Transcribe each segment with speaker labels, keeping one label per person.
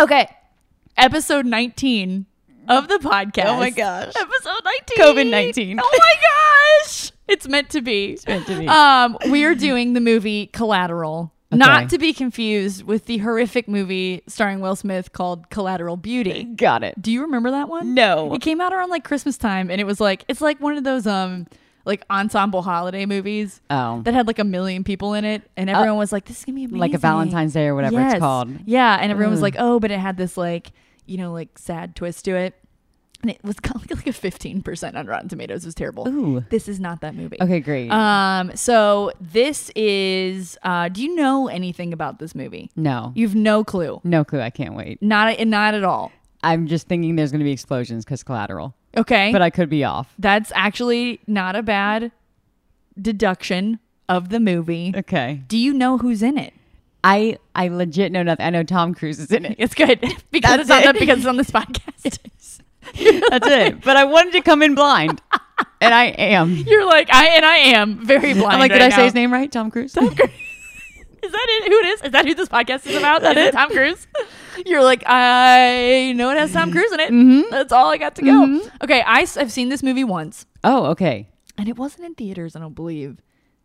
Speaker 1: Okay. Episode 19 of the podcast.
Speaker 2: Oh my gosh.
Speaker 1: Episode 19.
Speaker 2: COVID-19.
Speaker 1: Oh my gosh. It's meant to be. It's
Speaker 2: meant to be.
Speaker 1: Um, we are doing the movie Collateral. Not
Speaker 2: Okay.
Speaker 1: to be confused with the horrific movie starring Will Smith called Collateral Beauty.
Speaker 2: Got it.
Speaker 1: Do you remember that one?
Speaker 2: No.
Speaker 1: It came out around like Christmas time and it was like it's like one of those um like ensemble holiday movies
Speaker 2: Oh. Uh,
Speaker 1: that had like a million people in it and everyone was like this is going to be amazing.
Speaker 2: Like a Valentine's Day or whatever
Speaker 1: Yes.
Speaker 2: it's called.
Speaker 1: Yeah, and everyone was like, "Oh, but it had this like, you know, like sad twist to it." And it was kind of like a 15% on Rotten Tomatoes. It was terrible.
Speaker 2: Ooh.
Speaker 1: This is not that movie.
Speaker 2: Okay, great.
Speaker 1: Um, so this is uh do you know anything about this movie?
Speaker 2: no.
Speaker 1: You've no clue.
Speaker 2: no clue. I can't wait.
Speaker 1: Not not at all.
Speaker 2: I'm just thinking there's going to be explosions because collateral,
Speaker 1: Okay?
Speaker 2: but I could be off.
Speaker 1: That's actually not a bad deduction of the movie.
Speaker 2: Okay.
Speaker 1: Do you know who's in it?
Speaker 2: I I legit know nothing. I know Tom Cruise is in it.
Speaker 1: It's good because it's
Speaker 2: That's
Speaker 1: on the,
Speaker 2: it.
Speaker 1: because it's on this podcast.
Speaker 2: That's it. But I wanted to come in blind, and I am.
Speaker 1: You're like I and I am very blind.
Speaker 2: I'm like, did
Speaker 1: right
Speaker 2: I say
Speaker 1: now.
Speaker 2: his name right? Tom Cruise.
Speaker 1: Is that it? Who it is? Is that who this podcast is about? Is it Tom Cruise? You're like, I know it has Tom Cruise in it. That's all I got to go. Okay, I, have seen this movie once,
Speaker 2: oh, okay.
Speaker 1: and it wasn't in theaters. I don't believe.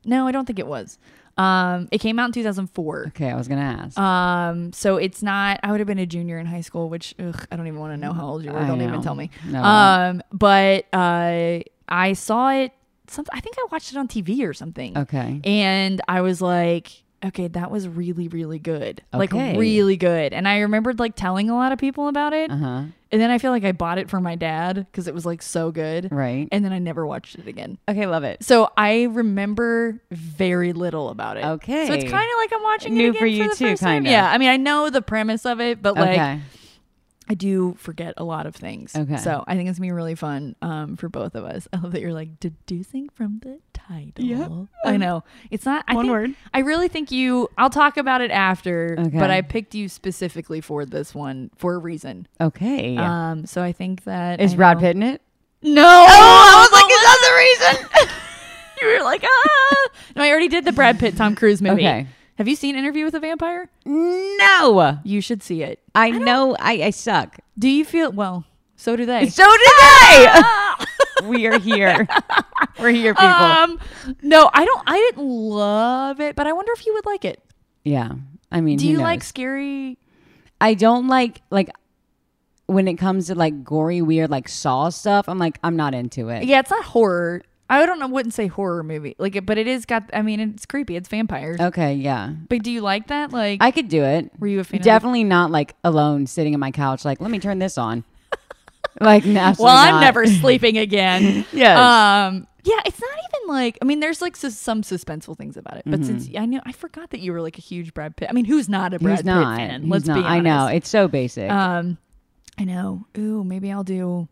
Speaker 1: No, I don't think it was. Um, it came out in 2004.
Speaker 2: Okay, I was gonna ask.
Speaker 1: Um, so it's not. I would have been a junior in high school, which ugh, I don't even want to know how old you were.
Speaker 2: I
Speaker 1: Don't even
Speaker 2: know.
Speaker 1: tell me.
Speaker 2: No.
Speaker 1: Um, but uh, I saw it. Some, I think I watched it on TV or something.
Speaker 2: okay.
Speaker 1: And I was like, okay, that was really, really good. Like,
Speaker 2: Okay.
Speaker 1: really good. And I remembered like telling a lot of people about it.
Speaker 2: Uh huh.
Speaker 1: And then I feel like I bought it for my dad because it was like so good.
Speaker 2: Right.
Speaker 1: And then I never watched it again.
Speaker 2: Okay, love it.
Speaker 1: So I remember very little about it. So it's
Speaker 2: Okay.
Speaker 1: kind of like I'm watching it
Speaker 2: New
Speaker 1: again
Speaker 2: for you
Speaker 1: the
Speaker 2: too,
Speaker 1: first time.
Speaker 2: kinda.
Speaker 1: Yeah. I mean, I know the premise of it, but like
Speaker 2: okay.
Speaker 1: I do forget a lot of things.
Speaker 2: Okay.
Speaker 1: So I think it's gonna be really fun um, for both of us. I love that you're like deducing from the title.
Speaker 2: Yep.
Speaker 1: I know. It's not I
Speaker 2: One
Speaker 1: think-
Speaker 2: word.
Speaker 1: I really think you I'll talk about it after,
Speaker 2: Okay.
Speaker 1: but I picked you specifically for this one for a reason.
Speaker 2: Okay.
Speaker 1: Um so I think that
Speaker 2: is Oh,
Speaker 1: I
Speaker 2: Brad
Speaker 1: know-
Speaker 2: Pitt in it?
Speaker 1: No
Speaker 2: is that the reason?
Speaker 1: you were like, ah No, I already did the Brad Pitt Tom Cruise movie.
Speaker 2: Okay.
Speaker 1: Have you seen Interview with a Vampire?
Speaker 2: no,
Speaker 1: You should see it.
Speaker 2: I, know I, I suck.
Speaker 1: Do you feel well, so do they.
Speaker 2: So did I. we are here. We're here, people.
Speaker 1: Um, no, I don't. I didn't love it, but I wonder if you would like it.
Speaker 2: yeah, I mean,
Speaker 1: Do
Speaker 2: who
Speaker 1: you
Speaker 2: knows?
Speaker 1: like scary?
Speaker 2: I don't like like when it comes to like gory, weird, like Saw stuff. I'm like, I'm not into it.
Speaker 1: Yeah, it's not horror. I don't know. Wouldn't say horror movie. Like, it- but it is got. I mean, it's creepy. It's vampires.
Speaker 2: Okay, yeah,
Speaker 1: But do you like that? Like,
Speaker 2: Oh. I could do it.
Speaker 1: were you a fan? Of
Speaker 2: Definitely not like alone sitting in my couch. Like, let me turn this on. like, no,
Speaker 1: the- well,
Speaker 2: absolutely
Speaker 1: I'm
Speaker 2: not.
Speaker 1: never sleeping again.
Speaker 2: Yes.
Speaker 1: Um. Yeah, it's not even like. I mean, there's like sus- some suspenseful things about it. But
Speaker 2: Mm-hmm.
Speaker 1: since I know, I forgot that you were like a huge Brad Pitt. I mean, who's not a Brad
Speaker 2: Who's
Speaker 1: Pitt
Speaker 2: not?
Speaker 1: fan?
Speaker 2: Who's
Speaker 1: Let's
Speaker 2: not?
Speaker 1: be honest.
Speaker 2: I know it's so basic.
Speaker 1: Um, I know. Ooh, maybe I'll do.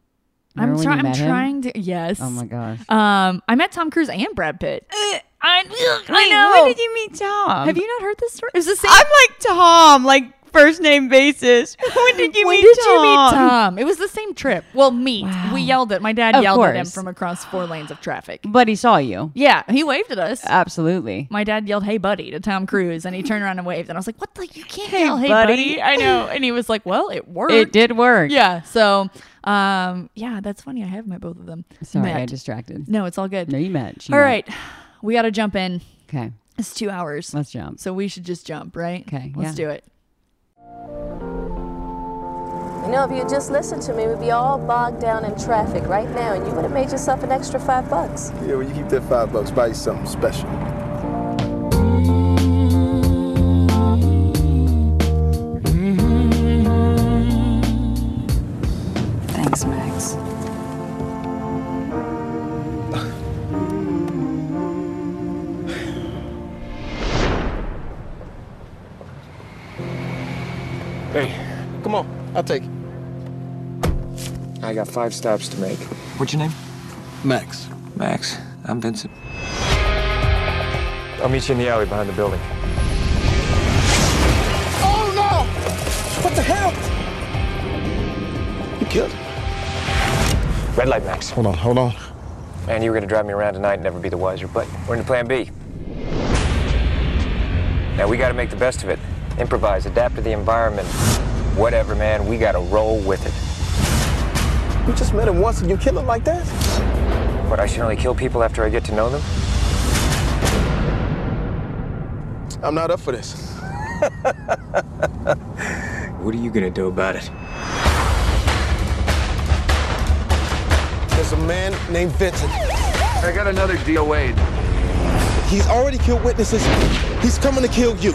Speaker 2: Remember
Speaker 1: I'm,
Speaker 2: when
Speaker 1: try-
Speaker 2: you
Speaker 1: I'm
Speaker 2: met him?
Speaker 1: trying to. Yes.
Speaker 2: oh my gosh.
Speaker 1: Um, I met Tom Cruise and Brad Pitt. Uh, I, I
Speaker 2: When
Speaker 1: know.
Speaker 2: did you meet Tom?
Speaker 1: Have you not heard this story? It was the same.
Speaker 2: I'm like Tom, like first name basis. When did you
Speaker 1: when
Speaker 2: meet
Speaker 1: did
Speaker 2: Tom?
Speaker 1: you meet Tom? It was the same trip. Well, meet. We yelled at my dad.
Speaker 2: Of
Speaker 1: yelled at him
Speaker 2: course.
Speaker 1: from across four lanes of traffic.
Speaker 2: But he saw you.
Speaker 1: Yeah, he waved at us.
Speaker 2: Uh, Absolutely.
Speaker 1: my dad yelled, "Hey, buddy!" to Tom Cruise, and he turned around and waved. And I was like, "What? the you can't
Speaker 2: Hey,
Speaker 1: yell, hey, buddy.
Speaker 2: buddy."
Speaker 1: I know. And he was like, "Well, it worked."
Speaker 2: It did work.
Speaker 1: Yeah. So, um, yeah, that's funny. I have met both of them.
Speaker 2: Sorry,
Speaker 1: Met.
Speaker 2: I distracted.
Speaker 1: no, it's all good.
Speaker 2: No, you met. She
Speaker 1: all
Speaker 2: met.
Speaker 1: right, we got to jump in.
Speaker 2: Okay.
Speaker 1: It's two hours,
Speaker 2: Let's jump.
Speaker 1: so we should just jump, right?
Speaker 2: Okay,
Speaker 1: Let's
Speaker 2: yeah.
Speaker 1: do it.
Speaker 3: You know, if you just listened to me, we'd be all bogged down in traffic right now, and you would have made yourself an extra five bucks.
Speaker 4: Yeah, well, you keep that five bucks, buy you something special.
Speaker 5: Thanks, Max.
Speaker 6: Hey,
Speaker 4: Come on, I'll take it.
Speaker 6: I got five stops to make. What's your name?
Speaker 4: Max.
Speaker 6: Max. I'm Vincent. I'll meet you in the alley behind the building.
Speaker 4: Oh no! What the hell? You killed him.
Speaker 6: Red light, Max.
Speaker 4: Hold on, hold on.
Speaker 6: Man, you were gonna drive me around tonight and never be the wiser, but we're into plan B. Now we gotta make the best of it. Improvise, adapt to the environment. Whatever, man, we gotta roll with it.
Speaker 4: You just met him once and you kill him like that?
Speaker 6: But I should only kill people after I get to know them?
Speaker 4: I'm not up for this.
Speaker 6: What are you gonna do about it?
Speaker 4: There's a man named Vincent.
Speaker 7: I got another deal, Wade.
Speaker 4: He's already killed witnesses. He's coming to kill you.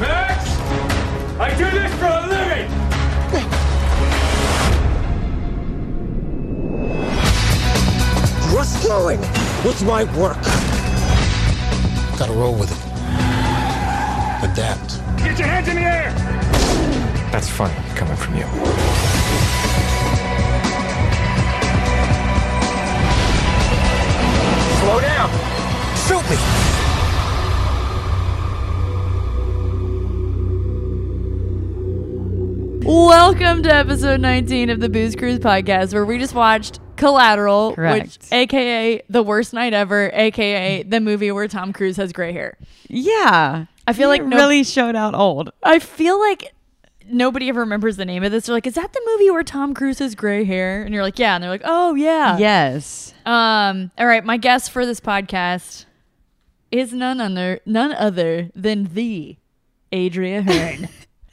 Speaker 7: Max! I do this for a living!
Speaker 4: What's going? What's my work?
Speaker 8: Gotta roll with it. Adapt.
Speaker 7: Get your hands in the air!
Speaker 6: That's funny coming from you. Slow down!
Speaker 4: Shoot me!
Speaker 1: Welcome to episode 19 of the Booze Cruise podcast, where we just watched Collateral,
Speaker 2: Correct.
Speaker 1: which, aka the worst night ever, aka the movie where Tom Cruise has gray hair.
Speaker 2: Yeah.
Speaker 1: I feel like
Speaker 2: It
Speaker 1: no-
Speaker 2: really showed out old.
Speaker 1: I feel like nobody ever remembers the name of this. They're like, "Is that the movie where Tom Cruise has gray hair?" And you're like, "Yeah," and they're like, "Oh
Speaker 2: Uh,
Speaker 1: yeah,
Speaker 2: Yes.
Speaker 1: Um. All right, my guest for this podcast is none other none other than the Adria Hearn.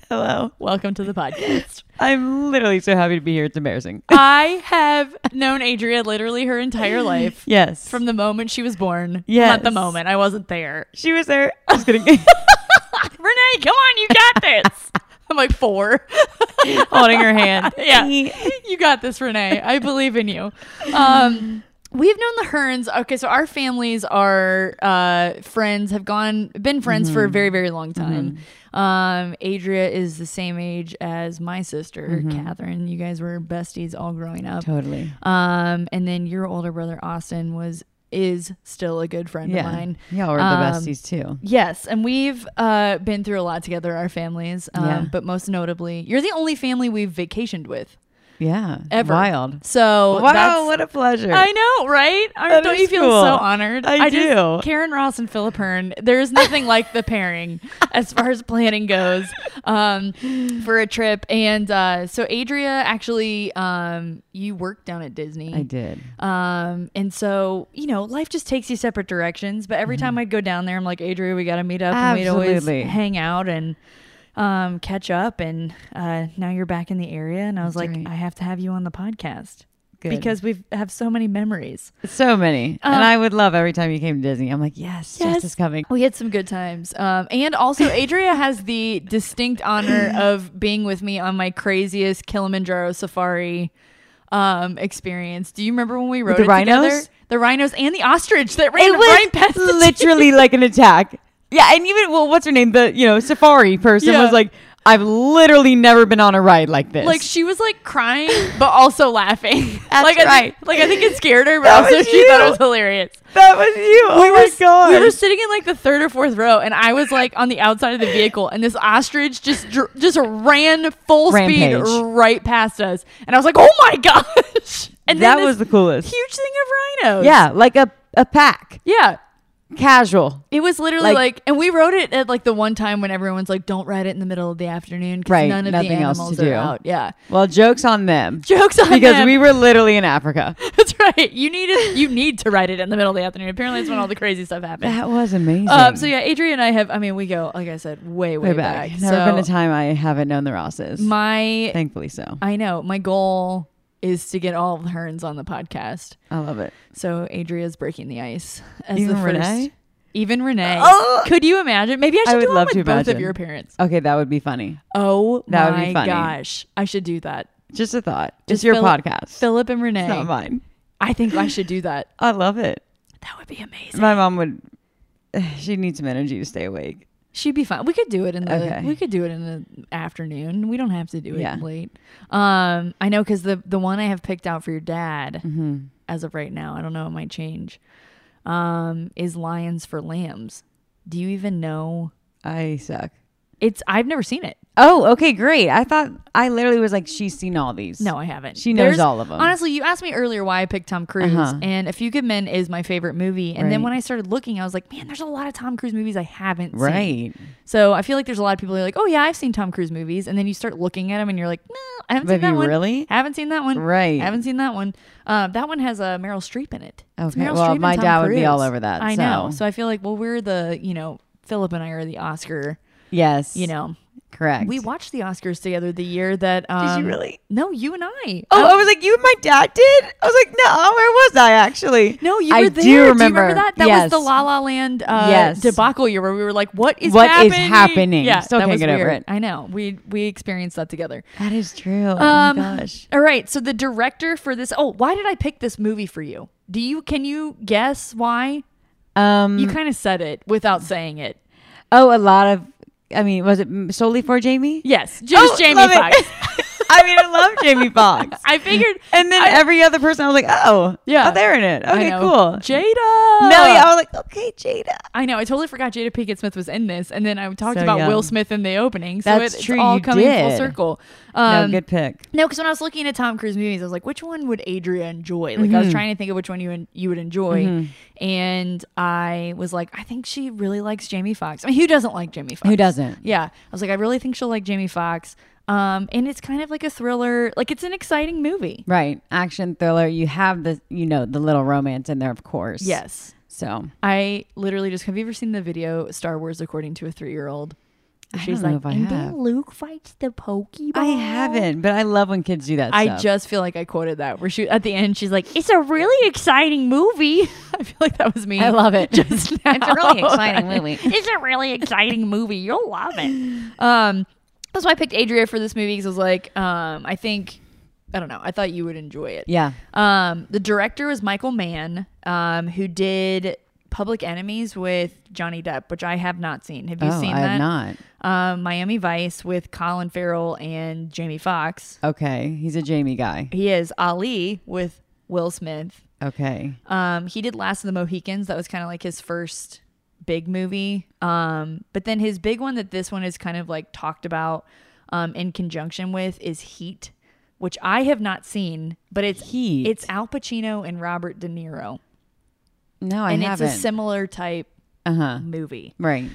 Speaker 2: Hello.
Speaker 1: Welcome to the podcast.
Speaker 2: I'm literally so happy to be here. It's embarrassing.
Speaker 1: I have known Adria literally her entire life.
Speaker 2: Yes.
Speaker 1: From the moment she was born. Not
Speaker 2: Yes.
Speaker 1: the moment. I wasn't there.
Speaker 2: she was there. I was kidding.
Speaker 1: Renee, come on, you got this. I'm like four.
Speaker 2: Holding her hand.
Speaker 1: yeah. You got this, Renee. I believe in you. Um, we've known the Hearns. Okay, so our families are uh, friends, have gone, been friends for a
Speaker 2: Mm-hmm.
Speaker 1: very, very long time. Um, Adria is the same age as my sister,
Speaker 2: Mm-hmm.
Speaker 1: Catherine. You guys were besties all growing up.
Speaker 2: Totally.
Speaker 1: Um, and then your older brother, Austin, was is still a good friend
Speaker 2: Yeah.
Speaker 1: of mine.
Speaker 2: Yeah, we're the
Speaker 1: Um,
Speaker 2: besties too.
Speaker 1: Yes, and we've uh, been through a lot together, our families. Um,
Speaker 2: Yeah.
Speaker 1: But most notably, you're the only family we've vacationed with
Speaker 2: Yeah.
Speaker 1: ever.
Speaker 2: Wild.
Speaker 1: So
Speaker 2: wow,
Speaker 1: that's-
Speaker 2: what a pleasure.
Speaker 1: I know, right? I-
Speaker 2: That
Speaker 1: Don't
Speaker 2: is
Speaker 1: you feel
Speaker 2: cool.
Speaker 1: so honored?
Speaker 2: I
Speaker 1: just-
Speaker 2: do.
Speaker 1: Karen Ross and Philip Hearn. There is nothing like the pairing as far as planning goes um, for a trip. And uh, so, Adria, actually, um, you worked down at Disney.
Speaker 2: I did.
Speaker 1: Um, and so, you know, life just takes you separate directions. But every time I'd go down there, I'm like, Adria, we got to meet up. And we'd
Speaker 2: Mm-hmm. Absolutely.
Speaker 1: always hang out and um, catch up. And uh, now you're back in the area. And I was like,
Speaker 2: right.
Speaker 1: I have to have you on the podcast.
Speaker 2: Good.
Speaker 1: Because we have so many memories.
Speaker 2: So many.
Speaker 1: Um,
Speaker 2: and I would love every time you came to Disney. I'm like, yes, yes. is coming.
Speaker 1: We had some good times. Um, and also, Adria has the distinct honor of being with me on my craziest Kilimanjaro safari um, experience. Do you remember when we rode
Speaker 2: the
Speaker 1: it together?
Speaker 2: rhinos?
Speaker 1: The rhinos and the ostrich that ran
Speaker 2: it was
Speaker 1: right past the
Speaker 2: literally like an attack. Yeah, and even well, what's her name? The you know safari person
Speaker 1: Yeah.
Speaker 2: was like, I've literally never been on a ride like this.
Speaker 1: Like she was like crying, but also laughing.
Speaker 2: That's
Speaker 1: like I thi-
Speaker 2: right.
Speaker 1: like I think it scared her, but
Speaker 2: That
Speaker 1: also
Speaker 2: was
Speaker 1: she thought it
Speaker 2: you.
Speaker 1: was hilarious.
Speaker 2: that was you. oh
Speaker 1: were,
Speaker 2: my god.
Speaker 1: we were sitting in like the third or fourth row, and I was like on the outside of the vehicle, and this ostrich just dr- just ran full speed
Speaker 2: Rampage.
Speaker 1: right past us, and I was like, "Oh my gosh!" And
Speaker 2: that
Speaker 1: this
Speaker 2: was the coolest.
Speaker 1: huge thing of rhinos.
Speaker 2: Yeah, like a a pack,
Speaker 1: yeah.
Speaker 2: casual.
Speaker 1: It was literally like,
Speaker 2: Like-
Speaker 1: and we wrote it at like the one time when everyone's like, "Don't ride it in the middle of the afternoon because
Speaker 2: Right,
Speaker 1: none of the
Speaker 2: nothing else
Speaker 1: animals
Speaker 2: to
Speaker 1: are
Speaker 2: do.
Speaker 1: out." Yeah,
Speaker 2: Well, jokes on them.
Speaker 1: jokes on
Speaker 2: because
Speaker 1: them.
Speaker 2: we were literally in Africa.
Speaker 1: That's right. You needed you need to write it in the middle of the afternoon. Apparently, it's when all the crazy stuff happens.
Speaker 2: That was amazing.
Speaker 1: Um, so yeah, Adrian and I have. I mean, we go like I said, way way,
Speaker 2: way
Speaker 1: back.
Speaker 2: back. Never
Speaker 1: so
Speaker 2: been a time I haven't known the Rosses.
Speaker 1: My
Speaker 2: Thankfully, so
Speaker 1: I know my goal is to get all of the Hearns on the podcast.
Speaker 2: I love it.
Speaker 1: So Adria's breaking the ice as
Speaker 2: Even
Speaker 1: the first.
Speaker 2: Renee? Uh, oh!
Speaker 1: Even Renee. Could you imagine? Maybe I should
Speaker 2: would
Speaker 1: do one
Speaker 2: love
Speaker 1: with
Speaker 2: to
Speaker 1: both of
Speaker 2: imagine.
Speaker 1: your parents.
Speaker 2: Okay, that would be funny.
Speaker 1: Oh
Speaker 2: That would
Speaker 1: my
Speaker 2: be funny.
Speaker 1: gosh, I should do that.
Speaker 2: Just a thought. Just your
Speaker 1: Philip-
Speaker 2: podcast.
Speaker 1: Philip and Renee.
Speaker 2: It's not mine.
Speaker 1: I think I should do that.
Speaker 2: I love it.
Speaker 1: That would be amazing.
Speaker 2: My mom would. She needs some energy to stay awake.
Speaker 1: She'd be fine. We could do it in the
Speaker 2: Okay.
Speaker 1: we could do it in the afternoon. We don't have to do it
Speaker 2: Yeah.
Speaker 1: late. Um, I know because the the one I have picked out for your dad
Speaker 2: Mm-hmm.
Speaker 1: as of right now, I don't know, it might change. Um, is lions for lambs? Do you even know?
Speaker 2: I suck.
Speaker 1: It's I've never seen it.
Speaker 2: Oh, okay, great. I thought I literally was like, she's seen all these.
Speaker 1: No, I haven't.
Speaker 2: She knows all of 'em.
Speaker 1: Honestly, you asked me earlier why I picked Tom Cruise,
Speaker 2: Uh-huh.
Speaker 1: and A Few Good Men is my favorite movie. And then
Speaker 2: Right.
Speaker 1: when I started looking, I was like, man, there's a lot of Tom Cruise movies I haven't seen.
Speaker 2: Right.
Speaker 1: So I feel like there's a lot of people who are like, oh yeah, I've seen Tom Cruise movies, and then you start looking at them and you're like, no, I haven't seen
Speaker 2: Have
Speaker 1: that
Speaker 2: you
Speaker 1: one.
Speaker 2: really?
Speaker 1: Haven't seen that one.
Speaker 2: Right.
Speaker 1: Haven't seen that one. Uh, that one has uh, Meryl Streep in it. It's
Speaker 2: Okay,
Speaker 1: Meryl
Speaker 2: well,
Speaker 1: Streep and
Speaker 2: my
Speaker 1: Tom
Speaker 2: dad would be all
Speaker 1: Cruise.
Speaker 2: over that,
Speaker 1: I know.
Speaker 2: so.
Speaker 1: So I feel like, well, we're the you know Philip and I are the Oscar.
Speaker 2: Yes.
Speaker 1: You know,
Speaker 2: Correct.
Speaker 1: we watched the Oscars together the year that. Um,
Speaker 2: really?
Speaker 1: No, you and I.
Speaker 2: Oh, I was like, you and my dad did? I was like, no, where was I actually?
Speaker 1: No, you
Speaker 2: I
Speaker 1: were there.
Speaker 2: Do remember.
Speaker 1: Do you remember that? That
Speaker 2: yes.
Speaker 1: was the La La Land uh,
Speaker 2: Yes.
Speaker 1: debacle year where we were like, "What is
Speaker 2: What is
Speaker 1: happening?
Speaker 2: happening?
Speaker 1: Yeah,
Speaker 2: Still
Speaker 1: that
Speaker 2: can't
Speaker 1: was
Speaker 2: get over
Speaker 1: weird.
Speaker 2: it.
Speaker 1: I know. We we experienced that together.
Speaker 2: That is true.
Speaker 1: Um,
Speaker 2: oh my gosh.
Speaker 1: All right. So the director for this. Oh, why did I pick this movie for you? Do you can you guess why?
Speaker 2: Um,
Speaker 1: You kind of said it without saying it.
Speaker 2: oh, a lot of. I mean, was it solely for Jamie?
Speaker 1: Yes, just
Speaker 2: Oh,
Speaker 1: Jamie
Speaker 2: love it.
Speaker 1: Foxx.
Speaker 2: I mean, I love Jamie Fox.
Speaker 1: I figured.
Speaker 2: And then
Speaker 1: I-
Speaker 2: every other person, I was like, oh,
Speaker 1: Yeah.
Speaker 2: oh, they're in it.
Speaker 1: I
Speaker 2: Okay,
Speaker 1: know.
Speaker 2: cool.
Speaker 1: Jada.
Speaker 2: no, yeah, I was like, okay, Jada.
Speaker 1: I know. I totally forgot Jada Pinkett Smith was in this, and then I talked
Speaker 2: So
Speaker 1: about
Speaker 2: young.
Speaker 1: Will Smith in the opening. So
Speaker 2: That's
Speaker 1: it- it's
Speaker 2: true,
Speaker 1: all
Speaker 2: you
Speaker 1: coming full
Speaker 2: did.
Speaker 1: circle. Um,
Speaker 2: no, good pick.
Speaker 1: No, because when I was looking at Tom Cruise movies, I was like, which one would Adria enjoy? Like, I
Speaker 2: Mm-hmm.
Speaker 1: was trying to think of which one you en- you would enjoy, and I was like, I think she really likes Jamie Foxx. I mean, who doesn't like Jamie Foxx?
Speaker 2: Who doesn't?
Speaker 1: Yeah, I was like, I really think she'll like Jamie Foxx. Um, and it's kind of like a thriller. Like, it's an exciting movie.
Speaker 2: Right, action thriller. You have the, you know, the little romance in there, of course.
Speaker 1: Yes,
Speaker 2: So
Speaker 1: I literally just have you ever seen the video Star Wars according to a three year old?
Speaker 2: I don't know if I
Speaker 1: and
Speaker 2: have."
Speaker 1: then Luke fights the Pokeball.
Speaker 2: I haven't, but I love when kids do that.
Speaker 1: I
Speaker 2: stuff.
Speaker 1: just feel like I quoted that. Where she at the end, she's like, "It's a really exciting movie." I feel like that was me.
Speaker 2: I love it.
Speaker 1: Just now.
Speaker 2: It's a really exciting movie.
Speaker 1: it's a really exciting movie. You'll love it. Um, that's why I picked Adria for this movie because I was like, um, I think, I don't know, I thought you would enjoy it.
Speaker 2: Yeah.
Speaker 1: Um, the director was Michael Mann, um, who did Public Enemies with Johnny Depp, which I have not seen. Have you
Speaker 2: oh,
Speaker 1: seen
Speaker 2: I
Speaker 1: that?
Speaker 2: have not.
Speaker 1: Um, Miami Vice with Colin Farrell and Jamie Foxx.
Speaker 2: Okay, he's a Jamie guy.
Speaker 1: He is Ali with Will Smith.
Speaker 2: Okay,
Speaker 1: Um, he did Last of the Mohicans. That was kind of like his first big movie. Um, but then his big one that this one is kind of like talked about um, in conjunction with is Heat, which I have not seen, but it's
Speaker 2: Heat.
Speaker 1: It's Al Pacino and Robert De Niro,
Speaker 2: no, I
Speaker 1: and
Speaker 2: haven't.
Speaker 1: it's a similar type
Speaker 2: uh huh.
Speaker 1: movie.
Speaker 2: Right.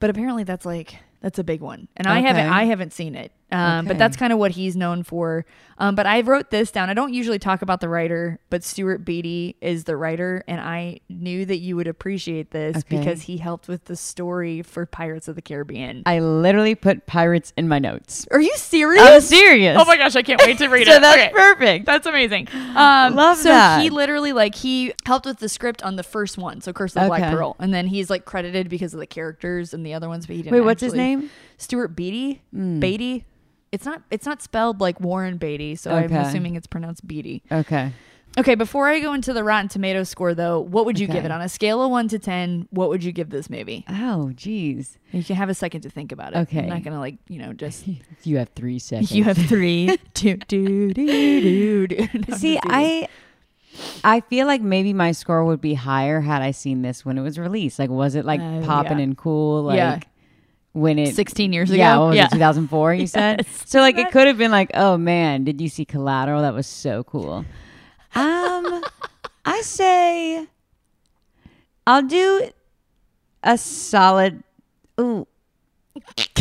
Speaker 1: But apparently, that's like that's a big one, and I
Speaker 2: Okay.
Speaker 1: haven't I haven't seen it. Um, But
Speaker 2: Okay.
Speaker 1: that's kind of what he's known for. Um, but I wrote this down. I don't usually talk about the writer, but Stuart Beatty is the writer, and I knew that you would appreciate this
Speaker 2: Okay.
Speaker 1: because he helped with the story for Pirates of the Caribbean.
Speaker 2: I literally put pirates in my notes.
Speaker 1: Are you serious?
Speaker 2: I'm serious.
Speaker 1: Oh my gosh, I can't wait to read
Speaker 2: So
Speaker 1: it.
Speaker 2: that's
Speaker 1: Okay.
Speaker 2: perfect.
Speaker 1: That's amazing. Um,
Speaker 2: Love
Speaker 1: so
Speaker 2: that.
Speaker 1: he literally like he helped with the script on the first one, so Curse of the Black
Speaker 2: Okay.
Speaker 1: Pearl, and then he's like credited because of the characters and the other ones, but he didn't.
Speaker 2: Wait, what's his
Speaker 1: actually-
Speaker 2: name? Hmm.
Speaker 1: Stuart Beatty. Beatty. It's not. It's not spelled like Warren Beatty, so
Speaker 2: Okay.
Speaker 1: I'm assuming it's pronounced Beatty.
Speaker 2: Okay.
Speaker 1: Okay. Before I go into the Rotten Tomato score, though, what would you give
Speaker 2: Okay.
Speaker 1: it on a scale of one to ten? What would you give this movie?
Speaker 2: Oh, geez.
Speaker 1: You can have a second to think about it.
Speaker 2: Okay.
Speaker 1: I'm not gonna like you know just.
Speaker 2: You have three seconds.
Speaker 1: You have three. do do do do do. No, I'm
Speaker 2: See,
Speaker 1: just kidding.
Speaker 2: I. I feel like maybe my score would be higher had I seen this when it was released. Like, was it like
Speaker 1: Oh,
Speaker 2: popping
Speaker 1: yeah.
Speaker 2: and cool? Like
Speaker 1: Yeah.
Speaker 2: when it
Speaker 1: 16 years
Speaker 2: Yeah,
Speaker 1: ago?
Speaker 2: what was
Speaker 1: Yeah.
Speaker 2: it 2004? You said
Speaker 1: Yes.
Speaker 2: so. Like it could have been like, oh man, did you see Collateral? That was so cool. Um, I say I'll do a solid. Ooh,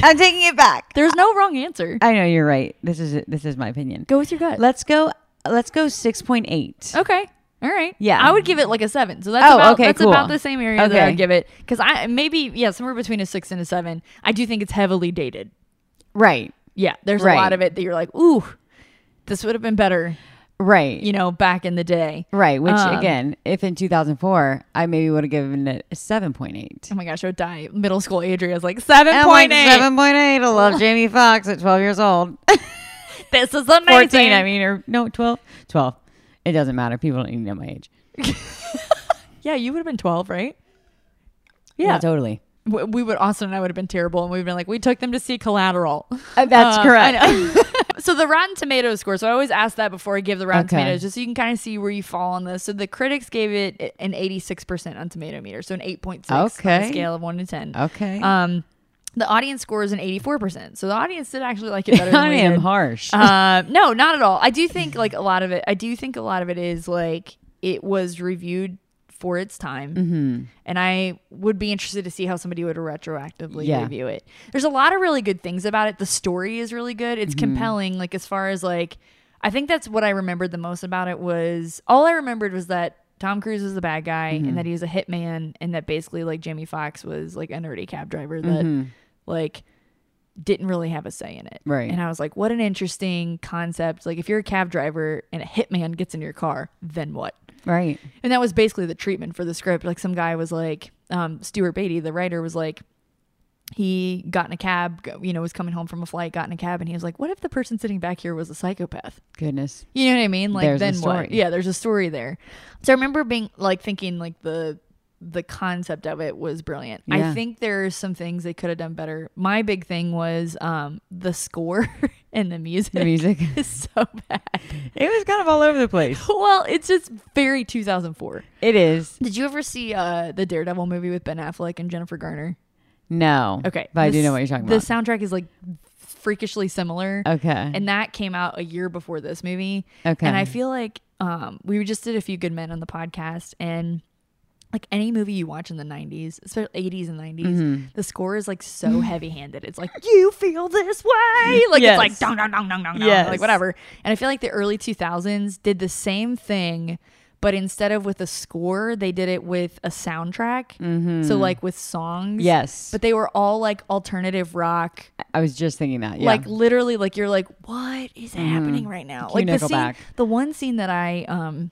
Speaker 2: I'm taking it back.
Speaker 1: There's no wrong answer.
Speaker 2: I know you're right. This is this is my opinion.
Speaker 1: Go with your gut.
Speaker 2: Let's go. Let's go six point eight.
Speaker 1: okay. All right.
Speaker 2: Yeah.
Speaker 1: I would give it like a seven. So that's
Speaker 2: Oh,
Speaker 1: about
Speaker 2: okay,
Speaker 1: that's
Speaker 2: cool.
Speaker 1: about the same area that I
Speaker 2: Okay.
Speaker 1: would give it. Because I maybe yeah somewhere between a six and a seven. I do think it's heavily dated.
Speaker 2: Right.
Speaker 1: Yeah. There's a
Speaker 2: Right.
Speaker 1: lot of it that you're like ooh. This would have been better,
Speaker 2: Right.
Speaker 1: you know, back in the day.
Speaker 2: Right. Which
Speaker 1: Um,
Speaker 2: again, if in 2004, I maybe would have given it a seven point eight.
Speaker 1: Oh my gosh, I would die. Middle school Adria is like seven
Speaker 2: I'm
Speaker 1: point
Speaker 2: like
Speaker 1: eight.
Speaker 2: seven point eight. I love Jamie Foxx at twelve years old.
Speaker 1: This is amazing.
Speaker 2: Fourteen, I mean, or no, 12. 12. It doesn't matter. People don't even know my age.
Speaker 1: yeah, you would have been twelve, right?
Speaker 2: Yeah,
Speaker 1: Yeah,
Speaker 2: totally.
Speaker 1: W we would. Austin and I would have been terrible, and we'd been like, we took them to see Collateral.
Speaker 2: that's
Speaker 1: Uh,
Speaker 2: correct.
Speaker 1: I know. so the Rotten Tomatoes score. So I always ask that before I give the Rotten
Speaker 2: Okay.
Speaker 1: Tomatoes, just so you can kind of see where you fall on this. So the critics gave it an 86% on Tomato Meter, so an 8.6 on
Speaker 2: Okay.
Speaker 1: a scale of 1 to 10.
Speaker 2: Okay.
Speaker 1: Um, The audience score is an 84%. So the audience did actually like it better than
Speaker 2: I
Speaker 1: we
Speaker 2: am
Speaker 1: did.
Speaker 2: harsh.
Speaker 1: Uh, no, not at all. I do think like a lot of it. I do think a lot of it is like it was reviewed for its time, and I would be interested to see how somebody would retroactively
Speaker 2: Yeah.
Speaker 1: review it. There's a lot of really good things about it. The story is really good. It's compelling. Like as far as like, I think that's what I remembered the most about it was all I remembered was that. Tom Cruise was the bad guy, and that he was a hitman, and that basically like Jamie Foxx was like a nerdy cab driver that like didn't really have a say in it.
Speaker 2: Right.
Speaker 1: And I was like, what an interesting concept. Like, if you're a cab driver and a hitman gets in your car, then what?
Speaker 2: right.
Speaker 1: And that was basically the treatment for the script. Like, some guy was like, um, Stuart Beatty, the writer, was like, he got in a cab, go- you know, was coming home from a flight, got in a cab, and he was like, what if the person sitting back here was a psychopath?
Speaker 2: Goodness.
Speaker 1: You know what I mean? Like
Speaker 2: There's a
Speaker 1: then
Speaker 2: story.
Speaker 1: what? Yeah, there's a story there. So I remember being like thinking like the the concept of it was brilliant.
Speaker 2: Yeah.
Speaker 1: I think there are some things they could have done better. My big thing was um the score and the music.
Speaker 2: The music.
Speaker 1: is so bad.
Speaker 2: It was kind of all over the place.
Speaker 1: Well, it's just very 2004.
Speaker 2: It is.
Speaker 1: Did you ever see uh the Daredevil movie with Ben Affleck and Jennifer Garner?
Speaker 2: No.
Speaker 1: Okay,
Speaker 2: But I do
Speaker 1: this-
Speaker 2: know what you're talking
Speaker 1: The
Speaker 2: about.
Speaker 1: soundtrack is like freakishly similar.
Speaker 2: okay.
Speaker 1: and that came out a year before this movie.
Speaker 2: Okay.
Speaker 1: and I feel like um, we just did a few good men on the podcast, and like any movie you watch in the '90s, especially '80s and '90s,
Speaker 2: Mm-hmm.
Speaker 1: the score is like so heavy-handed. It's like you feel this way, like
Speaker 2: Yes.
Speaker 1: it's like dong dong dong dong dong, dong,
Speaker 2: Yes.
Speaker 1: like whatever. And I feel like the early 2000s did the same thing. But instead of with a score, they did it with a soundtrack. So like with songs.
Speaker 2: Mm-hmm. Yes.
Speaker 1: But they were all like alternative rock,
Speaker 2: I was just thinking that. Yeah. Mm-hmm.
Speaker 1: like literally like you're like what is happening right now
Speaker 2: Cue
Speaker 1: like the scene
Speaker 2: Nickelback.
Speaker 1: the one scene that i um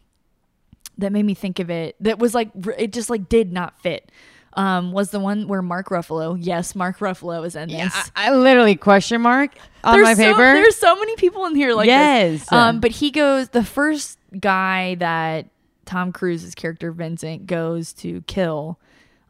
Speaker 1: that made me think of it that was like r- it just like did not fit um was the one where mark ruffalo yes mark ruffalo is in this
Speaker 2: I, I literally question mark on my
Speaker 1: so-
Speaker 2: paper.
Speaker 1: there's so many people in here like this.
Speaker 2: Yes.
Speaker 1: Um, but he goes the first guy that Tom Cruise's character Vincent goes to kill.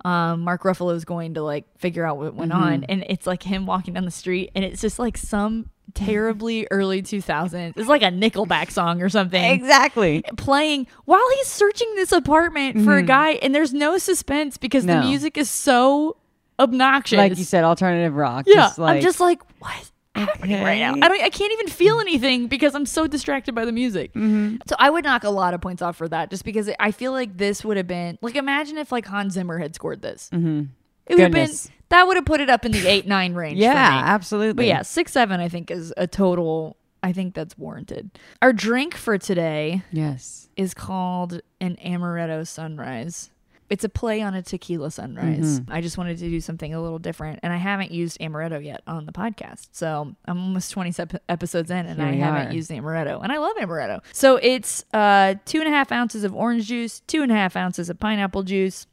Speaker 1: Um, Mark Ruffalo is going to like figure out what went
Speaker 2: Mm-hmm.
Speaker 1: on, and it's like him walking down the street, and it's just like some terribly early 2000s. It's like a Nickelback song or something
Speaker 2: exactly.
Speaker 1: playing while he's searching this apartment for a guy, and there's no suspense because
Speaker 2: Mm-hmm. No.
Speaker 1: the music is so obnoxious.
Speaker 2: Like you said, alternative rock.
Speaker 1: Yeah,
Speaker 2: Just like,
Speaker 1: I'm just like, what's happening right now?
Speaker 2: Okay.
Speaker 1: I don't. I can't even feel anything because I'm so distracted by the music.
Speaker 2: Mm-hmm.
Speaker 1: So I would knock a lot of points off for that, just because I feel like this would have been like, imagine if like Hans Zimmer had scored this. Mm-hmm. It would have been
Speaker 2: Goodness.
Speaker 1: that would have put it up in the eight nine range.
Speaker 2: yeah,
Speaker 1: for me.
Speaker 2: absolutely.
Speaker 1: But yeah, six seven I think is a total. I think that's warranted. Our drink for today
Speaker 2: Yes.
Speaker 1: is called an amaretto sunrise. It's a play on a tequila sunrise.
Speaker 2: Mm-hmm.
Speaker 1: I just wanted to do something a little different, and I haven't used amaretto yet on the podcast. So I'm almost 20 sep- episodes in, and
Speaker 2: Here
Speaker 1: I
Speaker 2: we
Speaker 1: haven't
Speaker 2: are.
Speaker 1: used amaretto, and I love amaretto. So it's uh, two and a half ounces of orange juice, two and a half ounces of pineapple juice,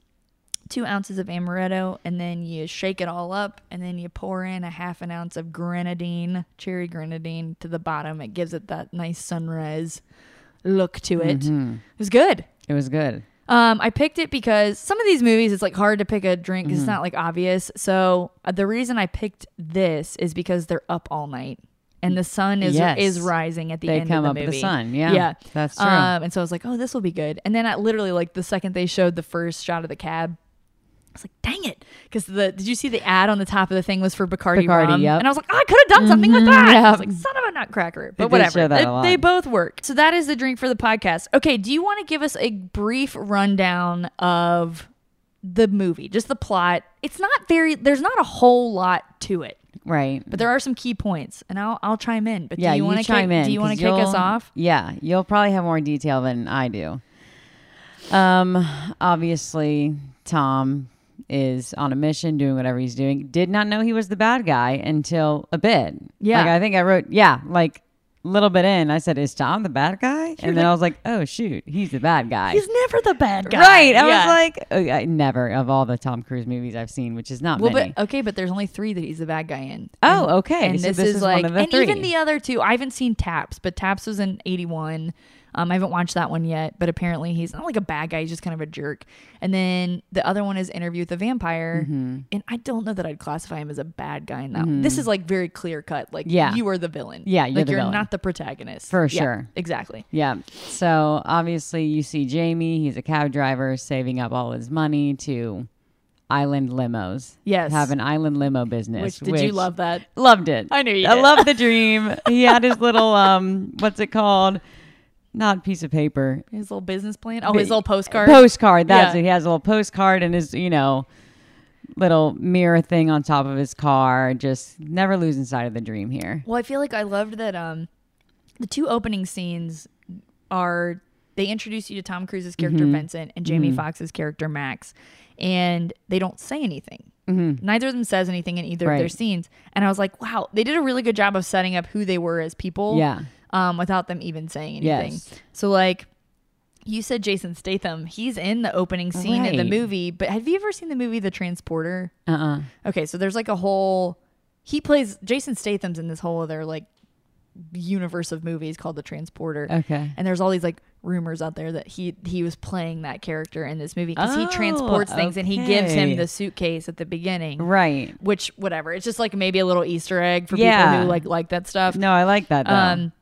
Speaker 1: two ounces of amaretto, and then you shake it all up, and then you pour in a half an ounce of grenadine, cherry grenadine, to the bottom. It gives it that nice sunrise look to it.
Speaker 2: Mm-hmm.
Speaker 1: It was good.
Speaker 2: It was good.
Speaker 1: Um, I picked it because some of these movies it's like hard to pick a drink
Speaker 2: Mm-hmm.
Speaker 1: 'cause it's not like obvious. So uh, the reason I picked this is because they're up all night and the sun is
Speaker 2: Yes.
Speaker 1: is rising at the
Speaker 2: They
Speaker 1: end of
Speaker 2: come
Speaker 1: the
Speaker 2: up with the
Speaker 1: movie.
Speaker 2: sun. Yeah.
Speaker 1: yeah,
Speaker 2: That's true.
Speaker 1: Um, and so I was like, oh, this will be good. And then I literally like the second they showed the first shot of the cab. I was like, dang it. Because the did you see the ad on the top of the thing was for Bacardi,
Speaker 2: Bacardi,
Speaker 1: rum?
Speaker 2: yep. Mm-hmm.
Speaker 1: And I was like, oh, I could have done something with that. I was
Speaker 2: yep.
Speaker 1: like, son of a nutcracker. But
Speaker 2: They did
Speaker 1: whatever.
Speaker 2: show that
Speaker 1: They-
Speaker 2: a lot.
Speaker 1: they both work. So that is the drink for the podcast. Okay, do you want to give us a brief rundown of the movie, just the plot? It's not very. There's not a whole lot to it,
Speaker 2: Right.
Speaker 1: but there are some key points, and I'll I'll chime in. But
Speaker 2: yeah,
Speaker 1: do you, want to
Speaker 2: chime in.
Speaker 1: Do you want to
Speaker 2: 'cause
Speaker 1: kick us
Speaker 2: you'll-
Speaker 1: off?
Speaker 2: Yeah, you'll probably have more detail than I do. Um, obviously, Tom is on a mission doing whatever he's doing. Did not know he was the bad guy until a bit.
Speaker 1: Yeah.
Speaker 2: Like, I think I wrote, yeah, like a little bit in, I said, Is Tom the bad guy? and then I was like, Oh, shoot, he's the bad guy.
Speaker 1: He's never the bad guy,
Speaker 2: right.
Speaker 1: Yeah.
Speaker 2: I was like, oh, I, Never of all the Tom Cruise movies I've seen, which is not
Speaker 1: Well,
Speaker 2: many.
Speaker 1: but okay, but there's only three that he's the bad guy in.
Speaker 2: Oh,
Speaker 1: And-
Speaker 2: okay.
Speaker 1: And
Speaker 2: So
Speaker 1: this,
Speaker 2: this
Speaker 1: is,
Speaker 2: is one
Speaker 1: like,
Speaker 2: of the
Speaker 1: and even
Speaker 2: three.
Speaker 1: the other two. I haven't seen Taps, but Taps was in '81. Um, I haven't watched that one yet, but apparently he's not like a bad guy. He's just kind of a jerk. And then the other one is Interview with a Vampire,
Speaker 2: Mm-hmm.
Speaker 1: and I don't know that I'd classify him as a bad guy in that. one. This is like very clear cut. Like,
Speaker 2: Yeah.
Speaker 1: you are the villain.
Speaker 2: Yeah, you're
Speaker 1: like
Speaker 2: the
Speaker 1: you're
Speaker 2: villain.
Speaker 1: not the protagonist
Speaker 2: For
Speaker 1: Yeah,
Speaker 2: sure.
Speaker 1: exactly.
Speaker 2: Yeah. So obviously, you see Jamie. He's a cab driver saving up all his money to island limos.
Speaker 1: Yes.
Speaker 2: Have an island limo
Speaker 1: Which
Speaker 2: business.
Speaker 1: did you love that?
Speaker 2: Loved it.
Speaker 1: I knew you
Speaker 2: I
Speaker 1: did.
Speaker 2: loved the dream. he had his little um what's it called? Not piece of paper.
Speaker 1: His little business plan. Oh, his little postcard.
Speaker 2: Postcard. That's
Speaker 1: Yeah.
Speaker 2: it. He has a little postcard and his, you know, little mirror thing on top of his car. Just never losing sight of the dream here.
Speaker 1: Well, I feel like I loved that um the two opening scenes are they introduce you to Tom Cruise's character
Speaker 2: Mm-hmm.
Speaker 1: Vincent and Jamie Foxx's character Max, and they don't say anything. Neither of them says anything in either of their
Speaker 2: Mm-hmm. Right.
Speaker 1: scenes, and I was like, wow, they did a really good job of setting up who they were as people,
Speaker 2: Yeah.
Speaker 1: um, without them even saying anything.
Speaker 2: Yes.
Speaker 1: So like. You said Jason Statham. He's in the opening scene of the
Speaker 2: Right.
Speaker 1: movie, but have you ever seen the movie The Transporter?
Speaker 2: Uh uh
Speaker 1: Okay, so there's like a whole. He plays Jason Statham's in this whole other like universe of movies called The Transporter.
Speaker 2: Okay.
Speaker 1: And there's all these like rumors out there that he he was playing that character in this movie because
Speaker 2: Oh,
Speaker 1: he transports things and he gives him
Speaker 2: okay.
Speaker 1: the suitcase at the beginning.
Speaker 2: Right.
Speaker 1: Which whatever, it's just like maybe a little Easter egg for
Speaker 2: Yeah.
Speaker 1: people who like like that stuff.
Speaker 2: No, I like that though.
Speaker 1: Um,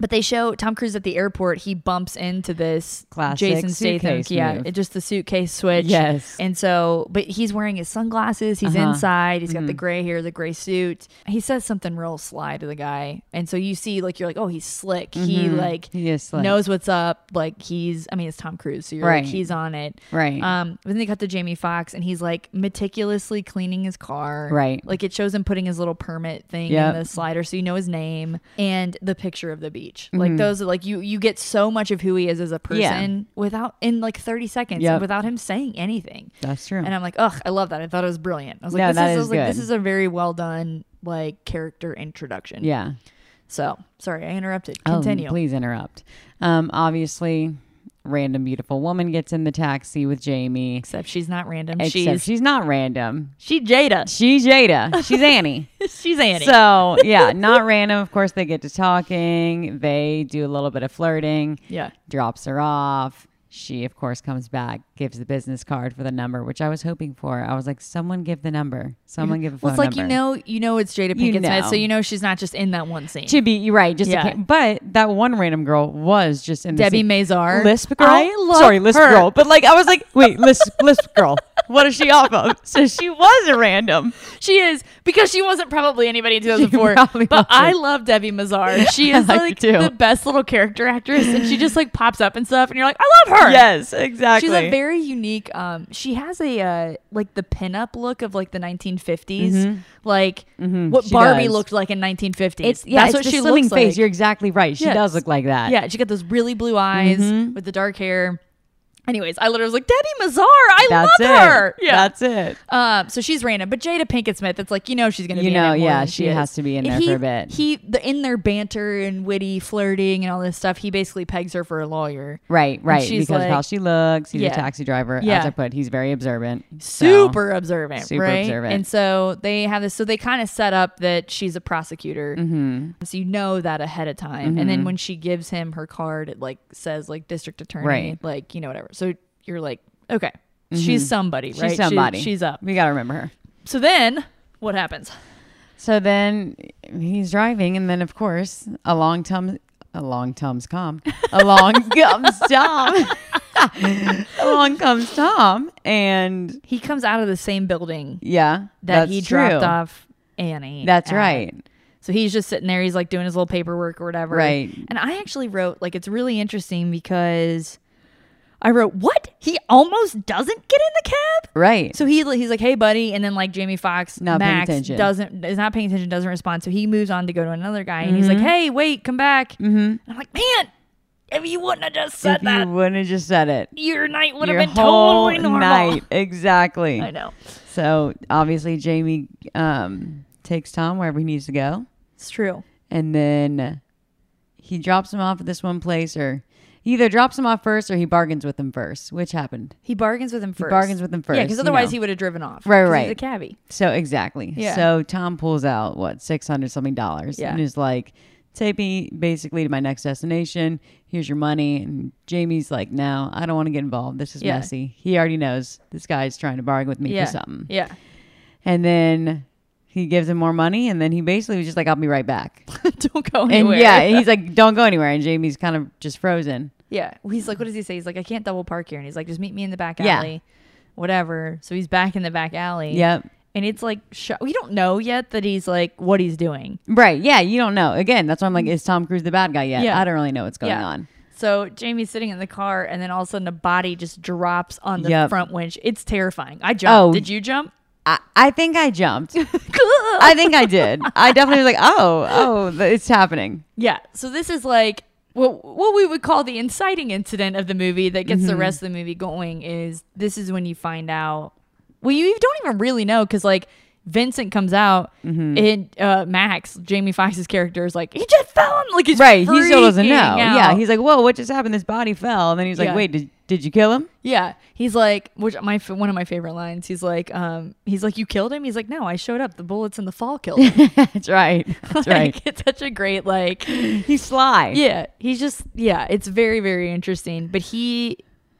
Speaker 1: but they show Tom Cruise at the airport. He bumps into this
Speaker 2: Classic
Speaker 1: Jason Statham.
Speaker 2: suitcase
Speaker 1: Yeah,
Speaker 2: move.
Speaker 1: it- just the suitcase switch.
Speaker 2: Yes. Uh-huh.
Speaker 1: And so, but he's wearing his sunglasses. He's inside. He's
Speaker 2: Mm-hmm.
Speaker 1: got the gray hair, the gray suit. He says something real sly to the guy, and so you see, like, you're like, oh, he's slick. He like
Speaker 2: Mm-hmm. He is slick.
Speaker 1: knows what's up. Like he's, I mean, it's Tom Cruise, so you're
Speaker 2: Right.
Speaker 1: like, he's on it.
Speaker 2: Right.
Speaker 1: Um. But then they cut to Jamie Foxx, and he's like meticulously cleaning his car.
Speaker 2: Right.
Speaker 1: Like it shows him putting his little permit thing
Speaker 2: Yep.
Speaker 1: in the slider so you know his name and the picture of the beach
Speaker 2: Mm-hmm.
Speaker 1: like those are like you you get so much of who he is as a person without in like 30 seconds
Speaker 2: Yep.
Speaker 1: without him saying anything
Speaker 2: That's true.
Speaker 1: and i'm like ugh i love that i thought it was brilliant i was like,
Speaker 2: No,
Speaker 1: this is,
Speaker 2: that
Speaker 1: I
Speaker 2: is
Speaker 1: was like this
Speaker 2: good.
Speaker 1: is a very well done like character introduction
Speaker 2: yeah.
Speaker 1: so sorry i interrupted
Speaker 2: Oh,
Speaker 1: continue
Speaker 2: please interrupt. Um, obviously, random beautiful woman gets in the taxi with Jamie.
Speaker 1: except she's not random
Speaker 2: Except
Speaker 1: she's
Speaker 2: she's not random.
Speaker 1: she jada
Speaker 2: She's Jada. She's Annie.
Speaker 1: she's annie
Speaker 2: So yeah, not random. Of course, they get to talking. They do a little bit of flirting.
Speaker 1: Yeah.
Speaker 2: Drops her off. She of course comes back, gives the business card for the number, which I was hoping for. I was like, someone give the number. Someone give a phone
Speaker 1: well, it's like you
Speaker 2: number.
Speaker 1: know you know it's jada
Speaker 2: You
Speaker 1: pinkett smith
Speaker 2: know.
Speaker 1: so you know she's not just in that one scene
Speaker 2: To be you're right, just a
Speaker 1: Yeah.
Speaker 2: ca- but that one random girl was just in the
Speaker 1: Debbie
Speaker 2: scene.
Speaker 1: Mazar.
Speaker 2: Lisp girl.
Speaker 1: I love
Speaker 2: Sorry, Lisp
Speaker 1: her.
Speaker 2: girl. But like I was like, wait, Lisp Lisp girl. What is she off of? So she was a random.
Speaker 1: She is because she wasn't probably anybody in 2004.
Speaker 2: probably
Speaker 1: But I
Speaker 2: wasn't.
Speaker 1: love Debbie Mazar. She is
Speaker 2: I do
Speaker 1: like
Speaker 2: too.
Speaker 1: the best little character actress, and she just like pops up and stuff, and you're like, I love her.
Speaker 2: Yes, exactly.
Speaker 1: She's a very unique. Um, she has a uh, like the pinup look of like the 1950s, like what
Speaker 2: Mm-hmm. she
Speaker 1: Barbie
Speaker 2: does.
Speaker 1: looked like in 1950s.
Speaker 2: It's yeah,
Speaker 1: That's
Speaker 2: it's
Speaker 1: what
Speaker 2: the
Speaker 1: she
Speaker 2: slimming
Speaker 1: looks
Speaker 2: face.
Speaker 1: like.
Speaker 2: You're exactly right. She
Speaker 1: Yes.
Speaker 2: does look like that.
Speaker 1: yeah, she got those really blue eyes
Speaker 2: Mm-hmm.
Speaker 1: with the dark hair. Anyways, I literally was like Debbie Mazar. I
Speaker 2: that's
Speaker 1: love
Speaker 2: it.
Speaker 1: her. Yeah,
Speaker 2: That's it.
Speaker 1: Um, so she's random, but Jada Pinkett Smith. It's like you know she's gonna.
Speaker 2: You
Speaker 1: be
Speaker 2: know,
Speaker 1: in it more
Speaker 2: yeah,
Speaker 1: than
Speaker 2: she
Speaker 1: is.
Speaker 2: has to be in
Speaker 1: And
Speaker 2: there
Speaker 1: he,
Speaker 2: for a bit.
Speaker 1: He the, in their banter and witty flirting and all this stuff. He basically pegs her for a lawyer.
Speaker 2: Right,
Speaker 1: And
Speaker 2: right.
Speaker 1: she's
Speaker 2: Because of
Speaker 1: like-
Speaker 2: how she looks, he's
Speaker 1: Yeah.
Speaker 2: a taxi driver. As
Speaker 1: Yeah.
Speaker 2: I put, he's very observant. So-
Speaker 1: Super observant,
Speaker 2: Super
Speaker 1: right?
Speaker 2: observant.
Speaker 1: And so they have this. So they kind of set up that she's a prosecutor,
Speaker 2: Mm-hmm.
Speaker 1: so you know that ahead of time. And then when she gives him her card, it like says like district attorney,
Speaker 2: Right. Mm-hmm.
Speaker 1: like you know whatever. So you're like, okay, she's somebody, right?
Speaker 2: she's
Speaker 1: She-
Speaker 2: somebody.
Speaker 1: she's up.
Speaker 2: We gotta remember her.
Speaker 1: So then what happens?
Speaker 2: So then he's driving, and then of course, along Tums, along Tums Tom, along comes Tom, along comes Tom, and
Speaker 1: He comes out of the same building
Speaker 2: yeah,
Speaker 1: that he
Speaker 2: that's true.
Speaker 1: dropped off Annie.
Speaker 2: That's
Speaker 1: at.
Speaker 2: right.
Speaker 1: So he's just sitting there. He's like doing his little paperwork or whatever.
Speaker 2: Right.
Speaker 1: And I actually wrote like it's really interesting because I wrote what he almost doesn't get in the cab.
Speaker 2: Right.
Speaker 1: So he he's like, "Hey, buddy," and then like Jamie Fox,
Speaker 2: Not paying
Speaker 1: Max
Speaker 2: attention.
Speaker 1: doesn't is not paying attention, doesn't respond. So he moves on to go to another guy, and he's
Speaker 2: Mm-hmm.
Speaker 1: like, "Hey, wait, come back." Mm-hmm. And I'm like, "Man, if you wouldn't have just said
Speaker 2: if you
Speaker 1: that,
Speaker 2: wouldn't have just said it,
Speaker 1: your night would have
Speaker 2: your
Speaker 1: been
Speaker 2: whole
Speaker 1: totally normal."
Speaker 2: night exactly.
Speaker 1: I know
Speaker 2: So obviously Jamie um, takes Tom wherever he needs to go,
Speaker 1: it's true.
Speaker 2: and then he drops him off at this one place, or he either drops him off first or he bargains with him first, which happened.
Speaker 1: He bargains with him first.
Speaker 2: bargains with him
Speaker 1: Yeah,
Speaker 2: first,
Speaker 1: because
Speaker 2: you
Speaker 1: otherwise
Speaker 2: know.
Speaker 1: he would have driven off.
Speaker 2: Right,
Speaker 1: 'cause
Speaker 2: right.
Speaker 1: He's a cabbie.
Speaker 2: So exactly.
Speaker 1: Yeah.
Speaker 2: So Tom pulls out what six hundred something dollars
Speaker 1: Yeah.
Speaker 2: and is like, "Take me basically to my next destination. Here's your money." And Jamie's like, "No, I don't want to get involved. This is
Speaker 1: Yeah.
Speaker 2: messy." He already knows this guy's trying to bargain with me
Speaker 1: Yeah.
Speaker 2: for something.
Speaker 1: Yeah.
Speaker 2: And then he gives him more money, and then he basically was just like, "I'll be right back."
Speaker 1: Don't go
Speaker 2: And
Speaker 1: anywhere.
Speaker 2: yeah, and he's like, "Don't go anywhere." And Jamie's kind of just frozen.
Speaker 1: yeah. Well, He's like, what does he say? He's like, I can't double park here, and he's like, just meet me in the back
Speaker 2: Yeah.
Speaker 1: alley. whatever. So he's back in the back alley.
Speaker 2: Yep.
Speaker 1: And it's like sh- we don't know yet that he's like what he's doing.
Speaker 2: Right. Yeah. You don't know. Again, that's why I'm like, is Tom Cruise the bad guy yet?
Speaker 1: Mm-hmm. Yeah.
Speaker 2: I don't really know what's going
Speaker 1: yeah.
Speaker 2: on.
Speaker 1: So Jamie's sitting in the car, and then all of a sudden a body just drops on the
Speaker 2: Yep.
Speaker 1: front winch. It's terrifying. I jumped.
Speaker 2: Oh.
Speaker 1: Did you jump?
Speaker 2: I, I think I jumped. I think I did. I definitely was like, oh, oh, th- it's happening.
Speaker 1: Yeah. So this is like what what we would call the inciting incident of the movie that gets
Speaker 2: Mm-hmm.
Speaker 1: the rest of the movie going is this is when you find out. Well, you don't even really know because like Vincent comes out
Speaker 2: Mm-hmm.
Speaker 1: and uh, Max Jamie Foxx's character is like he just fell on like he's
Speaker 2: Right. He still doesn't know.
Speaker 1: freaking out.
Speaker 2: Yeah. He's like, whoa, what just happened? This body fell. And then he's like,
Speaker 1: Yeah.
Speaker 2: wait, did, did you kill him?
Speaker 1: Yeah, he's like, which my f- one of my favorite lines. He's like, um, he's like, you killed him. He's like, no, I showed up. The bullets in the fall killed him.
Speaker 2: That's right. That's right.
Speaker 1: Like, it's such a great like.
Speaker 2: He's sly.
Speaker 1: Yeah, he's just yeah. It's very very interesting. But he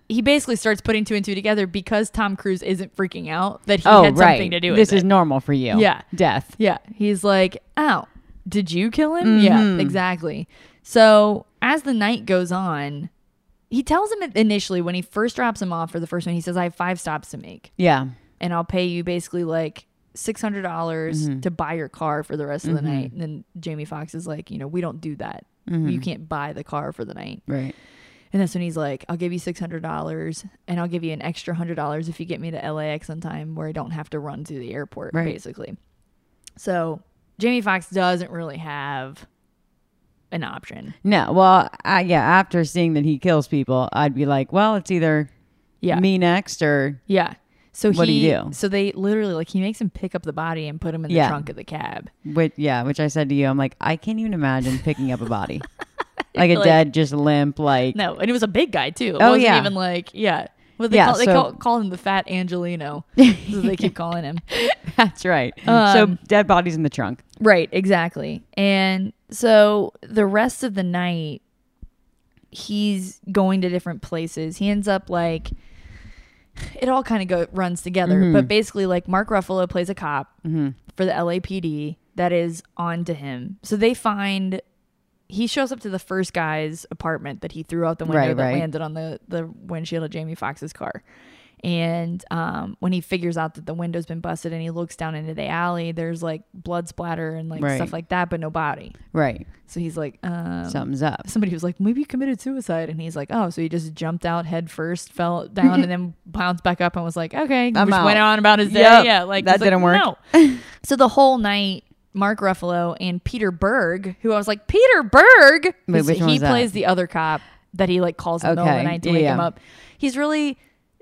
Speaker 1: he basically starts putting two and two together because Tom Cruise isn't freaking out that he
Speaker 2: Oh,
Speaker 1: had
Speaker 2: right.
Speaker 1: something to do with
Speaker 2: this
Speaker 1: it.
Speaker 2: is normal for you.
Speaker 1: Yeah.
Speaker 2: Death.
Speaker 1: Yeah. He's like, ow, did you kill him?
Speaker 2: Mm-hmm.
Speaker 1: Yeah, exactly. So as the night goes on, he tells him initially when he first drops him off for the first one, he says, I have five stops to make
Speaker 2: Yeah.
Speaker 1: and I'll pay you basically like six hundred dollars
Speaker 2: Mm-hmm.
Speaker 1: to buy your car for the rest of the night. And then Jamie Foxx is like, you know, we don't do that.
Speaker 2: Mm-hmm.
Speaker 1: You can't buy the car for the night.
Speaker 2: Right.
Speaker 1: And that's when he's like, I'll give you six hundred dollars and I'll give you an extra hundred dollars if you get me to LAX on time where I don't have to run to the airport,
Speaker 2: Right.
Speaker 1: basically. So Jamie Foxx doesn't really have an option.
Speaker 2: No. Well, I, yeah. After seeing that he kills people, I'd be like, well, it's either
Speaker 1: Yeah.
Speaker 2: me next or
Speaker 1: Yeah. So
Speaker 2: What do
Speaker 1: he,
Speaker 2: you do?
Speaker 1: So they literally like he makes him pick up the body and put him in the
Speaker 2: Yeah.
Speaker 1: trunk of the cab.
Speaker 2: which, yeah, which I said to you, I'm like, I can't even imagine picking up a body, like a
Speaker 1: Like-
Speaker 2: dead, just limp, like
Speaker 1: No, and it was a big guy too. It
Speaker 2: Oh,
Speaker 1: wasn't
Speaker 2: yeah.
Speaker 1: even like yeah. What they
Speaker 2: Yeah,
Speaker 1: call they
Speaker 2: so-
Speaker 1: call, call him the fat Angelino. That's what they keep calling him.
Speaker 2: That's right.
Speaker 1: Um,
Speaker 2: so dead bodies in the trunk.
Speaker 1: Right, exactly. And so the rest of the night he's going to different places. He ends up like it all kind of go runs together,
Speaker 2: Mm-hmm.
Speaker 1: but basically like Mark Ruffalo plays a cop for the LAPD that is on to him. So they find he shows up to the first guy's apartment that he threw out the window
Speaker 2: Right,
Speaker 1: that
Speaker 2: right.
Speaker 1: landed on the, the windshield of Jamie Foxx's car. And um, when he figures out that the window's been busted and he looks down into the alley, there's like blood splatter and like
Speaker 2: Right.
Speaker 1: stuff like that, but no body.
Speaker 2: Right.
Speaker 1: So he's like, um,
Speaker 2: Something's up.
Speaker 1: somebody was like, maybe he committed suicide. And he's like, oh, so he just jumped out head first, fell down, and then bounced back up and was like, okay,
Speaker 2: I'm
Speaker 1: just
Speaker 2: out.
Speaker 1: went on about his day.
Speaker 2: Yep,
Speaker 1: Yeah, like
Speaker 2: that
Speaker 1: he's like,
Speaker 2: didn't work.
Speaker 1: No. so the whole night, Mark Ruffalo and Peter Berg, who I was like, Peter Berg,
Speaker 2: Wait,
Speaker 1: He's-
Speaker 2: which one
Speaker 1: he
Speaker 2: was that?
Speaker 1: plays the other cop that he like calls in the middle of the
Speaker 2: Okay,
Speaker 1: night to
Speaker 2: yeah,
Speaker 1: wake
Speaker 2: yeah.
Speaker 1: him up. He's really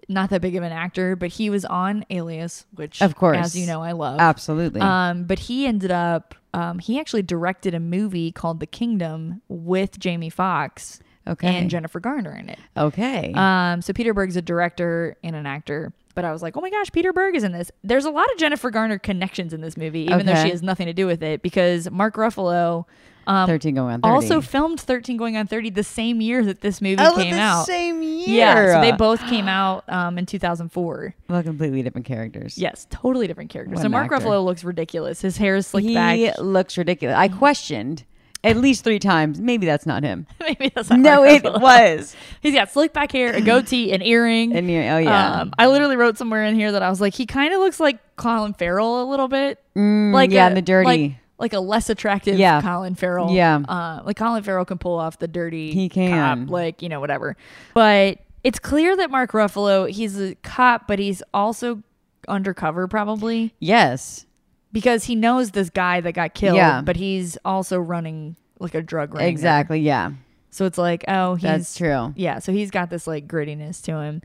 Speaker 1: not that big of an actor, but he was on Alias, which
Speaker 2: Of course.
Speaker 1: as you know, I love
Speaker 2: Absolutely.
Speaker 1: um, but he ended up um, he actually directed a movie called The Kingdom with Jamie Foxx
Speaker 2: Okay.
Speaker 1: and Jennifer Garner in it.
Speaker 2: okay.
Speaker 1: Um, so Peter Berg's a director and an actor. But I was like, oh my gosh, Peter Berg is in this. There's a lot of Jennifer Garner connections in this movie, even though
Speaker 2: Okay.
Speaker 1: she has nothing to do with it, because Mark Ruffalo um,
Speaker 2: 13 going on 30.
Speaker 1: also filmed 13 Going on 30 the same year that this movie
Speaker 2: oh,
Speaker 1: came
Speaker 2: the
Speaker 1: out.
Speaker 2: same year.
Speaker 1: Yeah, so they both came out um, in 2004.
Speaker 2: well, completely different characters.
Speaker 1: Yes, totally different characters.
Speaker 2: What
Speaker 1: so
Speaker 2: an
Speaker 1: Mark
Speaker 2: actor.
Speaker 1: Ruffalo looks ridiculous. His hair is slicked
Speaker 2: he
Speaker 1: back.
Speaker 2: looks ridiculous. I questioned at least three times. Maybe that's not him.
Speaker 1: Maybe that's not
Speaker 2: no,
Speaker 1: Mark
Speaker 2: it
Speaker 1: Ruffalo.
Speaker 2: was.
Speaker 1: He's got slick back hair, a goatee, an earring. Um,
Speaker 2: An ear- oh, yeah.
Speaker 1: I literally wrote somewhere in here that I was like, he kind of looks like Colin Farrell a little bit. like
Speaker 2: Mm, yeah,
Speaker 1: a-
Speaker 2: the dirty.
Speaker 1: Like, like a less attractive
Speaker 2: Yeah.
Speaker 1: Colin Farrell.
Speaker 2: Yeah.
Speaker 1: Uh, like Colin Farrell can pull off the dirty
Speaker 2: He can.
Speaker 1: cop, like, you know, whatever. But it's clear that Mark Ruffalo, he's a cop, but he's also undercover probably
Speaker 2: Yes.
Speaker 1: because he knows this guy that got killed,
Speaker 2: Yeah.
Speaker 1: but he's also running like a drug ring.
Speaker 2: Exactly. Yeah.
Speaker 1: So it's like, oh, he's
Speaker 2: That's true.
Speaker 1: Yeah, so he's got this like grittiness to him,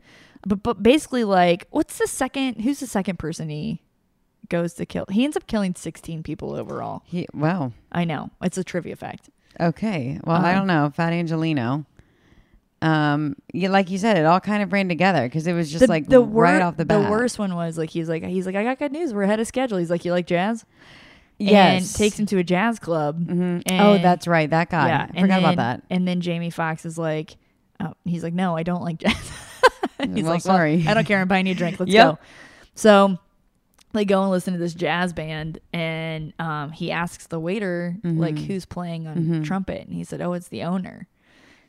Speaker 1: but but basically like, what's the second? Who's the second person he goes to kill? He ends up killing sixteen people overall.
Speaker 2: He, wow.
Speaker 1: I know it's a trivia fact.
Speaker 2: Okay. Well,
Speaker 1: Um,
Speaker 2: I don't know. Fat Angelino. Um, yeah, like you said, it all kind of ran together because it was just like
Speaker 1: wor-
Speaker 2: right off the bat.
Speaker 1: the worst one was like he's like he's like I got good news. We're ahead of schedule. He's like you like jazz.
Speaker 2: Yes.
Speaker 1: and takes him to a jazz club. Mm-hmm.
Speaker 2: oh, that's right. That guy.
Speaker 1: yeah.
Speaker 2: I
Speaker 1: and
Speaker 2: forgot
Speaker 1: then,
Speaker 2: about that.
Speaker 1: And then Jamie Fox is like, oh, he's like, no, I don't like jazz. he's
Speaker 2: Well,
Speaker 1: like,
Speaker 2: sorry.
Speaker 1: I don't care. I'm buying you a drink. Let's
Speaker 2: Yep.
Speaker 1: go. So they go and listen to this jazz band, and um, he asks the waiter,
Speaker 2: Mm-hmm.
Speaker 1: like, who's playing on trumpet? And he said, oh, it's the owner.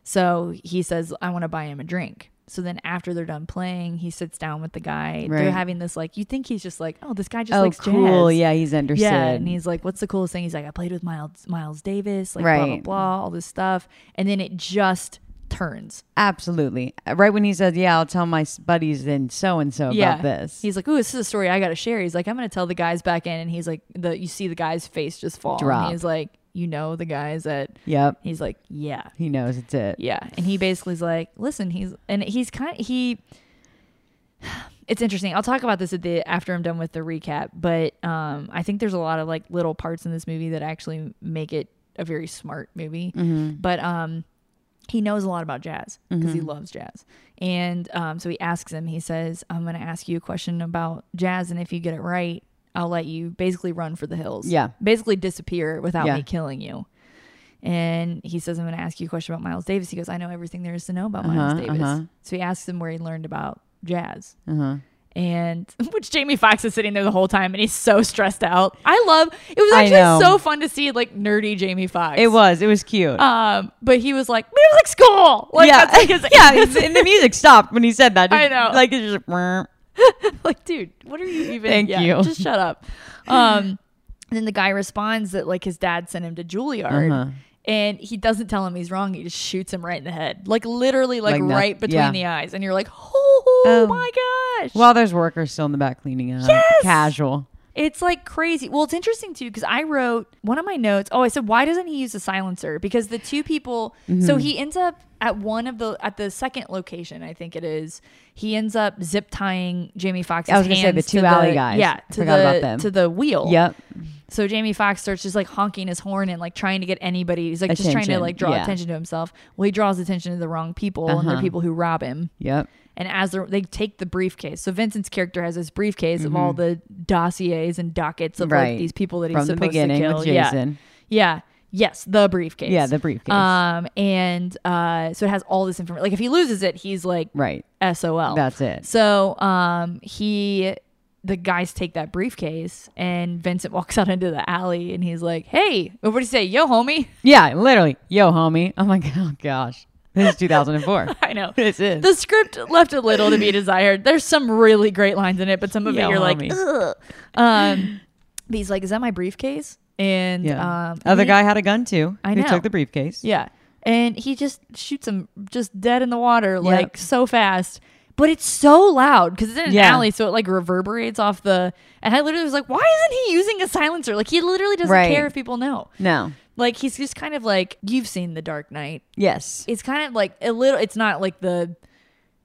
Speaker 1: So he says, I want to buy him a drink. So then after they're done playing, he sits down with the guy. They're
Speaker 2: Right.
Speaker 1: having this like you think he's just like, oh, this guy just
Speaker 2: oh,
Speaker 1: likes
Speaker 2: cool.
Speaker 1: jazz.
Speaker 2: Yeah, he's understood.
Speaker 1: Yeah, and he's like, "What's the coolest thing?" He's like, "I played with Miles Miles Davis, like blah blah
Speaker 2: Right.
Speaker 1: blah, all this stuff," and then it just turns.
Speaker 2: Absolutely. Uh, Right when he says, "Yeah, I'll tell my s- buddies and so and so
Speaker 1: yeah,
Speaker 2: about this."
Speaker 1: he's like, "Ooh, this is a story I got to share." He's like, "I'm gonna tell the guys back in," and he's like, "The you see the guy's face just fall." and
Speaker 2: Drop.
Speaker 1: he's like, "You know the guys that."
Speaker 2: yep.
Speaker 1: He's like, "Yeah,
Speaker 2: He knows it's it.
Speaker 1: Yeah, and he basically's like, listen, he's and he's kind he. It's interesting. I'll talk about this at the after I'm done with the recap, but um, I think there's a lot of like little parts in this movie that actually make it a very smart movie. But um, he knows a lot about jazz because he loves jazz, and um, so he asks him. He says, "I'm going to ask you a question about jazz, and if you get it right, I'll let you basically run for the hills.
Speaker 2: Yeah.
Speaker 1: basically disappear without
Speaker 2: Yeah.
Speaker 1: me killing you." And he says, I'm going to ask you a question about Miles Davis. He goes, I know everything there is to know about Miles
Speaker 2: Uh-huh,
Speaker 1: Davis.
Speaker 2: uh-huh.
Speaker 1: So he asks him where he learned about jazz. And which Jamie Foxx is sitting there the whole time and he's so stressed out. I love it was
Speaker 2: I know.
Speaker 1: actually so fun to see like nerdy Jamie Foxx.
Speaker 2: It was. It was cute.
Speaker 1: Um, but he was like, music school. Like
Speaker 2: yeah.
Speaker 1: that's like his
Speaker 2: yeah. it's- And the music stopped when he said that.
Speaker 1: I know.
Speaker 2: Like it's just. "Meow."
Speaker 1: like, dude, what are you even?
Speaker 2: Thank
Speaker 1: yeah,
Speaker 2: you.
Speaker 1: Just shut up. Um, and then the guy responds that like his dad sent him to Juilliard.
Speaker 2: Uh-huh.
Speaker 1: And he doesn't tell him he's wrong. He just shoots him right in the head, like literally, like,
Speaker 2: Like that-
Speaker 1: right between
Speaker 2: yeah.
Speaker 1: the eyes. And you're like, "Oh,
Speaker 2: Oh.
Speaker 1: my gosh!"
Speaker 2: While there's workers still in the back cleaning up. Casual.
Speaker 1: It's like crazy. Well, it's interesting too because I wrote one of my notes. Oh, I said why doesn't he use a silencer? Because the two people.
Speaker 2: Mm-hmm.
Speaker 1: So he ends up at one of the at the second location. I think it is. He ends up zip tying Jamie Foxx's
Speaker 2: I was gonna say the
Speaker 1: hands
Speaker 2: two
Speaker 1: to
Speaker 2: alley guys.
Speaker 1: Yeah,
Speaker 2: I
Speaker 1: to
Speaker 2: forgot
Speaker 1: the,
Speaker 2: about them.
Speaker 1: to the wheel.
Speaker 2: Yep.
Speaker 1: So Jamie Foxx starts just like honking his horn and like trying to get anybody. He's like just trying to
Speaker 2: Attention,
Speaker 1: like draw
Speaker 2: yeah. Uh-huh.
Speaker 1: attention to himself. Well, he draws attention to the wrong people, and they're people who rob him.
Speaker 2: Yep.
Speaker 1: And as they're, they take the briefcase, so Vincent's character has this briefcase of all the dossiers and dockets of like
Speaker 2: Mm-hmm. Right.
Speaker 1: these people that he's
Speaker 2: From the
Speaker 1: supposed
Speaker 2: beginning
Speaker 1: to kill.
Speaker 2: with Jason.
Speaker 1: Yeah. yeah. Yes, the briefcase.
Speaker 2: Yeah, the briefcase.
Speaker 1: Um, and uh, so it has all this information. Like if he loses it, he's like
Speaker 2: Right.
Speaker 1: SOL.
Speaker 2: That's it.
Speaker 1: So um, he, the guys take that briefcase, and Vincent walks out into the alley, and he's like, "Hey, what do you say, yo, homie?"
Speaker 2: Yeah. Literally. Yo, homie. I'm like, oh gosh. This is 2004.
Speaker 1: I know.
Speaker 2: This is.
Speaker 1: The script left a little to be desired. There's some really great lines in it, but some of
Speaker 2: Yo,
Speaker 1: it you're like,
Speaker 2: homie.
Speaker 1: Ugh. Um, but he's like, is that my briefcase? And
Speaker 2: yeah.
Speaker 1: um,
Speaker 2: Other
Speaker 1: he-
Speaker 2: guy had a gun too.
Speaker 1: I
Speaker 2: who
Speaker 1: know.
Speaker 2: took the briefcase.
Speaker 1: yeah, and he just shoots him just dead in the water, like
Speaker 2: Yep.
Speaker 1: so fast. But it's so loud because it's in an
Speaker 2: Yeah.
Speaker 1: alley, so it like reverberates off the. And I literally was like, why isn't he using a silencer? Like he literally doesn't
Speaker 2: Right.
Speaker 1: care if people know.
Speaker 2: No.
Speaker 1: Like he's just kind of like you've seen The Dark Knight
Speaker 2: Yes.
Speaker 1: it's kind of like a little it's not like the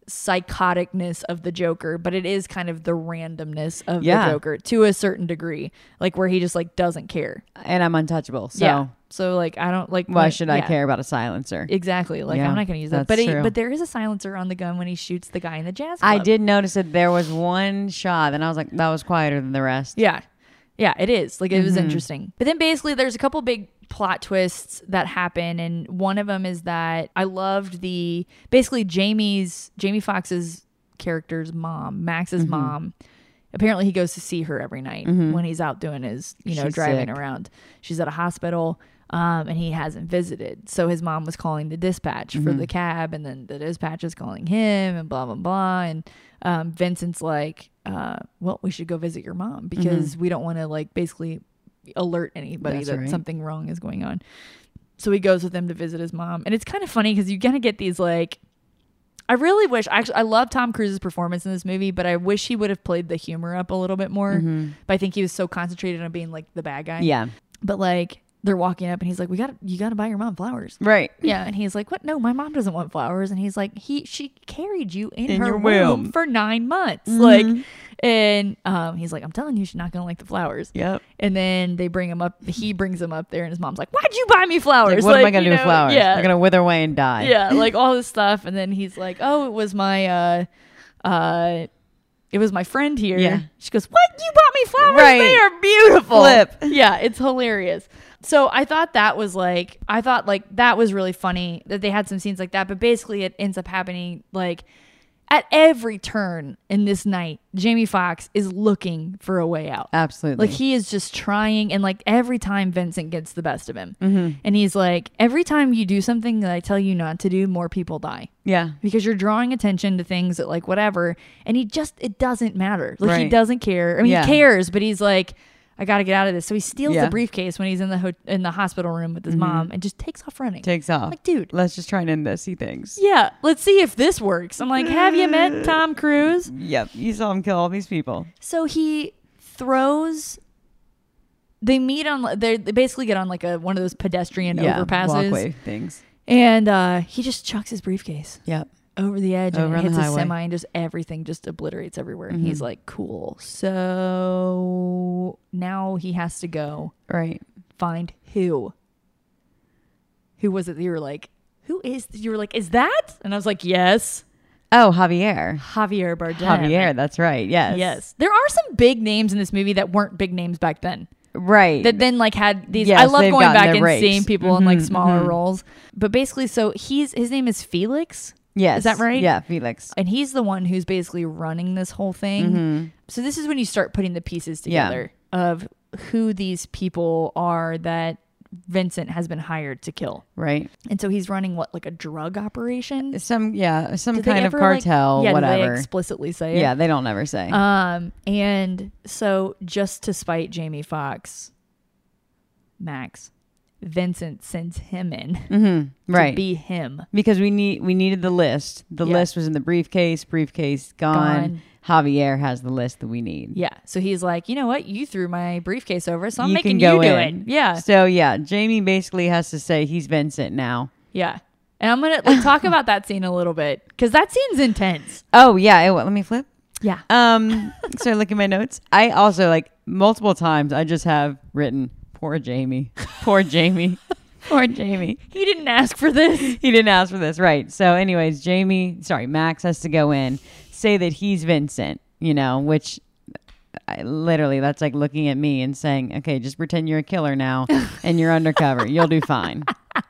Speaker 1: psychoticness of the joker but it is kind of the randomness of
Speaker 2: Yeah.
Speaker 1: the joker to a certain degree like where he just like doesn't care
Speaker 2: and I'm untouchable. So
Speaker 1: so like i don't like
Speaker 2: why
Speaker 1: when-
Speaker 2: should I
Speaker 1: yeah.
Speaker 2: care about a silencer?
Speaker 1: exactly like
Speaker 2: Yeah,
Speaker 1: i'm not gonna use that
Speaker 2: that's
Speaker 1: but
Speaker 2: true.
Speaker 1: It, but there is a silencer on the gun when he shoots the guy in the jazz
Speaker 2: I
Speaker 1: club.
Speaker 2: did notice that there was one shot, and I was like, that was quieter than the rest.
Speaker 1: Yeah. Yeah, it is. Like it was interesting. But then basically there's a couple big plot twists that happen and one of them is that I loved the basically Jamie's Jamie Foxx's character's mom, Max's mom. Apparently he goes to see her every night when he's out doing his, you know,
Speaker 2: Mm-hmm. She's
Speaker 1: driving
Speaker 2: sick.
Speaker 1: around. She's at a hospital. Um, and he hasn't visited. So his mom was calling the dispatch for
Speaker 2: Mm-hmm.
Speaker 1: the cab, and then the dispatch is calling him, and blah, blah, blah. And um, Vincent's like, uh, well, we should go visit your mom because we don't want to, like, basically alert anybody
Speaker 2: Mm-hmm. That's
Speaker 1: that
Speaker 2: right.
Speaker 1: something wrong is going on. So he goes with them to visit his mom. And it's kind of funny because you kind of get these, like, I really wish actually I love Tom Cruise's performance in this movie, but I wish he would have played the humor up a little bit more. But I think he was so concentrated on being like the bad guy.
Speaker 2: Mm-hmm. Yeah.
Speaker 1: But like they're walking up and he's like, We gotta you gotta buy your mom flowers.
Speaker 2: Right.
Speaker 1: Yeah. And he's like, What? No, my mom doesn't want flowers. And he's like, He she carried you in,
Speaker 2: In
Speaker 1: her
Speaker 2: your
Speaker 1: womb
Speaker 2: womb. Mm-hmm.
Speaker 1: for nine months. Like and um he's like, I'm telling you, she's not gonna like the flowers.
Speaker 2: Yep.
Speaker 1: And then they bring him up he brings him up there and his mom's like, Why'd you buy me flowers?
Speaker 2: Like, what am I
Speaker 1: Like,
Speaker 2: gonna do
Speaker 1: you
Speaker 2: with
Speaker 1: know,
Speaker 2: flowers?
Speaker 1: Yeah.
Speaker 2: They're gonna wither away and die.
Speaker 1: Yeah, like all this stuff. And then he's like, Oh, it was my uh uh it was my friend here.
Speaker 2: Yeah.
Speaker 1: She goes, What? You bought me flowers?
Speaker 2: Right.
Speaker 1: They are beautiful.
Speaker 2: Flip.
Speaker 1: Yeah, it's hilarious. So I thought that was like I thought like that was really funny that they had some scenes like that, but basically it ends up happening like at every turn in this night, Jamie Foxx is looking for a way out.
Speaker 2: Absolutely.
Speaker 1: Like he is just trying, and like every time Vincent gets the best of him,
Speaker 2: Mm-hmm.
Speaker 1: and he's like, every time you do something that I tell you not to do, more people die
Speaker 2: yeah.
Speaker 1: because you're drawing attention to things that like whatever, and he just it doesn't matter. Like he
Speaker 2: Right.
Speaker 1: doesn't care. I mean,
Speaker 2: Yeah.
Speaker 1: he cares, but he's like. I gotta get out of this. So he steals
Speaker 2: Yeah. Mm-hmm.
Speaker 1: the briefcase when he's in the ho- in the hospital room with his mom and just takes off running.
Speaker 2: Takes off.
Speaker 1: Like, dude.
Speaker 2: Let's just try and end this. He thinks.
Speaker 1: yeah, let's see if this works. I'm like, have you met Tom Cruise?
Speaker 2: Yep. You saw him kill all these people.
Speaker 1: So he throws. They meet on. They they basically get on like a one of those pedestrian overpasses,
Speaker 2: Walkway things.
Speaker 1: and uh, he just chucks his briefcase
Speaker 2: Yep.
Speaker 1: over the edge
Speaker 2: Over on
Speaker 1: and it
Speaker 2: the
Speaker 1: hits a
Speaker 2: highway. Mm-hmm.
Speaker 1: semi, and just everything just obliterates everywhere. And he's like, "Cool." So now he has to go
Speaker 2: Right.
Speaker 1: find who. Who was it that you were like? Who is you were like? Is that? And I was like, "Yes,
Speaker 2: Oh, Javier.
Speaker 1: Javier Bardem."
Speaker 2: Javier. That's right. Yes.
Speaker 1: Yes, there are some big names in this movie that weren't big names back then.
Speaker 2: Right.
Speaker 1: that then like had these. I
Speaker 2: Yes,
Speaker 1: love
Speaker 2: they've
Speaker 1: going
Speaker 2: gotten
Speaker 1: back
Speaker 2: their Mm-hmm,
Speaker 1: and
Speaker 2: breaks.
Speaker 1: seeing people in like smaller roles. But basically, so he's his name is Felix,
Speaker 2: yes.
Speaker 1: Is that right?
Speaker 2: Yeah. Felix.
Speaker 1: and he's the one who's basically running this whole thing. So this is when you start putting the pieces
Speaker 2: Mm-hmm. Yeah.
Speaker 1: together of who these people are that Vincent has been hired to kill.
Speaker 2: Right.
Speaker 1: And so he's running what like a drug operation,
Speaker 2: Some. Yeah. Some
Speaker 1: Did they
Speaker 2: kind of
Speaker 1: ever, like-
Speaker 2: cartel.
Speaker 1: yeah, did they
Speaker 2: whatever.
Speaker 1: explicitly say it?
Speaker 2: yeah. They don't ever say.
Speaker 1: Um, and so just to spite Jamie Fox, Max, Vincent sends him in
Speaker 2: right.
Speaker 1: to be him.
Speaker 2: because we need we needed the list. The
Speaker 1: Yeah.
Speaker 2: list was in the briefcase. Briefcase gone. Javier has the list that we need.
Speaker 1: Yeah. So he's like, you know what? You threw my briefcase over, so I'm
Speaker 2: you
Speaker 1: making
Speaker 2: can go
Speaker 1: you do
Speaker 2: in.
Speaker 1: it. Yeah.
Speaker 2: So yeah, Jamie basically has to say he's Vincent now.
Speaker 1: yeah. And I'm gonna like, talk about that scene a little bit because that scene's intense. Uh,
Speaker 2: Oh yeah. it- let me flip.
Speaker 1: Yeah.
Speaker 2: Um. so I look at my notes. I also like multiple times. I just have written poor Jamie. Poor Jamie. poor Jamie.
Speaker 1: He didn't ask for this.
Speaker 2: He didn't ask for this, right? So, anyways, Jamie, sorry, Max has to go in, say that he's Vincent. You know, which I, literally that's like looking at me and saying, "Okay, just pretend you're a killer now, and you're undercover. You'll do fine."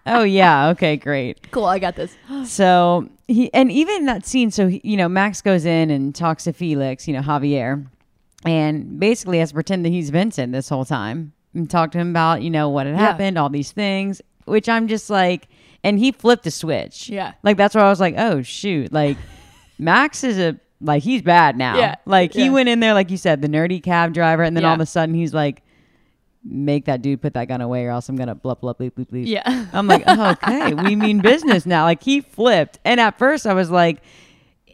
Speaker 2: oh yeah. Okay. Great.
Speaker 1: Cool. I got this.
Speaker 2: So he and even that scene. So he, you know, Max goes in and talks to Felix. You know, Javier, and basically has to pretend that he's Vincent this whole time and talk to him about you know what had happened, all these things. Which I'm just like, and he flipped a switch.
Speaker 1: Yeah.
Speaker 2: like that's where I was like, oh shoot, like Max is a like he's bad now.
Speaker 1: Yeah.
Speaker 2: like he
Speaker 1: Yeah.
Speaker 2: went in there like you said, the nerdy cab driver, and then all
Speaker 1: Yeah.
Speaker 2: of a sudden he's like. Make that dude put that gun away, or else I'm gonna blah blah bleep bleep bleep.
Speaker 1: Yeah.
Speaker 2: I'm like, okay, we mean business now. Like he flipped. And at first I was like,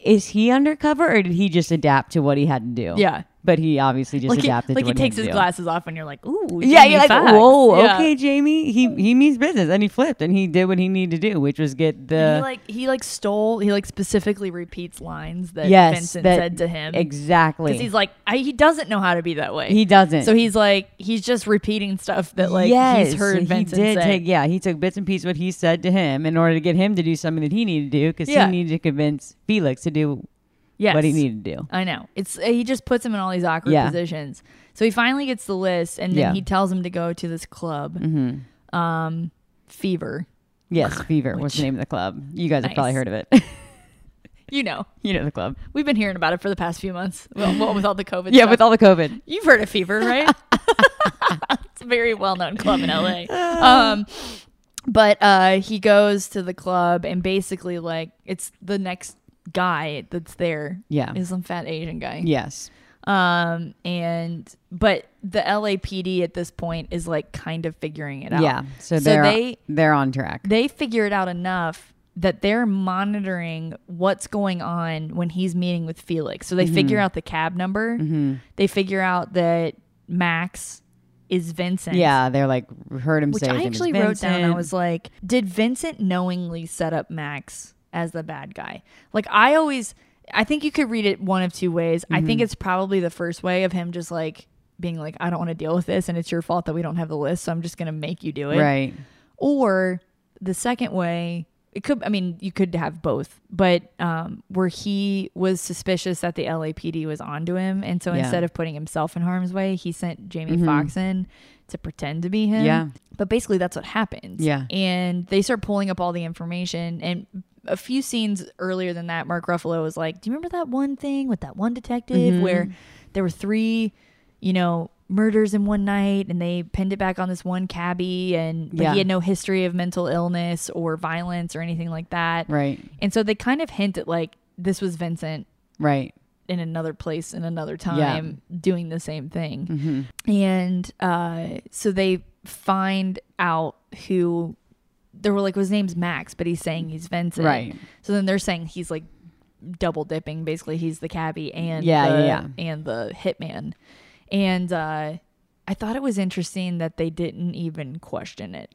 Speaker 2: is he undercover or did he just adapt to what he had to do?
Speaker 1: Yeah.
Speaker 2: But he obviously just
Speaker 1: Like he,
Speaker 2: adapted
Speaker 1: like
Speaker 2: to
Speaker 1: he
Speaker 2: what
Speaker 1: takes
Speaker 2: he
Speaker 1: his
Speaker 2: had to do.
Speaker 1: glasses off, and you're like, ooh.
Speaker 2: Yeah,
Speaker 1: Jamie
Speaker 2: you're like,
Speaker 1: Foxx.
Speaker 2: whoa,
Speaker 1: Yeah.
Speaker 2: okay, Jamie. He he means business. And he flipped and he did what he needed to do, which was get
Speaker 1: he
Speaker 2: the
Speaker 1: like he like stole he like specifically repeats lines that
Speaker 2: Yes,
Speaker 1: Vincent
Speaker 2: that-
Speaker 1: said to him
Speaker 2: Exactly.
Speaker 1: because he's like I, he doesn't know how to be that way
Speaker 2: He doesn't.
Speaker 1: so he's like he's just repeating stuff that like
Speaker 2: Yes,
Speaker 1: he's heard
Speaker 2: he
Speaker 1: Vincent
Speaker 2: did
Speaker 1: say
Speaker 2: take yeah he took bits and pieces what he said to him in order to get him to do something that he needed to do because
Speaker 1: Yeah.
Speaker 2: he needed to convince Felix to do
Speaker 1: yes.
Speaker 2: what he needed to do
Speaker 1: I know it's uh, he just puts him in all these awkward
Speaker 2: Yeah.
Speaker 1: positions so he finally gets the list and then
Speaker 2: Yeah. Mm-hmm.
Speaker 1: he tells him to go to this club um fever
Speaker 2: Yes, Fever was the name of the club. You guys have probably
Speaker 1: Nice.
Speaker 2: heard of it.
Speaker 1: you know
Speaker 2: you know the club.
Speaker 1: we've been hearing about it for the past few months well, what with all the COVID
Speaker 2: Yeah,
Speaker 1: stuff.
Speaker 2: with all the COVID.
Speaker 1: You've heard of Fever, right? it's a very well known club in LA. Um, but uh, he goes to the club and basically, like, it's the next guy that's there.
Speaker 2: Yeah.
Speaker 1: Is some fat Asian guy.
Speaker 2: Yes.
Speaker 1: Um, and, but the LAPD at this point is like kind of figuring it out.
Speaker 2: Yeah. So,
Speaker 1: So
Speaker 2: they're,
Speaker 1: they-
Speaker 2: they're on track.
Speaker 1: They figure it out enough that they're monitoring what's going on when he's meeting with Felix. So they
Speaker 2: Mm-hmm.
Speaker 1: figure out the cab number. They figure out that Max is Vincent.
Speaker 2: yeah, they're like heard him
Speaker 1: Which
Speaker 2: say. his
Speaker 1: I
Speaker 2: name is
Speaker 1: actually wrote down. I
Speaker 2: Vincent.
Speaker 1: was like, did Vincent knowingly set up Max as the bad guy? Like, I always, I think you could read it one of two ways. I
Speaker 2: Mm-hmm.
Speaker 1: think it's probably the first way of him just like being like, I don't want to deal with this and it's your fault that we don't have the list. So I'm just going to make you do it.
Speaker 2: right.
Speaker 1: Or the second way, it could, I mean, you could have both, but um, where he was suspicious that the LAPD was onto him. And so
Speaker 2: Yeah. Mm-hmm.
Speaker 1: instead of putting himself in harm's way, he sent Jamie Foxx in to pretend to be him.
Speaker 2: Yeah.
Speaker 1: But basically, that's what happens.
Speaker 2: Yeah.
Speaker 1: And they start pulling up all the information. And a few scenes earlier than that, Mark Ruffalo was like, "Do you remember that one thing with that one detective
Speaker 2: Mm-hmm.
Speaker 1: where there were three, you know, murders in one night, and they pinned it back on this one cabbie, and but
Speaker 2: Yeah.
Speaker 1: he had no history of mental illness or violence or anything like that."
Speaker 2: Right.
Speaker 1: And so they kind of hint at like this was Vincent
Speaker 2: Right.
Speaker 1: in another place in another time doing the same thing.
Speaker 2: Mm-hmm.
Speaker 1: And uh, so they find out who they were like, well, his name's Max, but he's saying he's Vincent.
Speaker 2: Right.
Speaker 1: So then they're saying he's like double dipping. Basically, he's the cabbie and
Speaker 2: Yeah,
Speaker 1: the,
Speaker 2: yeah,
Speaker 1: and the hitman. And uh, I thought it was interesting that they didn't even question it.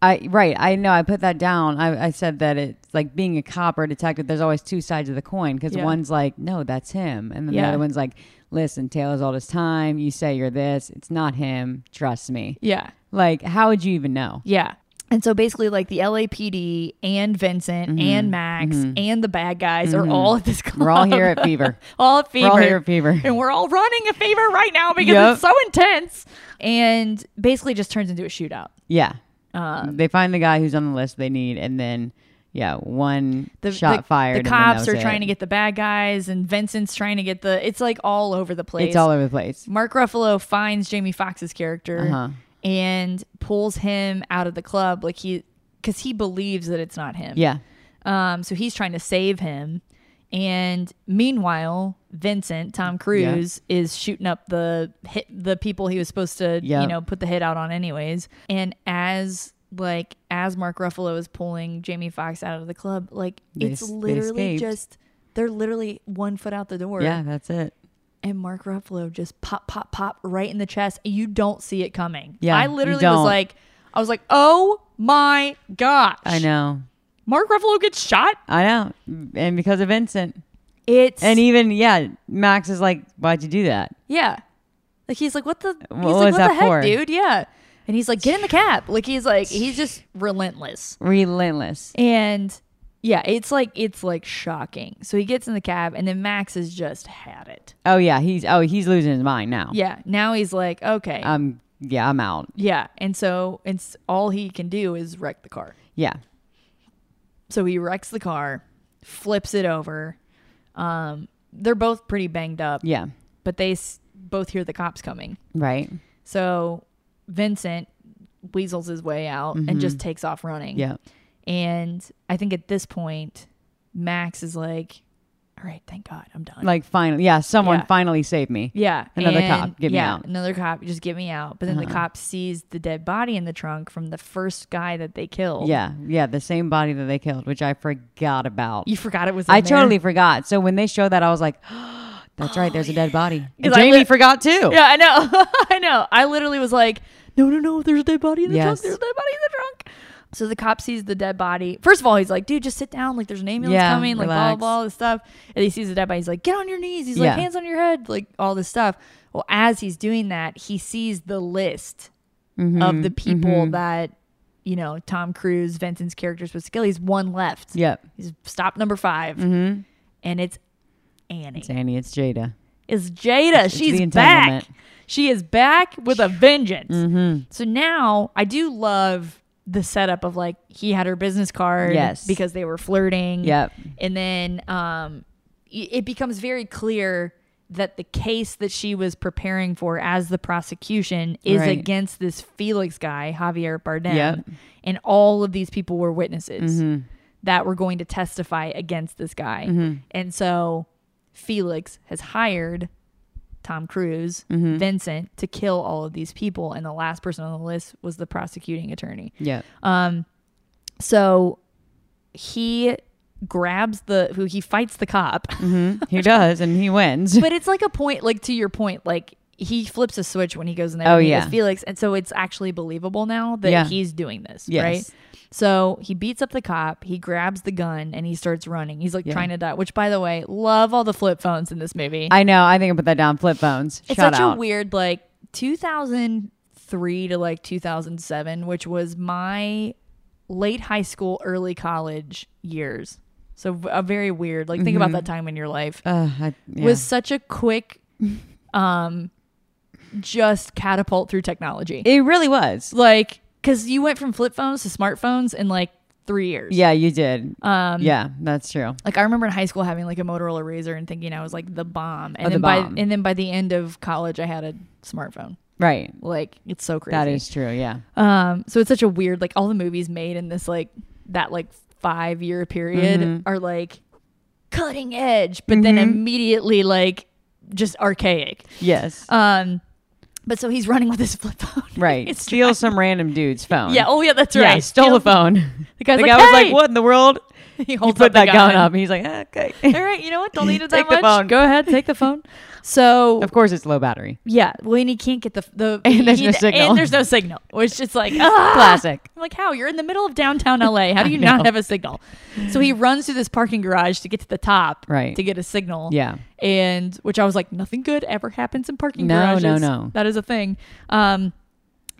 Speaker 2: I right. I know. I put that down. I, I said that it's like being a cop or a detective. There's always two sides of the coin because
Speaker 1: Yeah.
Speaker 2: one's like, no, that's him, and then
Speaker 1: Yeah.
Speaker 2: the other one's like, listen, Taylor's all this time. You say you're this. It's not him. Trust me.
Speaker 1: Yeah.
Speaker 2: Like, how would you even know?
Speaker 1: Yeah. And so basically, like the LAPD and Vincent and Max and the bad guys are all at this club.
Speaker 2: Mm-hmm. We're all here at Fever.
Speaker 1: all at
Speaker 2: We're
Speaker 1: fever.
Speaker 2: all here at Fever.
Speaker 1: And we're all running a fever right now because
Speaker 2: Yep.
Speaker 1: it's so intense. And basically, just turns into a shootout.
Speaker 2: Yeah.
Speaker 1: Uh,
Speaker 2: they find the guy who's on the list they need, and then yeah, one shot fired.
Speaker 1: The cops are trying to get the bad guys, and Vincent's trying to get the. It's like all over the place.
Speaker 2: It's all over the place.
Speaker 1: Mark Ruffalo finds Jamie Foxx's character
Speaker 2: Uh-huh.
Speaker 1: and pulls him out of the club, like he, because he believes that it's not him.
Speaker 2: Yeah.
Speaker 1: Um, so he's trying to save him. And meanwhile, Vincent, Tom Cruise, is shooting up the hit the people he was supposed to,
Speaker 2: Yep.
Speaker 1: you know, put the hit out on anyways. And as like as Mark Ruffalo is pulling Jamie Foxx out of the club, like
Speaker 2: They
Speaker 1: it's
Speaker 2: s- they
Speaker 1: literally
Speaker 2: escaped.
Speaker 1: just they're literally one foot out the door.
Speaker 2: Yeah, that's it.
Speaker 1: And Mark Ruffalo just pop, pop, pop right in the chest. And you don't see it coming.
Speaker 2: Yeah,
Speaker 1: I
Speaker 2: you
Speaker 1: literally was
Speaker 2: don't.
Speaker 1: like, I was like, oh my gosh.
Speaker 2: I know.
Speaker 1: Mark Ruffalo gets shot.
Speaker 2: I know. And because of Vincent.
Speaker 1: It's
Speaker 2: And even yeah, Max is like, "Why'd you do that?"
Speaker 1: Yeah. Like he's like, what the? He's
Speaker 2: What
Speaker 1: like,
Speaker 2: was
Speaker 1: what
Speaker 2: that
Speaker 1: the heck,
Speaker 2: for?
Speaker 1: dude? Yeah. And he's like, get in the cab. Like he's like, he's just relentless.
Speaker 2: Relentless.
Speaker 1: And yeah, it's like it's like shocking. So he gets in the cab, and then Max has just had it.
Speaker 2: Oh yeah, he's oh he's losing his mind now.
Speaker 1: Yeah. Now he's like, okay.
Speaker 2: Um. Yeah, I'm out.
Speaker 1: yeah. And so it's all he can do is wreck the car.
Speaker 2: Yeah.
Speaker 1: So he wrecks the car, flips it over. Um, they're both pretty banged up.
Speaker 2: Yeah.
Speaker 1: But they s- both hear the cops coming.
Speaker 2: Right.
Speaker 1: So Vincent weasels his way out and just takes off running.
Speaker 2: Mm-hmm. Yeah.
Speaker 1: And I think at this point, Max is like, all right, thank God I'm done.
Speaker 2: Like finally, yeah, someone
Speaker 1: Yeah.
Speaker 2: finally saved me.
Speaker 1: yeah.
Speaker 2: Another
Speaker 1: and-
Speaker 2: cop, get me
Speaker 1: yeah,
Speaker 2: out. Uh-huh.
Speaker 1: Another cop, just get me out. But then the cop sees the dead body in the trunk from the first guy that they killed.
Speaker 2: Yeah. Yeah. The same body that they killed, which I forgot about.
Speaker 1: You forgot it was in
Speaker 2: I
Speaker 1: there?
Speaker 2: totally forgot. So when they showed that, I was like, "That's right. There's a dead body." And
Speaker 1: 'Cause I
Speaker 2: Jamie
Speaker 1: lit-
Speaker 2: forgot too.
Speaker 1: Yeah, I know. I know. I literally was like, no, no, no, there's a dead body in the trunk.
Speaker 2: Yes.
Speaker 1: There's a dead body in the trunk. So the cop sees the dead body. First of all, he's like, dude, just sit down. Like, there's an ambulance
Speaker 2: Yeah,
Speaker 1: coming. Like, blah, blah,
Speaker 2: relax.
Speaker 1: blah, all this stuff. And he sees the dead body. He's like, get on your knees. He's
Speaker 2: Yeah.
Speaker 1: like, hands on your head. Like, all this stuff. Well, as he's doing that, he sees the list
Speaker 2: Mm-hmm,
Speaker 1: of the people that, you know, Tom Cruise, Vincent's character is supposed to kill. He's one left.
Speaker 2: Yep.
Speaker 1: He's stop number 5 And it's Annie
Speaker 2: Danny, Mm-hmm. it's Jada.
Speaker 1: is Jada.
Speaker 2: the
Speaker 1: She's
Speaker 2: entanglement. Mm-hmm.
Speaker 1: back. She is back with a vengeance. So now I do love the setup of like he had her business card
Speaker 2: Yes.
Speaker 1: because they were flirting.
Speaker 2: Yep.
Speaker 1: And then um y- it becomes very clear that the case that she was preparing for as the prosecution is
Speaker 2: Right.
Speaker 1: against this Felix guy, Javier Bardem.
Speaker 2: Yep. Mm-hmm.
Speaker 1: And all of these people were witnesses that were going to testify against this guy. And so Felix has hired Tom Cruise,
Speaker 2: Mm-hmm.
Speaker 1: Vincent, to kill all of these people. And the last person on the list was the prosecuting attorney.
Speaker 2: Yep.
Speaker 1: So he grabs the who he fights the cop.
Speaker 2: Mm-hmm. he does, and he wins.
Speaker 1: but it's like a point, like to your point, like he flips a switch when he goes in there.
Speaker 2: Oh,
Speaker 1: and he
Speaker 2: yeah.
Speaker 1: is Felix, and so it's actually believable now that
Speaker 2: Yeah.
Speaker 1: he's doing this,
Speaker 2: Yes.
Speaker 1: right? So he beats up the cop. He grabs the gun and he starts running. He's like trying to die. Which, by the way, love all the flip phones in this movie.
Speaker 2: I know. I think I put that down. Flip phones.
Speaker 1: it's
Speaker 2: Shout
Speaker 1: such
Speaker 2: out.
Speaker 1: a weird like 2003 to like 2007 which was my late high school early college years so v- a very weird like think about that time in your life
Speaker 2: Uh, I, yeah.
Speaker 1: was such a quick um just catapult through technology
Speaker 2: it really was?
Speaker 1: like because you went from flip phones to smartphones in like three years.
Speaker 2: Yeah, you did.
Speaker 1: Um,
Speaker 2: yeah, that's true.
Speaker 1: Like I remember in high school having like a Motorola Razor and thinking I was like the bomb, and
Speaker 2: Oh, the
Speaker 1: then
Speaker 2: bomb.
Speaker 1: by and then by the end of college I had a smartphone.
Speaker 2: Right.
Speaker 1: Like it's so crazy.
Speaker 2: That is true. Yeah.
Speaker 1: Um, so it's such a weird like all the movies made in this like that like five year period
Speaker 2: Mm-hmm.
Speaker 1: are like cutting edge, but then immediately like just archaic.
Speaker 2: Yes.
Speaker 1: Um, but so he's running with his flip phone.
Speaker 2: right.
Speaker 1: He's
Speaker 2: Steal some random dude's phone.
Speaker 1: driving- Yeah. Oh yeah, that's
Speaker 2: yeah,
Speaker 1: right.
Speaker 2: Stole
Speaker 1: Steal-
Speaker 2: the phone.
Speaker 1: The guy's
Speaker 2: the
Speaker 1: like,
Speaker 2: guy was
Speaker 1: "Hey!"
Speaker 2: like, "What in the world?"
Speaker 1: He
Speaker 2: He
Speaker 1: holds
Speaker 2: put
Speaker 1: up the
Speaker 2: that gun
Speaker 1: gun.
Speaker 2: up. He's like, "Ah,
Speaker 1: All
Speaker 2: "Okay."
Speaker 1: right, you know what? Don't need it that
Speaker 2: Take the
Speaker 1: much.
Speaker 2: phone.
Speaker 1: Go ahead, take the phone. So
Speaker 2: of course, it's low battery.
Speaker 1: yeah, well, and he can't get the the
Speaker 2: And there's
Speaker 1: he-
Speaker 2: no signal.
Speaker 1: And there's no signal, which is like ah!
Speaker 2: Classic.
Speaker 1: I'm like, how? You're in the middle of downtown LA. How do you not have a signal? So he runs through this parking garage to get to the top,
Speaker 2: Right.
Speaker 1: to get a signal.
Speaker 2: Yeah.
Speaker 1: and which I was like, nothing good ever happens in parking
Speaker 2: No, no,
Speaker 1: garages.
Speaker 2: no.
Speaker 1: that is a thing. Um,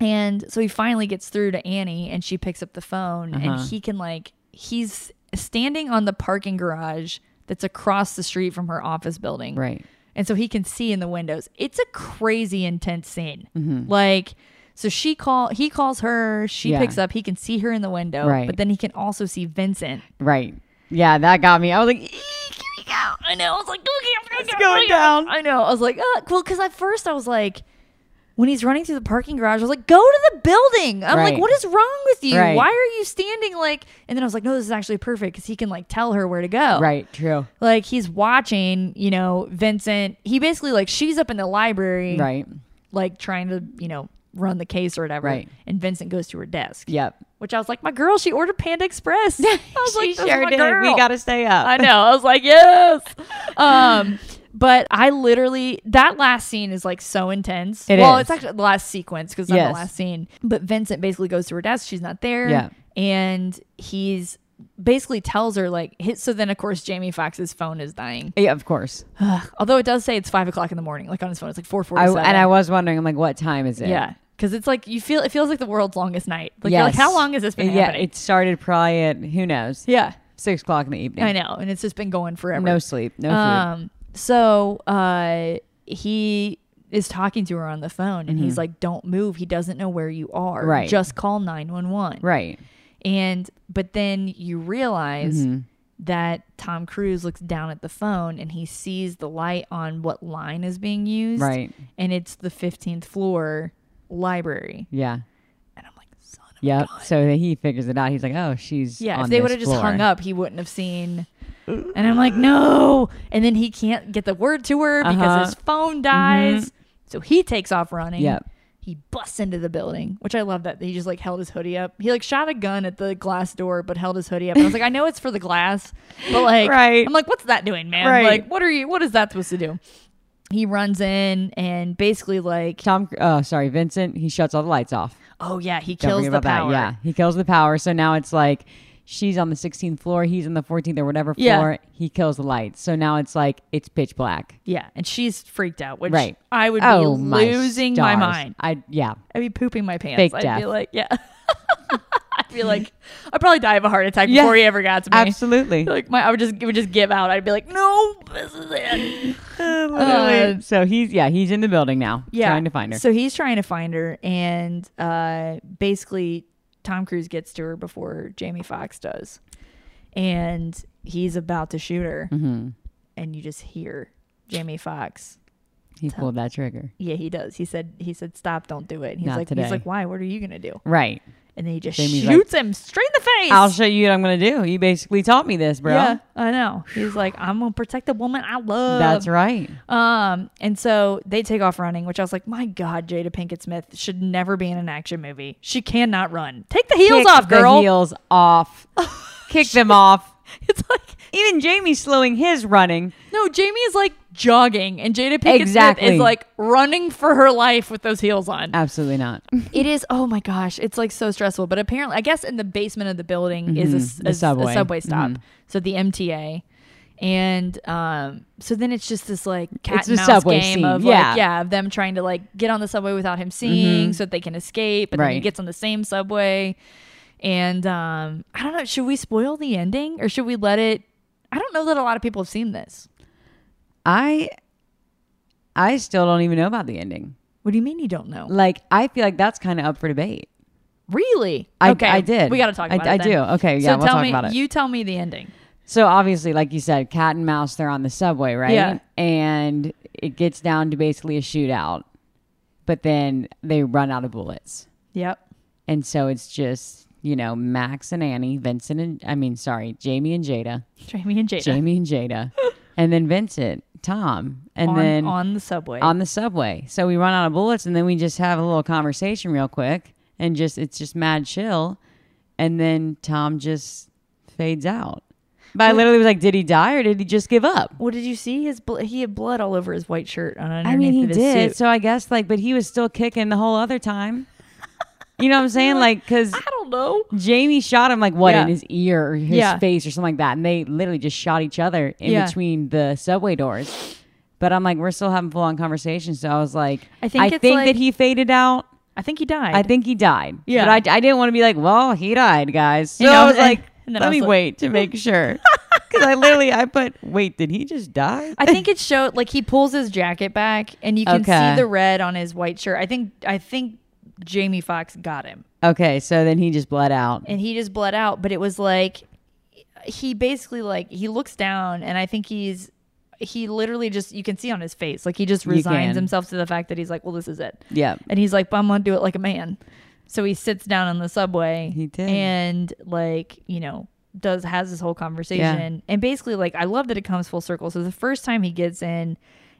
Speaker 1: and so he finally gets through to Annie, and she picks up the phone,
Speaker 2: Uh-huh.
Speaker 1: and he can like he's standing on the parking garage that's across the street from her office building,
Speaker 2: Right.
Speaker 1: and so he can see in the windows. It's a crazy intense scene. Like so she call he calls her, she
Speaker 2: Mm-hmm. Yeah.
Speaker 1: picks up, he can see her in the window,
Speaker 2: Right.
Speaker 1: but then he can also see Vincent.
Speaker 2: Right. Yeah, that got me. I was like, "Eek."
Speaker 1: Here we go. I know. I was like, okay, it's
Speaker 2: going down.
Speaker 1: I know. I was like, uh, well, because at first I was like, when he's running through the parking garage, I was like, go to the building. I'm
Speaker 2: Right.
Speaker 1: like, what is wrong with you?
Speaker 2: Right.
Speaker 1: Why are you standing like? And then I was like, no, this is actually perfect because he can like tell her where to go.
Speaker 2: right, true.
Speaker 1: Like he's watching, you know, Vincent. He basically like she's up in the library,
Speaker 2: Right.
Speaker 1: like trying to, you know, run the case or whatever.
Speaker 2: Right.
Speaker 1: And Vincent goes to her desk.
Speaker 2: Yep.
Speaker 1: Which I was like, my girl, she ordered Panda Express. I was like, this is my girl.
Speaker 2: We got to stay up.
Speaker 1: I know. I was like, yes. Um, but I literally that last scene is like so intense.
Speaker 2: It
Speaker 1: well,
Speaker 2: is.
Speaker 1: it's actually the last sequence because it's not
Speaker 2: Yes.
Speaker 1: the last scene. But Vincent basically goes to her desk. She's not there.
Speaker 2: Yeah.
Speaker 1: and he's basically tells her like hit. So then of course Jamie Foxx's phone is dying.
Speaker 2: Yeah, of course.
Speaker 1: Although it does say it's five o'clock in the morning, like on his phone, it's like four
Speaker 2: I,
Speaker 1: forty-seven.
Speaker 2: and I was wondering, I'm like, what time is it?
Speaker 1: yeah. Because it's like you feel it feels like the world's longest night. Like you're like,
Speaker 2: Yes.
Speaker 1: how long has this been
Speaker 2: Yeah,
Speaker 1: happening?
Speaker 2: it started probably at who knows
Speaker 1: yeah,
Speaker 2: six o'clock in the evening.
Speaker 1: I know, and it's just been going forever.
Speaker 2: No sleep, no food.
Speaker 1: Um, so uh, he is talking to her on the phone and he's like, Don't move. He doesn't know where you are.
Speaker 2: Mm-hmm. Right.
Speaker 1: Just call 911.
Speaker 2: right.
Speaker 1: And, but then you realize
Speaker 2: Mm-hmm.
Speaker 1: that Tom Cruise looks down at the phone and he sees the light on what line is being used.
Speaker 2: Right.
Speaker 1: And it's the 15th floor library.
Speaker 2: Yeah.
Speaker 1: And I'm like, Son of
Speaker 2: Yep. So then he figures it out. He's like, oh, she's
Speaker 1: Yeah,
Speaker 2: on
Speaker 1: if they
Speaker 2: would
Speaker 1: would have just hung up, he wouldn't have seen. And I'm like, no. And then he can't get the word to her because
Speaker 2: Uh-huh. Mm-hmm.
Speaker 1: his phone dies. So he takes off running.
Speaker 2: Yep.
Speaker 1: He busts into the building, which I love that he just like held his hoodie up. He like shot a gun at the glass door, but held his hoodie up. And I was like, I know it's for the glass, but like,
Speaker 2: Right.
Speaker 1: I'm like, what's that doing, man?
Speaker 2: Right.
Speaker 1: Like, what are you? What is that supposed to do? He runs in and basically like,
Speaker 2: Tom, uh, sorry, Vincent. He shuts all the lights off.
Speaker 1: oh yeah, he
Speaker 2: Don't
Speaker 1: kills
Speaker 2: forget
Speaker 1: the
Speaker 2: about
Speaker 1: power.
Speaker 2: That. Yeah, he kills the power. So now it's like she's on the 16th floor, he's on the 14th or whatever
Speaker 1: Yeah.
Speaker 2: floor. He kills the lights. So now it's like it's pitch black.
Speaker 1: Yeah, and she's freaked out, which
Speaker 2: Right.
Speaker 1: I would
Speaker 2: oh,
Speaker 1: be
Speaker 2: my
Speaker 1: losing my
Speaker 2: stars.
Speaker 1: mind.
Speaker 2: I yeah.
Speaker 1: I'd be pooping my pants.
Speaker 2: Fake
Speaker 1: I'd
Speaker 2: death.
Speaker 1: be like, yeah. I'd be like, I'd probably die of a heart attack before he ever got to me.
Speaker 2: Absolutely.
Speaker 1: Like my, I would just, it would just give out. I'd be like, no, this is it. Oh,
Speaker 2: Literally. so he's yeah he's in the building now.
Speaker 1: Yeah,
Speaker 2: Uh, trying to find her.
Speaker 1: So he's trying to find her, and uh, basically, Tom Cruise gets to her before Jamie Foxx does, and he's about to shoot her,
Speaker 2: Mm-hmm.
Speaker 1: and you just hear Jamie Foxx
Speaker 2: he pulled that trigger.
Speaker 1: Yeah, he does. He said he said stop, don't do it. And he's
Speaker 2: Not
Speaker 1: like
Speaker 2: today.
Speaker 1: he's like, why? What are you gonna do?
Speaker 2: Right.
Speaker 1: And then he just
Speaker 2: Jamie's like,
Speaker 1: shoots him straight in the face.
Speaker 2: I'll show you what I'm gonna do. You basically taught me this, bro.
Speaker 1: yeah, I know. He's like, I'm gonna protect the woman I love.
Speaker 2: That's right.
Speaker 1: Um, and so they take off running, which I was like, my God, Jada Pinkett Smith should never be in an action movie. She cannot run. Take the heels
Speaker 2: Kick
Speaker 1: off, girl.
Speaker 2: The heels off. Kick them off.
Speaker 1: It's like
Speaker 2: Even Jamie's slowing his running.
Speaker 1: no, Jamie is like jogging, and Jada Pinkett Smith
Speaker 2: Exactly.
Speaker 1: is like running for her life with those heels on.
Speaker 2: Absolutely not.
Speaker 1: It is. Oh my gosh, it's like so stressful. But apparently, I guess in the basement of the building is a s- a,
Speaker 2: Mm-hmm. the
Speaker 1: s- a
Speaker 2: subway. Mm-hmm.
Speaker 1: subway. stop. So the MTA, and um, so then it's just this like cat
Speaker 2: It's
Speaker 1: and
Speaker 2: the
Speaker 1: mouse
Speaker 2: subway
Speaker 1: game
Speaker 2: scene,
Speaker 1: of
Speaker 2: yeah. Mm-hmm.
Speaker 1: like yeah, of them trying to like get on the subway without him seeing, so that they can escape. But then he
Speaker 2: Right.
Speaker 1: gets on the same subway, and um, I don't know. Should we spoil the ending or should we let it? I don't know that a lot of people have seen this.
Speaker 2: I I still don't even know about the ending.
Speaker 1: What do you mean you don't know?
Speaker 2: Like I feel like that's kind of up for debate.
Speaker 1: Really?
Speaker 2: I-
Speaker 1: okay,
Speaker 2: I did.
Speaker 1: We got to talk
Speaker 2: I-
Speaker 1: about
Speaker 2: I
Speaker 1: it. then.
Speaker 2: do. Okay, yeah,
Speaker 1: So
Speaker 2: we'll
Speaker 1: tell
Speaker 2: talk
Speaker 1: me.
Speaker 2: about it.
Speaker 1: You tell me the ending.
Speaker 2: So obviously, like you said, cat and mouse, they're on the subway, right?
Speaker 1: Yeah.
Speaker 2: And it gets down to basically a shootout, but then they run out of bullets.
Speaker 1: Yep.
Speaker 2: And so it's just, you know, Max and Annie, Vincent and, I mean, sorry, Jamie and Jada,
Speaker 1: Jamie and Jada
Speaker 2: Jamie and Jada, and then Vincent, Tom, and
Speaker 1: on,
Speaker 2: then
Speaker 1: on the subway.
Speaker 2: on the subway. So we run out of bullets and then we just have a little conversation real quick and just, it's just mad chill. And then Tom just fades out. But I literally was like, did he die or did he just give up?
Speaker 1: what did you see? His bl- he had blood all over his white shirt on underneath
Speaker 2: I mean, he
Speaker 1: of his
Speaker 2: did.
Speaker 1: suit.
Speaker 2: So I guess like, but he was still kicking the whole other time. You know what I'm saying? Like, cause
Speaker 1: I don't know.
Speaker 2: Jamie shot him like what
Speaker 1: Yeah.
Speaker 2: in his ear or his
Speaker 1: Yeah.
Speaker 2: face or something like that, and they literally just shot each other in
Speaker 1: Yeah.
Speaker 2: between the subway doors. But I'm like, we're still having full on conversations, so I was like,
Speaker 1: I think
Speaker 2: I
Speaker 1: it's
Speaker 2: think
Speaker 1: like-
Speaker 2: that he faded out.
Speaker 1: I think he died.
Speaker 2: I think he died.
Speaker 1: Yeah.
Speaker 2: but I, I didn't want to be like, well, he died, guys. So
Speaker 1: You know,
Speaker 2: I was
Speaker 1: and-
Speaker 2: like,
Speaker 1: and then
Speaker 2: let
Speaker 1: I was
Speaker 2: me
Speaker 1: like-
Speaker 2: wait to make sure, because I literally I put, wait, did he just die?
Speaker 1: I think it showed like he pulls his jacket back and you can
Speaker 2: Okay.
Speaker 1: see the red on his white shirt. I think I think Jamie Foxx got him.
Speaker 2: okay, so then he just bled out.
Speaker 1: and he just bled out but it was like he basically like he looks down and i think he's he literally just you can see on his face like he just resigns
Speaker 2: can.
Speaker 1: himself to the fact that he's like well this is it
Speaker 2: Yeah.
Speaker 1: and he's like but i'm gonna do it like a man so he sits down on the subway
Speaker 2: He did.
Speaker 1: and like you know does has this whole conversation and basically like i love that it comes full circle so the first time he gets in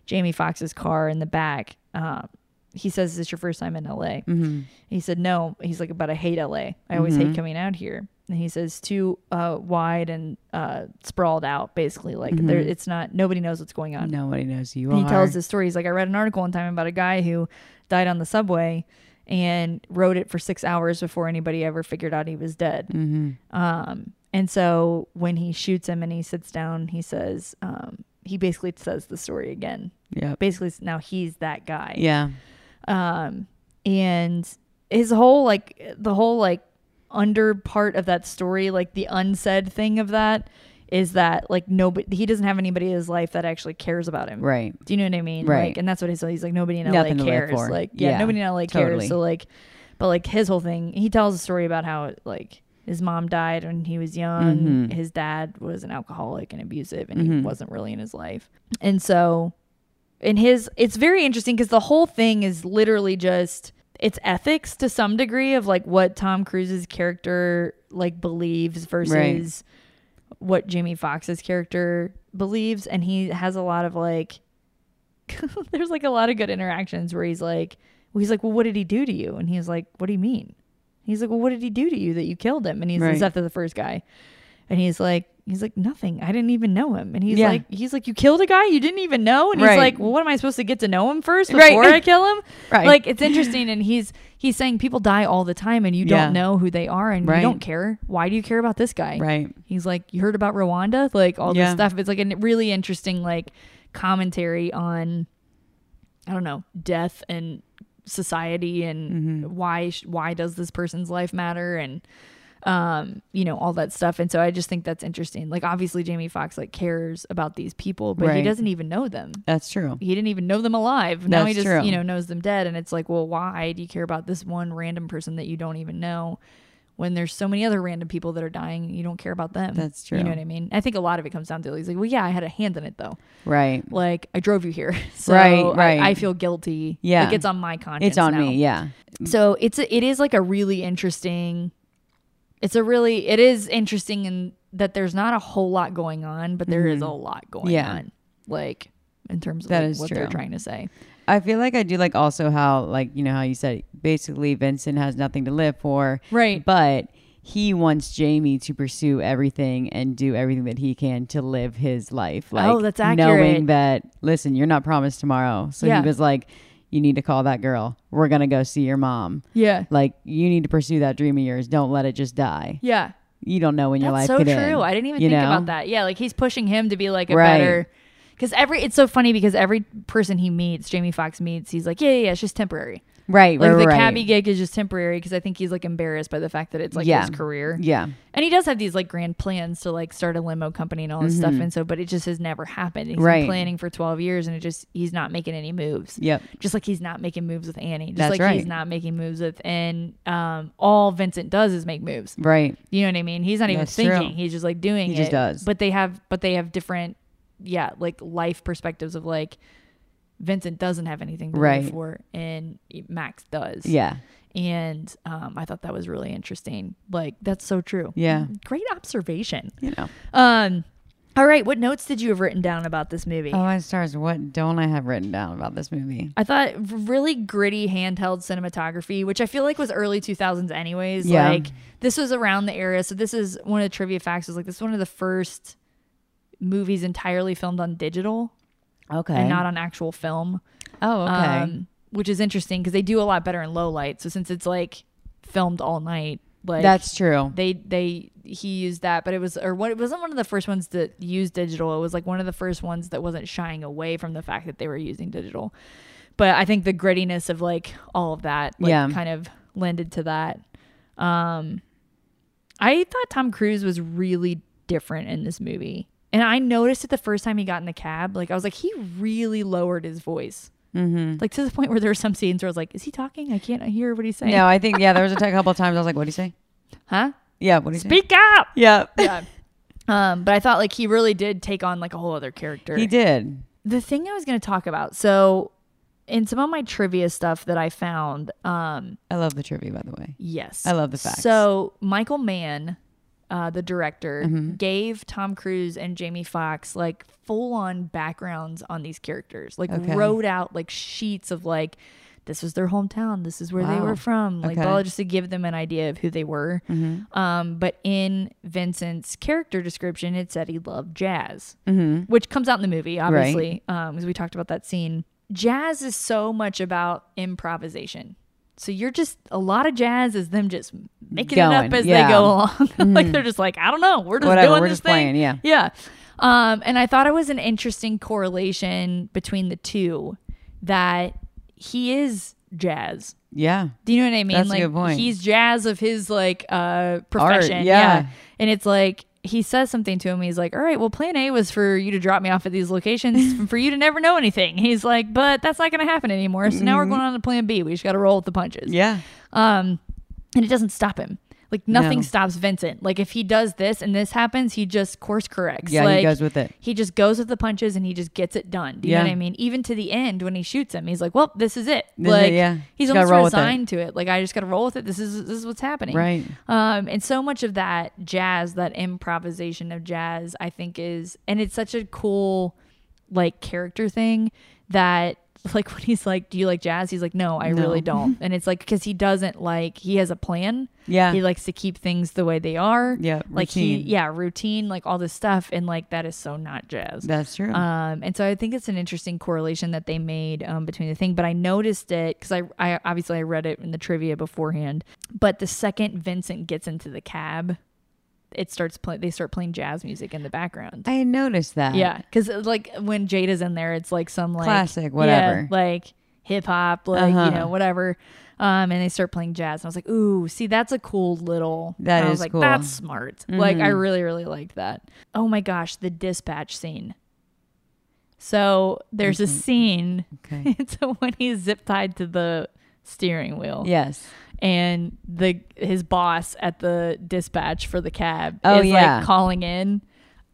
Speaker 1: jamie fox's car in the back um he says, "Is this your first time in LA?"
Speaker 2: Mm-hmm.
Speaker 1: And He said, "No." He's like, "But I hate LA. I always hate coming out here." And he says, "Too uh, wide and uh, sprawled out, basically. Like
Speaker 2: Mm-hmm.
Speaker 1: there, it's not. Nobody knows what's going on."
Speaker 2: Nobody knows who you
Speaker 1: And
Speaker 2: are.
Speaker 1: he tells this story. He's like, "I read an article one time about a guy who died on the subway." And wrote it for six hours before anybody ever figured out he was dead.
Speaker 2: Mm-hmm.
Speaker 1: Um, and so when he shoots him and he sits down, he says, um, he basically says the story again.
Speaker 2: Yep.
Speaker 1: Basically, s- now he's that guy
Speaker 2: Yeah.
Speaker 1: um and his whole like the whole like under part of that story like the unsaid thing of that is that like nobody he doesn't have anybody in his life that actually cares about him
Speaker 2: Right.
Speaker 1: do you know what i mean
Speaker 2: Right.
Speaker 1: like, and that's what he's he's like nobody in la
Speaker 2: Nothing to live
Speaker 1: cares
Speaker 2: for.
Speaker 1: like yeah,
Speaker 2: Yeah,
Speaker 1: nobody in la
Speaker 2: totally.
Speaker 1: cares so like but like his whole thing he tells a story about how like his mom died when he was young
Speaker 2: Mm-hmm.
Speaker 1: his dad was an alcoholic and abusive and he wasn't really in his life and so in his it's very interesting because the whole thing is literally just it's ethics to some degree of like what tom cruise's character like believes versus what jamie foxx's character believes and he has a lot of like there's like a lot of good interactions where he's like well, he's like well what did he do to you and he's like what do you mean he's like well what did he do to you that you killed him and he's, he's
Speaker 2: Right.
Speaker 1: after the first guy and he's like he's like nothing i didn't even know him and he's
Speaker 2: Yeah.
Speaker 1: like he's like you killed a guy you didn't even know and he's
Speaker 2: Right.
Speaker 1: like well what am i supposed to get to know him first
Speaker 2: Right.
Speaker 1: before i kill him
Speaker 2: Right.
Speaker 1: like it's interesting and he's he's saying people die all the time and you
Speaker 2: Yeah.
Speaker 1: don't know who they are and
Speaker 2: Right.
Speaker 1: you don't care why do you care about this guy
Speaker 2: Right.
Speaker 1: he's like you heard about rwanda like all
Speaker 2: Yeah.
Speaker 1: this stuff it's like a really interesting like commentary on i don't know death and society and
Speaker 2: Mm-hmm.
Speaker 1: why sh- why does this person's life matter and um you know all that stuff and so i just think that's interesting like obviously jamie Foxx like cares about these people but he
Speaker 2: Right.
Speaker 1: doesn't even know them
Speaker 2: That's true.
Speaker 1: he didn't even know them alive now he
Speaker 2: That's
Speaker 1: just
Speaker 2: true.
Speaker 1: you know knows them dead and it's like well why do you care about this one random person that you don't even know when there's so many other random people that are dying and you don't care about them
Speaker 2: That's
Speaker 1: you
Speaker 2: true.
Speaker 1: know what i mean i think a lot of it comes down to he's like well yeah i had a hand in it though
Speaker 2: Right.
Speaker 1: like i drove you here so
Speaker 2: Right,
Speaker 1: I-
Speaker 2: right.
Speaker 1: I, feel guilty
Speaker 2: Yeah.
Speaker 1: like it's on my conscience
Speaker 2: It's on
Speaker 1: now.
Speaker 2: me. Yeah.
Speaker 1: So it's a, it is like a really interesting. It's a really it is interesting in that there's not a whole lot going on, but there is a lot going
Speaker 2: Mm-hmm. Yeah.
Speaker 1: on. Like in terms of
Speaker 2: That
Speaker 1: like,
Speaker 2: is
Speaker 1: what they're
Speaker 2: true.
Speaker 1: trying to say.
Speaker 2: I feel like I do like also how like you know how you said basically Vincent has nothing to live for.
Speaker 1: Right.
Speaker 2: But he wants Jamie to pursue everything and do everything that he can to live his life. Like
Speaker 1: Oh, that's
Speaker 2: Knowing
Speaker 1: accurate.
Speaker 2: that listen, you're not promised tomorrow. So
Speaker 1: Yeah.
Speaker 2: he was like, You need to call that girl. We're gonna go see your mom.
Speaker 1: Yeah.
Speaker 2: Like you need to pursue that dream of yours. Don't let it just die.
Speaker 1: Yeah.
Speaker 2: You don't know when your
Speaker 1: That's
Speaker 2: life
Speaker 1: so
Speaker 2: could
Speaker 1: true.
Speaker 2: end,
Speaker 1: I didn't even
Speaker 2: you
Speaker 1: think
Speaker 2: know?
Speaker 1: about that. Yeah, like he's pushing him to be like a
Speaker 2: Right.
Speaker 1: better because every it's so funny because every person he meets, Jamie Foxx meets, he's like, Yeah, yeah, yeah, it's just temporary.
Speaker 2: Right,
Speaker 1: Like
Speaker 2: right,
Speaker 1: the
Speaker 2: right.
Speaker 1: cabbie gig is just temporary because I think he's like embarrassed by the fact that it's like
Speaker 2: Yeah.
Speaker 1: his career.
Speaker 2: Yeah.
Speaker 1: And he does have these like grand plans to like start a limo company and all this stuff. And so, but it just has never happened. He's
Speaker 2: Mm-hmm. Right.
Speaker 1: been planning for 12 years and it just, he's not making any moves.
Speaker 2: Yep.
Speaker 1: Just like he's not making moves with Annie. Just
Speaker 2: That's
Speaker 1: like
Speaker 2: right.
Speaker 1: he's not making moves with, and um, all Vincent does is make moves.
Speaker 2: Right.
Speaker 1: You know what I mean? He's not even
Speaker 2: That's
Speaker 1: thinking.
Speaker 2: true.
Speaker 1: He's just like doing
Speaker 2: He
Speaker 1: it.
Speaker 2: just does.
Speaker 1: But they have, but they have different, yeah, like life perspectives of like, Vincent doesn't have anything to
Speaker 2: Right.
Speaker 1: live for, and Max does
Speaker 2: Yeah.
Speaker 1: and um, I thought that was really interesting. Like that's so true.
Speaker 2: Yeah.
Speaker 1: great observation.
Speaker 2: You know.
Speaker 1: Um, all right, what notes did you have written down about this movie?
Speaker 2: Oh, my stars. What don't I have written down about this movie?
Speaker 1: I thought really gritty handheld cinematography, which I feel like was early 2000s anyways.
Speaker 2: Yeah.
Speaker 1: Like this was around the era. So this is one of the trivia facts is like this is one of the first movies entirely filmed on digital
Speaker 2: Okay.
Speaker 1: and not on actual film.
Speaker 2: oh, okay.
Speaker 1: Um, which is interesting because they do a lot better in low light. So since it's like filmed all night, like
Speaker 2: That's true.
Speaker 1: they they he used that but it was or what it wasn't one of the first ones that used digital it was like one of the first ones that wasn't shying away from the fact that they were using digital but i think the grittiness of like all of that like,
Speaker 2: Yeah.
Speaker 1: kind of lended to that um i thought tom cruise was really different in this movie and i noticed it the first time he got in the cab like i was like he really lowered his voice mm-hmm. like to the point where there were some scenes where i was like is he talking i can't hear what he's saying
Speaker 2: no, I think yeah. There was a t- couple of times I was like, "What do you say?"
Speaker 1: huh
Speaker 2: Yeah. What do you say?
Speaker 1: speak up
Speaker 2: Yeah.
Speaker 1: yeah. Um, but I thought like he really did take on like a whole other character.
Speaker 2: he did.
Speaker 1: The thing I was going to talk about. So, in some of my trivia stuff that I found, um,
Speaker 2: I love the trivia, by the way.
Speaker 1: yes,
Speaker 2: I love the facts.
Speaker 1: So Michael Mann, uh, the director,
Speaker 2: Mm-hmm.
Speaker 1: gave Tom Cruise and Jamie Foxx like full on backgrounds on these characters. Like
Speaker 2: Okay.
Speaker 1: wrote out like sheets of like. This was their hometown. This is where they
Speaker 2: Wow.
Speaker 1: were from. Like,
Speaker 2: Okay. Mm-hmm.
Speaker 1: blah, just to give them an idea of who they were. Um, but in Vincent's character description, it said he loved jazz, mm-hmm. which comes out in the movie, obviously, because we talked about that scene. Jazz is so much about improvisation. So you're just a lot of jazz is them just making it up
Speaker 2: Going,
Speaker 1: as
Speaker 2: yeah. Mm.
Speaker 1: they go along. like they're just like, I don't know, we're just
Speaker 2: Whatever,
Speaker 1: doing
Speaker 2: we're
Speaker 1: this
Speaker 2: just
Speaker 1: thing.
Speaker 2: playing, yeah.
Speaker 1: yeah. Um, and I thought it was an interesting correlation between the two that he is jazz.
Speaker 2: Yeah.
Speaker 1: Do you know what I mean?
Speaker 2: That's a
Speaker 1: like
Speaker 2: good point.
Speaker 1: he's jazz of his like uh profession.
Speaker 2: yeah.
Speaker 1: yeah. And it's like he says something to him. He's like, "All right, well, plan A was for you to drop me off at these locations for you to never know anything." He's like, "But that's not going to happen anymore. So now we're going on to plan B. We just got to roll with the punches."
Speaker 2: Mm-hmm. Yeah.
Speaker 1: Um, and it doesn't stop him. Like nothing
Speaker 2: No.
Speaker 1: stops Vincent. Like if he does this and this happens, he just course corrects.
Speaker 2: Yeah, he
Speaker 1: like,
Speaker 2: goes with it.
Speaker 1: He just goes with the punches and he just gets it done. Do you know
Speaker 2: Yeah.
Speaker 1: what I mean? Even to the end when he shoots him, he's like, "Well, this is it."
Speaker 2: This is it,
Speaker 1: like
Speaker 2: yeah.
Speaker 1: he's
Speaker 2: Just gotta
Speaker 1: almost
Speaker 2: roll with it.
Speaker 1: resigned to it. Like I just got to roll with it. This is this is what's happening.
Speaker 2: Right.
Speaker 1: Um, and so much of that jazz, that improvisation of jazz, I think is, and it's such a cool like character thing that like when he's like, "Do you like jazz?" He's like, "No, I really don't." And it's like because he doesn't like he has a plan.
Speaker 2: Yeah.
Speaker 1: he likes to keep things the way they are.
Speaker 2: Yeah,
Speaker 1: like he
Speaker 2: routine.
Speaker 1: yeah routine like all this stuff and like that is so not jazz.
Speaker 2: That's true.
Speaker 1: Um, and so I think it's an interesting correlation that they made um, between the thing. But I noticed it because I, I obviously I read it in the trivia beforehand. But the second Vincent gets into the cab, it starts playing. They start playing jazz music in the background.
Speaker 2: I had noticed that.
Speaker 1: Yeah, because like when Jada's in there, it's like some like
Speaker 2: Classic,
Speaker 1: yeah,
Speaker 2: whatever.
Speaker 1: like hip hop, like
Speaker 2: Uh-huh.
Speaker 1: you know whatever. Um, and they start playing jazz, and I was like, "Ooh, see, that's a cool little."
Speaker 2: That
Speaker 1: and I
Speaker 2: is
Speaker 1: was like,
Speaker 2: cool. Mm-hmm.
Speaker 1: That's smart. Like, I really, really liked that. Oh my gosh, the dispatch scene. So there's a scene.
Speaker 2: Okay.
Speaker 1: it's when he's zip tied to the steering wheel
Speaker 2: Yes.
Speaker 1: and the his boss at the dispatch for the cab
Speaker 2: Oh,
Speaker 1: is
Speaker 2: yeah.
Speaker 1: like calling in.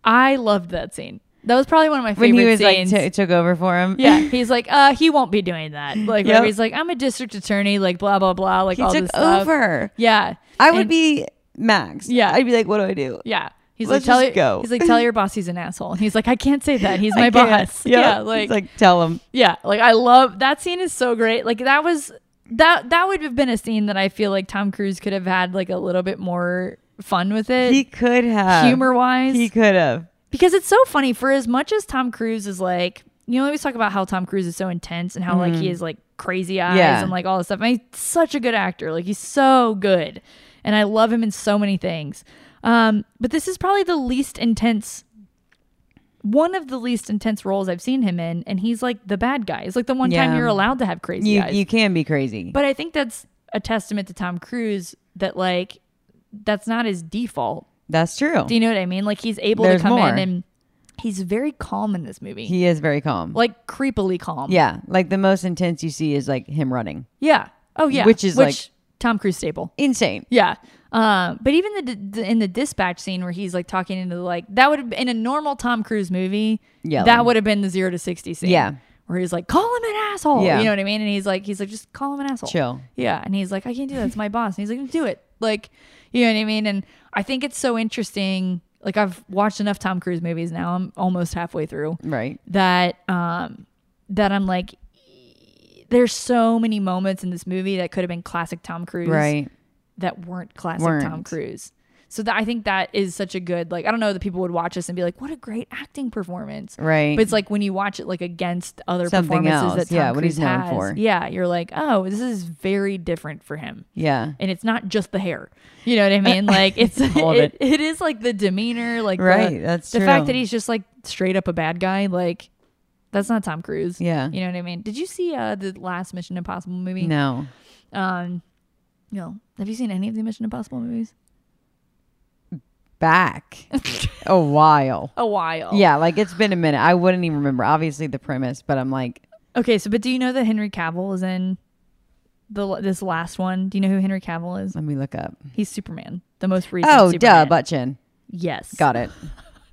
Speaker 1: I loved that scene. That was probably one of my favorite
Speaker 2: When he was
Speaker 1: scenes.
Speaker 2: like t- took over for him.
Speaker 1: yeah, he's like, uh, he won't be doing that. Like,
Speaker 2: Yep.
Speaker 1: where he's like, I'm a district attorney, like, blah blah blah, like
Speaker 2: he
Speaker 1: all
Speaker 2: took
Speaker 1: this stuff.
Speaker 2: over.
Speaker 1: Yeah,
Speaker 2: I would
Speaker 1: And-
Speaker 2: be Max.
Speaker 1: Yeah.
Speaker 2: I'd be like, what do I do?
Speaker 1: Yeah, he's
Speaker 2: Let's
Speaker 1: like, tell
Speaker 2: just
Speaker 1: your-
Speaker 2: go.
Speaker 1: He's like, tell your boss he's an asshole. And he's like, I can't say that. He's
Speaker 2: I
Speaker 1: my
Speaker 2: can't.
Speaker 1: boss.
Speaker 2: Yeah.
Speaker 1: Yeah,
Speaker 2: He's
Speaker 1: like,
Speaker 2: tell him.
Speaker 1: yeah, like I love that scene is so great. Like that was that that would have been a scene that I feel like Tom Cruise could have had like a little bit more fun with it.
Speaker 2: He could have
Speaker 1: humor wise.
Speaker 2: He could have.
Speaker 1: because it's so funny for as much as Tom Cruise is like, you know, we always talk about how Tom Cruise is so intense and how like he is like crazy eyes
Speaker 2: Mm. Yeah.
Speaker 1: and like all this stuff. And he's such a good actor. Like he's so good. And I love him in so many things. Um, but this is probably the least intense one of the least intense roles I've seen him in, and he's like the bad guy. It's like the one time
Speaker 2: Yeah.
Speaker 1: you're allowed to have crazy
Speaker 2: You
Speaker 1: eyes.
Speaker 2: you can be crazy.
Speaker 1: But I think that's a testament to Tom Cruise that like that's not his default.
Speaker 2: That's true.
Speaker 1: Do you know what I mean? Like he's able
Speaker 2: There's
Speaker 1: to come
Speaker 2: more.
Speaker 1: in and he's very calm in this movie.
Speaker 2: He is very calm.
Speaker 1: like creepily calm.
Speaker 2: yeah, like the most intense you see is like him running.
Speaker 1: Yeah. Oh yeah.
Speaker 2: Which is, like-
Speaker 1: Tom Cruise staple.
Speaker 2: Insane.
Speaker 1: Yeah. Um, but even the, the in the dispatch scene where he's like talking into the, like that would have in a normal Tom Cruise movie,
Speaker 2: Yelling.
Speaker 1: that would have been the zero to sixty scene.
Speaker 2: Yeah.
Speaker 1: Where he's like, call him an asshole.
Speaker 2: Yeah.
Speaker 1: You know what I mean? And he's like, he's like, just call him an asshole.
Speaker 2: Chill.
Speaker 1: Yeah. And he's like, I can't do that. It's my boss. And he's like, do it. Like, you know what I mean? And I think it's so interesting. Like I've watched enough Tom Cruise movies now. I'm almost halfway through
Speaker 2: Right.
Speaker 1: that um that I'm like there's so many moments in this movie that could have been classic Tom Cruise
Speaker 2: Right.
Speaker 1: that weren't classic Tom
Speaker 2: Weren't.
Speaker 1: Cruise. So that I think that is such a good like I don't know that people would watch this and be like what a great acting performance.
Speaker 2: Right.
Speaker 1: But it's like when you watch it like against other
Speaker 2: Something
Speaker 1: performances
Speaker 2: else.
Speaker 1: that Tom
Speaker 2: Yeah,
Speaker 1: Cruise
Speaker 2: what he's known
Speaker 1: has.
Speaker 2: for.
Speaker 1: Yeah, you're like, "Oh, this is very different for him."
Speaker 2: Yeah.
Speaker 1: And it's not just the hair. You know what I mean? Like it's
Speaker 2: Hold
Speaker 1: it,
Speaker 2: it.
Speaker 1: it is like the demeanor, like the-
Speaker 2: Right, that's
Speaker 1: the fact
Speaker 2: true.
Speaker 1: that he's just like straight up a bad guy, like that's not Tom Cruise.
Speaker 2: Yeah.
Speaker 1: You know what I mean? Did you see uh the last Mission Impossible movie?
Speaker 2: No.
Speaker 1: Um no. Have you seen any of the Mission Impossible movies?
Speaker 2: Back a while.
Speaker 1: A while.
Speaker 2: Yeah, like it's been a minute. I wouldn't even remember obviously the premise, but I'm like,
Speaker 1: Okay, so but do you know that Henry Cavill is in the this last one? Do you know who Henry Cavill is?
Speaker 2: let me look up.
Speaker 1: He's Superman, the most recent.
Speaker 2: Mm-hmm. Oh, duh,
Speaker 1: Superman.
Speaker 2: Butchin.
Speaker 1: yes,
Speaker 2: Got it.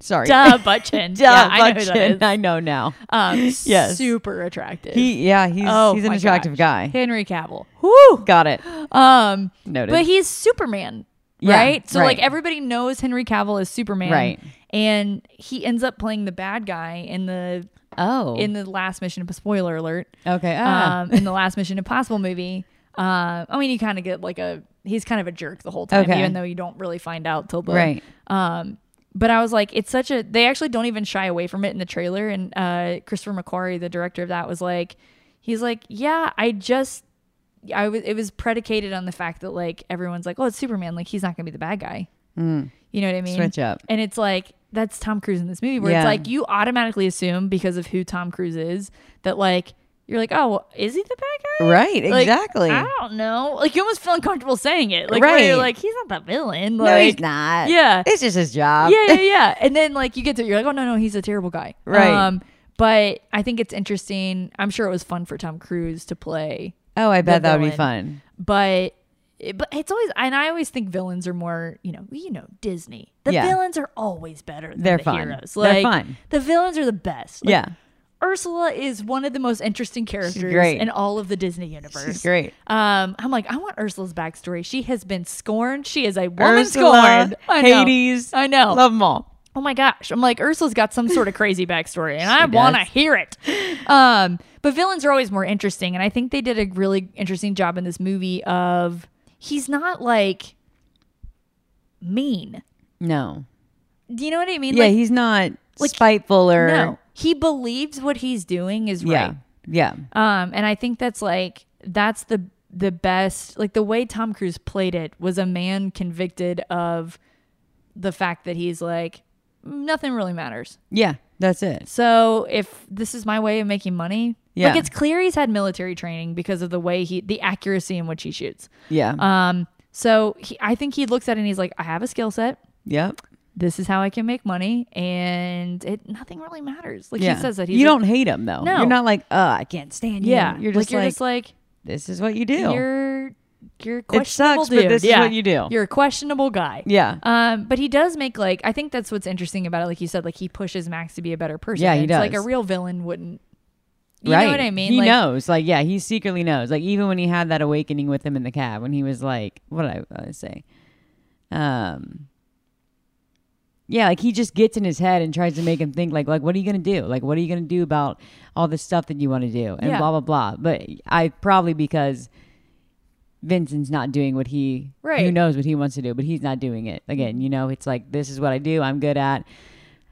Speaker 2: Sorry.
Speaker 1: Duh, Butchin.
Speaker 2: Duh,
Speaker 1: yeah, I know who that
Speaker 2: Butchin.
Speaker 1: is.
Speaker 2: I know now.
Speaker 1: Um,
Speaker 2: Yes.
Speaker 1: super attractive. Oh
Speaker 2: He yeah, he's he's an
Speaker 1: my
Speaker 2: attractive
Speaker 1: gosh.
Speaker 2: guy.
Speaker 1: Henry Cavill. Whoo.
Speaker 2: Got it.
Speaker 1: Um,
Speaker 2: Noted.
Speaker 1: but he's Superman,
Speaker 2: Yeah,
Speaker 1: right? So like
Speaker 2: right.
Speaker 1: everybody knows Henry Cavill is Superman,
Speaker 2: Right.
Speaker 1: And he ends up playing the bad guy in the
Speaker 2: Oh.
Speaker 1: in the last Mission. Spoiler alert.
Speaker 2: okay. Ah.
Speaker 1: Um, in the last Mission Impossible movie. Uh, I mean, you kind of get like a he's kind of a jerk the whole time,
Speaker 2: Okay.
Speaker 1: even though you don't really find out till the
Speaker 2: right.
Speaker 1: um, but I was like, it's such a. They actually don't even shy away from it in the trailer. And uh, Christopher McQuarrie, the director of that, was like, he's like, yeah, I just, I was. It was predicated on the fact that like everyone's like, oh, it's Superman. Like he's not gonna be the bad guy. You know what I mean?
Speaker 2: Mm. Switch up.
Speaker 1: And it's like that's Tom Cruise in this movie, where
Speaker 2: Yeah.
Speaker 1: it's like you automatically assume because of who Tom Cruise is that like you're like, oh, well, is he the bad guy?
Speaker 2: Right,
Speaker 1: Like,
Speaker 2: exactly.
Speaker 1: I don't know. Like you almost feel uncomfortable saying it. Like where you're
Speaker 2: Right.
Speaker 1: like, he's not the villain. Like,
Speaker 2: no, he's not.
Speaker 1: Yeah
Speaker 2: It's just his job.
Speaker 1: yeah, yeah, yeah. And then like you get to it, you're like, oh no, no, he's a terrible guy. Um,
Speaker 2: Right.
Speaker 1: but I think it's interesting. I'm sure it was fun for Tom Cruise to play,
Speaker 2: Oh, I bet
Speaker 1: The
Speaker 2: that would be
Speaker 1: villain.
Speaker 2: fun.
Speaker 1: but it- but it's always and I always think villains are more you know you know Disney. The
Speaker 2: Yeah.
Speaker 1: villains are always better than
Speaker 2: They're
Speaker 1: the
Speaker 2: fun.
Speaker 1: heroes. Like,
Speaker 2: They're fun.
Speaker 1: The villains are the best. Like,
Speaker 2: yeah.
Speaker 1: Ursula is one of the most interesting characters
Speaker 2: great.
Speaker 1: in all of the Disney universe.
Speaker 2: She's great.
Speaker 1: Um, I'm like, I want Ursula's backstory. She has been scorned. She is a woman
Speaker 2: Ursula,
Speaker 1: scorned. I know.
Speaker 2: Hades.
Speaker 1: I know.
Speaker 2: Love them all.
Speaker 1: oh my gosh i'm like ursula's got some sort of crazy backstory and i want to
Speaker 2: does.
Speaker 1: hear it um but villains are always more interesting and i think they did a really interesting job in this movie of he's not like mean
Speaker 2: No.
Speaker 1: do you know what i mean
Speaker 2: Yeah,
Speaker 1: like
Speaker 2: he's not
Speaker 1: like,
Speaker 2: spiteful or.
Speaker 1: no he believes what he's doing is
Speaker 2: Yeah.
Speaker 1: right
Speaker 2: Yeah.
Speaker 1: Um, and I think that's like that's the the best like the way Tom Cruise played it was a man convicted of the fact that he's like nothing really matters.
Speaker 2: Yeah. That's it.
Speaker 1: So if this is my way of making money,
Speaker 2: Yeah.
Speaker 1: like it's clear he's had military training because of the way he the accuracy in which he shoots.
Speaker 2: Yeah.
Speaker 1: Um, so he, I think he looks at it and he's like, I have a skill set.
Speaker 2: yep.
Speaker 1: This is how I can make money, and it nothing really matters. Like
Speaker 2: Yeah.
Speaker 1: he says that he's
Speaker 2: you
Speaker 1: like-
Speaker 2: don't hate him though.
Speaker 1: No.
Speaker 2: You're not like, oh, I can't stand you.
Speaker 1: Yeah,
Speaker 2: You're
Speaker 1: like,
Speaker 2: just
Speaker 1: you're
Speaker 2: like,
Speaker 1: just like
Speaker 2: this is what you do.
Speaker 1: You're you're a
Speaker 2: It
Speaker 1: questionable
Speaker 2: sucks, but
Speaker 1: dude.
Speaker 2: this is
Speaker 1: Yeah.
Speaker 2: what you do.
Speaker 1: You're a questionable guy.
Speaker 2: Yeah.
Speaker 1: Um, but he does make like I think that's what's interesting about it. Like you said, like he pushes Max to be a better person.
Speaker 2: Yeah, he
Speaker 1: It's Like a
Speaker 2: does.
Speaker 1: real villain wouldn't. You
Speaker 2: right.
Speaker 1: know what I mean?
Speaker 2: He
Speaker 1: like,
Speaker 2: knows. Like, yeah, he secretly knows. Like, even when he had that awakening with him in the cab, when he was like, what did I, I say? Um, yeah, like he just gets in his head and tries to make him think like, like, what are you gonna do? Like, what are you gonna do about all the stuff that you want to do and
Speaker 1: Yeah.
Speaker 2: blah blah blah. But I probably because Vincent's not doing what he who
Speaker 1: Right.
Speaker 2: knows what he wants to do, but he's not doing it. Again, you know, it's like this is what I do. I'm good at.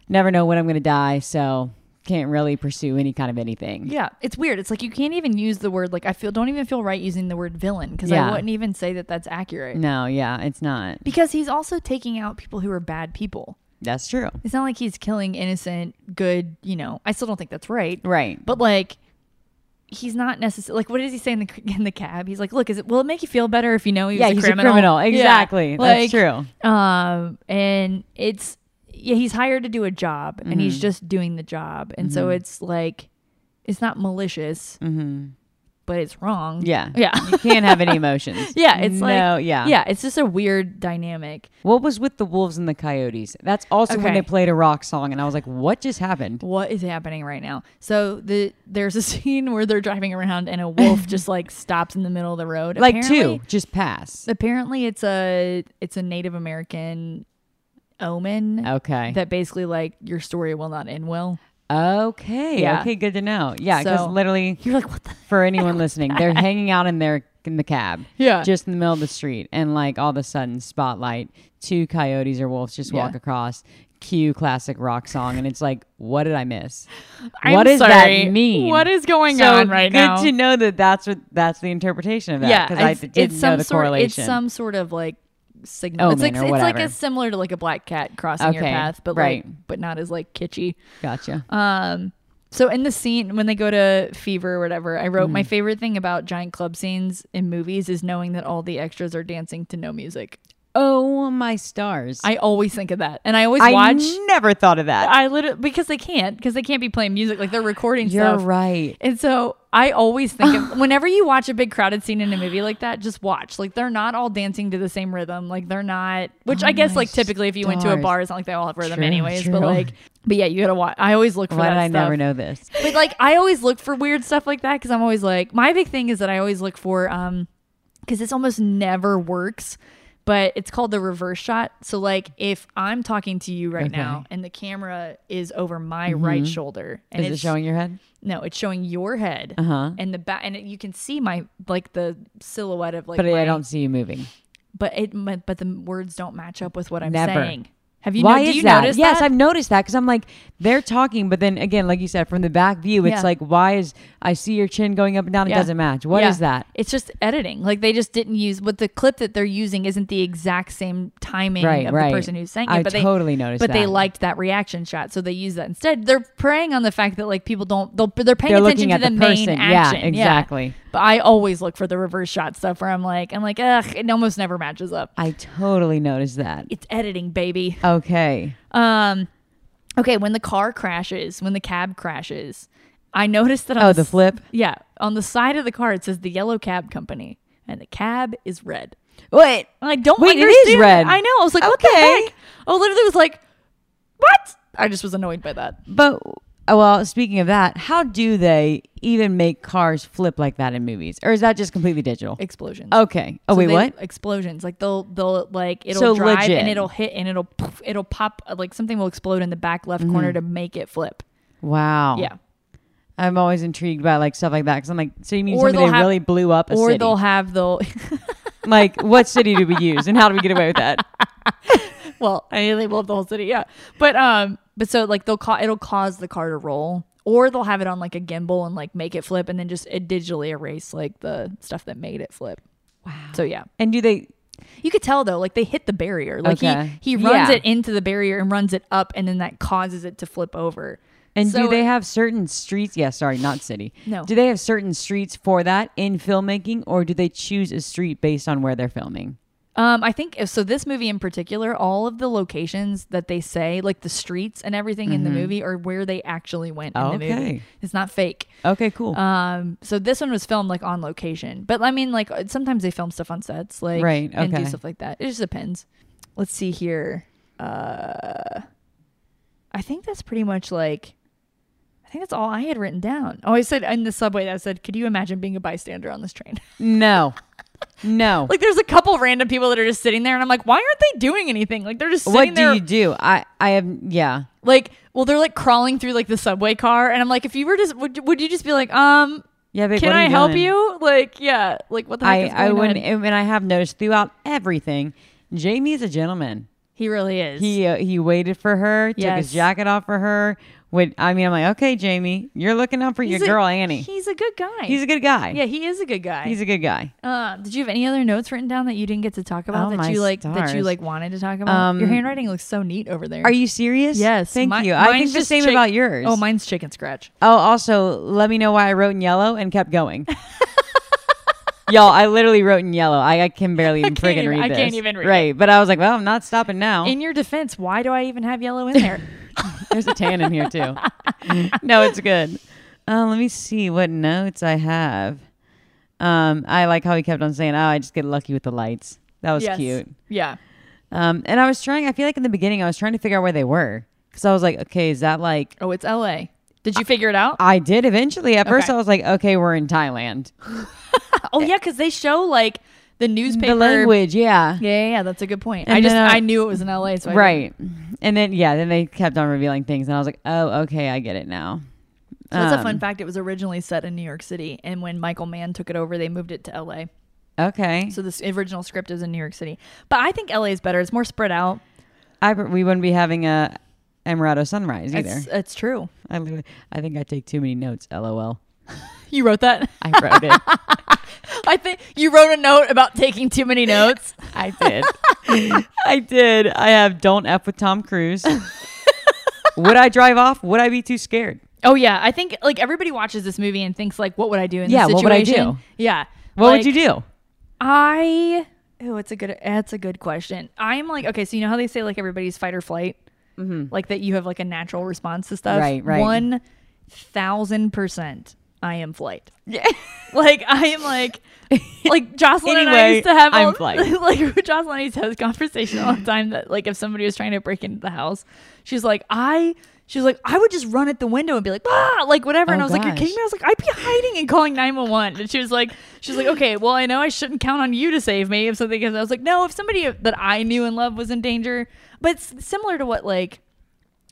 Speaker 2: Never know when I'm gonna die, so can't really pursue any kind of anything.
Speaker 1: Yeah, it's weird. It's like you can't even use the word like I feel. Don't even feel right using the word villain because I
Speaker 2: Yeah.
Speaker 1: wouldn't even say that that's accurate.
Speaker 2: No, yeah, it's not.
Speaker 1: Because he's also taking out people who are bad people.
Speaker 2: That's true.
Speaker 1: It's not like he's killing innocent, good, you know. I still don't think that's right.
Speaker 2: Right.
Speaker 1: But like, he's not necessarily like. What does he say in the in the cab? He's like, "Look, is it? Will it make you feel better if you know he
Speaker 2: yeah,
Speaker 1: was a
Speaker 2: he's
Speaker 1: criminal?"
Speaker 2: a criminal.
Speaker 1: Yeah,
Speaker 2: Exactly.
Speaker 1: like,
Speaker 2: That's true.
Speaker 1: Um, and it's yeah, he's hired to do a job, and
Speaker 2: Mm-hmm.
Speaker 1: he's just doing the job, and so it's like, it's not malicious, but it's wrong.
Speaker 2: Mm-hmm. Yeah.
Speaker 1: yeah,
Speaker 2: You can't have any emotions.
Speaker 1: yeah. It's
Speaker 2: no,
Speaker 1: like
Speaker 2: yeah.
Speaker 1: yeah. It's just a weird dynamic.
Speaker 2: What was with the wolves and the coyotes? That's also when
Speaker 1: Okay.
Speaker 2: they played a rock song, and I was like, "What just happened?"
Speaker 1: what is happening right now so the there's a scene where they're driving around and a wolf just like stops in the middle of the road
Speaker 2: Like
Speaker 1: Apparently-
Speaker 2: two, just pass.
Speaker 1: apparently it's a it's a native american omen
Speaker 2: Okay.
Speaker 1: that basically like your story will not end well
Speaker 2: Okay.
Speaker 1: Yeah.
Speaker 2: Okay. Good to know. Yeah, because
Speaker 1: So-
Speaker 2: literally,
Speaker 1: you're like what the
Speaker 2: for anyone listening, they're hanging out in their in the cab,
Speaker 1: Yeah.
Speaker 2: just in the middle of the street, and like all of a sudden, spotlight, two coyotes or wolves just walk
Speaker 1: Yeah.
Speaker 2: across. Cue classic rock song, and it's like, what did I miss?
Speaker 1: I'm
Speaker 2: what does
Speaker 1: sorry.
Speaker 2: that mean?
Speaker 1: What is going
Speaker 2: So
Speaker 1: on right
Speaker 2: good
Speaker 1: now?
Speaker 2: to know that that's what that's the interpretation of that.
Speaker 1: yeah
Speaker 2: because I
Speaker 1: it's,
Speaker 2: did
Speaker 1: it's
Speaker 2: know
Speaker 1: some
Speaker 2: the
Speaker 1: sort
Speaker 2: correlation.
Speaker 1: it's some sort of like signal it's
Speaker 2: Omen
Speaker 1: like
Speaker 2: or
Speaker 1: it's like
Speaker 2: whatever.
Speaker 1: it's similar to like a black cat crossing your
Speaker 2: Okay,
Speaker 1: path but like
Speaker 2: right.
Speaker 1: but not as like kitschy Um,
Speaker 2: gotcha.
Speaker 1: uh, So in the scene when they go to Fever or whatever, I wrote
Speaker 2: Mm.
Speaker 1: my favorite thing about giant club scenes in movies is knowing that all the extras are dancing to no music.
Speaker 2: oh my stars!
Speaker 1: I always think of that, and I always
Speaker 2: I
Speaker 1: watch.
Speaker 2: never thought of that.
Speaker 1: I literally because they can't because they can't be playing music like they're recording
Speaker 2: You're
Speaker 1: stuff.
Speaker 2: right.
Speaker 1: And so I always think of whenever you watch a big crowded scene in a movie like that, just watch. Like they're not all dancing to the same rhythm. Like they're not which I guess
Speaker 2: Oh my
Speaker 1: like typically if you went to a
Speaker 2: stars.
Speaker 1: bar, it's not like they all have rhythm
Speaker 2: True,
Speaker 1: anyways. But
Speaker 2: true.
Speaker 1: like but yeah, you gotta watch I always look for
Speaker 2: Why
Speaker 1: that
Speaker 2: did I
Speaker 1: stuff.
Speaker 2: never know this?
Speaker 1: But like I always look for weird stuff like that because I'm always like my big thing is that I always look for um because this almost never works, but it's called the reverse shot. So like if I'm talking to you right now and the camera is over my right shoulder and
Speaker 2: Mm-hmm. Is it
Speaker 1: it's
Speaker 2: showing Uh-huh. your head?
Speaker 1: no, it's showing your head and the back and it, you can see my like the silhouette of like
Speaker 2: But
Speaker 1: my-
Speaker 2: I don't see you moving.
Speaker 1: but it but the words don't match up with what I'm
Speaker 2: Never.
Speaker 1: saying. Have you
Speaker 2: Why
Speaker 1: no- do
Speaker 2: is
Speaker 1: you
Speaker 2: that?
Speaker 1: notice
Speaker 2: yes,
Speaker 1: that?
Speaker 2: I've noticed that because I'm like they're talking, but then again, like you said, from the back view, it's
Speaker 1: Yeah.
Speaker 2: like why is I see your chin going up and down? It
Speaker 1: Yeah.
Speaker 2: doesn't match. What is
Speaker 1: Yeah.
Speaker 2: that?
Speaker 1: It's just editing. Like they just didn't use what the clip that they're using isn't the exact same timing
Speaker 2: Right,
Speaker 1: of
Speaker 2: right.
Speaker 1: the person who's saying it.
Speaker 2: I
Speaker 1: but they,
Speaker 2: totally noticed
Speaker 1: But they
Speaker 2: that.
Speaker 1: liked that reaction shot, so they use that instead. They're preying on the fact that like people don't they'll, they're paying
Speaker 2: They're
Speaker 1: attention
Speaker 2: looking
Speaker 1: to
Speaker 2: at
Speaker 1: the,
Speaker 2: the
Speaker 1: main
Speaker 2: person. Yeah,
Speaker 1: action.
Speaker 2: exactly.
Speaker 1: But I always look for the reverse shot stuff where I'm like I'm like ugh, it almost never matches up.
Speaker 2: I totally noticed that.
Speaker 1: It's editing, baby.
Speaker 2: Okay.
Speaker 1: Um, okay, when the car crashes, when the cab crashes, I noticed that. On
Speaker 2: Oh, the
Speaker 1: s-
Speaker 2: flip?
Speaker 1: Yeah, on the side of the car it says the yellow cab company, and the cab is red.
Speaker 2: Wait.
Speaker 1: And I don't.
Speaker 2: Wait, it is
Speaker 1: understand that.
Speaker 2: red.
Speaker 1: I know. I was like, what the
Speaker 2: Okay.
Speaker 1: heck? I literally was like, what? I just was annoyed by that.
Speaker 2: But oh, well, speaking of that, how do they even make cars flip like that in movies, or is that just completely digital?
Speaker 1: Explosions.
Speaker 2: Okay. Oh
Speaker 1: So
Speaker 2: wait,
Speaker 1: they-
Speaker 2: what?
Speaker 1: Explosions. Like they'll they'll like it'll
Speaker 2: So
Speaker 1: drive
Speaker 2: legit.
Speaker 1: and it'll hit and it'll poof, it'll pop like something will explode in the back
Speaker 2: Mm-hmm.
Speaker 1: left corner to make it flip.
Speaker 2: Wow.
Speaker 1: Yeah.
Speaker 2: I'm always intrigued by like stuff like that because I'm like, so you mean
Speaker 1: Or
Speaker 2: somebody
Speaker 1: they'll
Speaker 2: that
Speaker 1: have-
Speaker 2: really blew up a
Speaker 1: or
Speaker 2: city?
Speaker 1: they'll have they'll
Speaker 2: like, what city do we use, and how do we get away with that?
Speaker 1: well, I mean, they blow up the whole city, yeah. But um, but so like they'll ca- it'll cause the car to roll, or they'll have it on like a gimbal and like make it flip, and then just uh, digitally erase like the stuff that made it flip. Wow. So yeah,
Speaker 2: And do they?
Speaker 1: you could tell though, like they hit the barrier, like
Speaker 2: Okay.
Speaker 1: he he runs
Speaker 2: Yeah.
Speaker 1: it into the barrier and runs it up, and then that causes it to flip over.
Speaker 2: And
Speaker 1: So
Speaker 2: do they
Speaker 1: it-
Speaker 2: have certain streets? Yeah, sorry, not city.
Speaker 1: No.
Speaker 2: Do they have certain streets for that in filmmaking, or do they choose a street based on where they're filming?
Speaker 1: Um, I think so. This movie in particular, all of the locations that they say, like the streets and everything in the movie, are where they actually went in the
Speaker 2: Mm-hmm. Okay.
Speaker 1: movie. It's not fake.
Speaker 2: Okay, cool.
Speaker 1: Um, so this one was filmed like on location, but I mean, like sometimes they film stuff on sets, like
Speaker 2: Right,
Speaker 1: and do
Speaker 2: okay.
Speaker 1: stuff like that. It just depends. Let's see here. Uh, I think that's pretty much like, I think that's all I had written down. Oh, I said in the subway. I said, could you imagine being a bystander on this train?
Speaker 2: no, no.
Speaker 1: like, there's a couple random people that are just sitting there, and I'm like, why aren't they doing anything? Like, they're just sitting
Speaker 2: what do
Speaker 1: there.
Speaker 2: you do? I, I have, yeah.
Speaker 1: like, well, they're like crawling through like the subway car, and I'm like, if you were just, would, would you just be like, um,
Speaker 2: Yeah, babe,
Speaker 1: can
Speaker 2: what are
Speaker 1: I
Speaker 2: you
Speaker 1: help
Speaker 2: doing?
Speaker 1: you? Like, yeah, like what the heck
Speaker 2: I,
Speaker 1: is going
Speaker 2: I wouldn't,
Speaker 1: on?
Speaker 2: and I have noticed throughout everything, Jamie is a gentleman.
Speaker 1: He really is.
Speaker 2: He uh, he waited for her, took
Speaker 1: Yes.
Speaker 2: his jacket off for her, Would I mean? I'm like, okay, Jamie, you're looking out for
Speaker 1: He's
Speaker 2: your
Speaker 1: a-
Speaker 2: girl Annie.
Speaker 1: He's a good guy.
Speaker 2: He's a good guy.
Speaker 1: Yeah, he is a good guy.
Speaker 2: he's a good guy.
Speaker 1: uh, did you have any other notes written down that you didn't get to talk about
Speaker 2: Oh, my
Speaker 1: that you like that you
Speaker 2: stars.
Speaker 1: like wanted to talk about?
Speaker 2: Um,
Speaker 1: Your handwriting looks so neat over there.
Speaker 2: Are you serious?
Speaker 1: Yes.
Speaker 2: Thank
Speaker 1: mi-
Speaker 2: you. I
Speaker 1: mine's
Speaker 2: think the
Speaker 1: just
Speaker 2: same
Speaker 1: chick-
Speaker 2: about yours.
Speaker 1: Oh, mine's chicken scratch.
Speaker 2: Oh, also, let me know why I wrote in yellow and kept going. Y'all, I literally wrote in yellow. I, I can barely even
Speaker 1: can't
Speaker 2: friggin'
Speaker 1: even-
Speaker 2: read
Speaker 1: I
Speaker 2: this.
Speaker 1: can't even read it.
Speaker 2: Right, but I was like, well, I'm not stopping now.
Speaker 1: In your defense, why do I even have yellow in there?
Speaker 2: There's a tan in here too. no, it's good. Uh, let me see what notes I have. Um, I like how he kept on saying, "Oh, I just get lucky with the lights." That was
Speaker 1: Yes.
Speaker 2: cute.
Speaker 1: Yeah.
Speaker 2: Um, and I was trying. I feel like in the beginning, I was trying to figure out where they were because I was like, "Okay, is that like?"
Speaker 1: Oh, it's L.A. Did
Speaker 2: Uh,
Speaker 1: you figure it out?
Speaker 2: I did eventually. At first,
Speaker 1: Okay.
Speaker 2: I was like, "Okay, we're in Thailand."
Speaker 1: Oh yeah, because they show like the newspaper.
Speaker 2: uh, The language, yeah.
Speaker 1: Yeah, yeah, yeah, that's a good point.
Speaker 2: And
Speaker 1: I just
Speaker 2: then, uh,
Speaker 1: I knew it was in L.A. So I
Speaker 2: Right. And then yeah, then they kept on revealing things and I was like, "Oh, okay, I get it now."
Speaker 1: So that's a
Speaker 2: Um,
Speaker 1: fun fact. It was originally set in New York City, and when Michael Mann took it over, they moved it to L.A.
Speaker 2: Okay.
Speaker 1: So this original script is in New York City, but I think L.A. is better. It's more spread out.
Speaker 2: I we wouldn't be having a Emerado sunrise either.
Speaker 1: It's, it's true.
Speaker 2: I literally, I think I take too many notes. LOL.
Speaker 1: You wrote that.
Speaker 2: I wrote it.
Speaker 1: I think you wrote a note about taking too many notes.
Speaker 2: I did. I did. I have don't f with Tom Cruise. Would I drive off? Would I be too scared?
Speaker 1: Oh yeah, I think like everybody watches this movie and thinks like, what would I do in
Speaker 2: Yeah,
Speaker 1: this
Speaker 2: what would I
Speaker 1: situation?
Speaker 2: do?
Speaker 1: Yeah.
Speaker 2: What
Speaker 1: Like,
Speaker 2: would you do?
Speaker 1: I oh, it's a good that's a good question. I'm like okay, so you know how they say like everybody's fight or flight, like that you have like a natural response to stuff.
Speaker 2: Mm-hmm. Right, right.
Speaker 1: One thousand percent, I am flight. Yeah, like I am like. Like Jocelyn and I
Speaker 2: Anyway,
Speaker 1: used to have
Speaker 2: I'm
Speaker 1: all,
Speaker 2: flight.
Speaker 1: like Jocelyn and I used to have this conversation all the time that like if somebody was trying to break into the house, she's like I she was like I would just run at the window and be like ah like whatever and I
Speaker 2: Oh,
Speaker 1: was like you're
Speaker 2: gosh.
Speaker 1: kidding me I was like, I'd be hiding and calling 911. And she was like, she was like, okay, well, I know I shouldn't count on you to save me if something happens. I was like, no, if somebody that I knew and loved was in danger. But it's similar to what like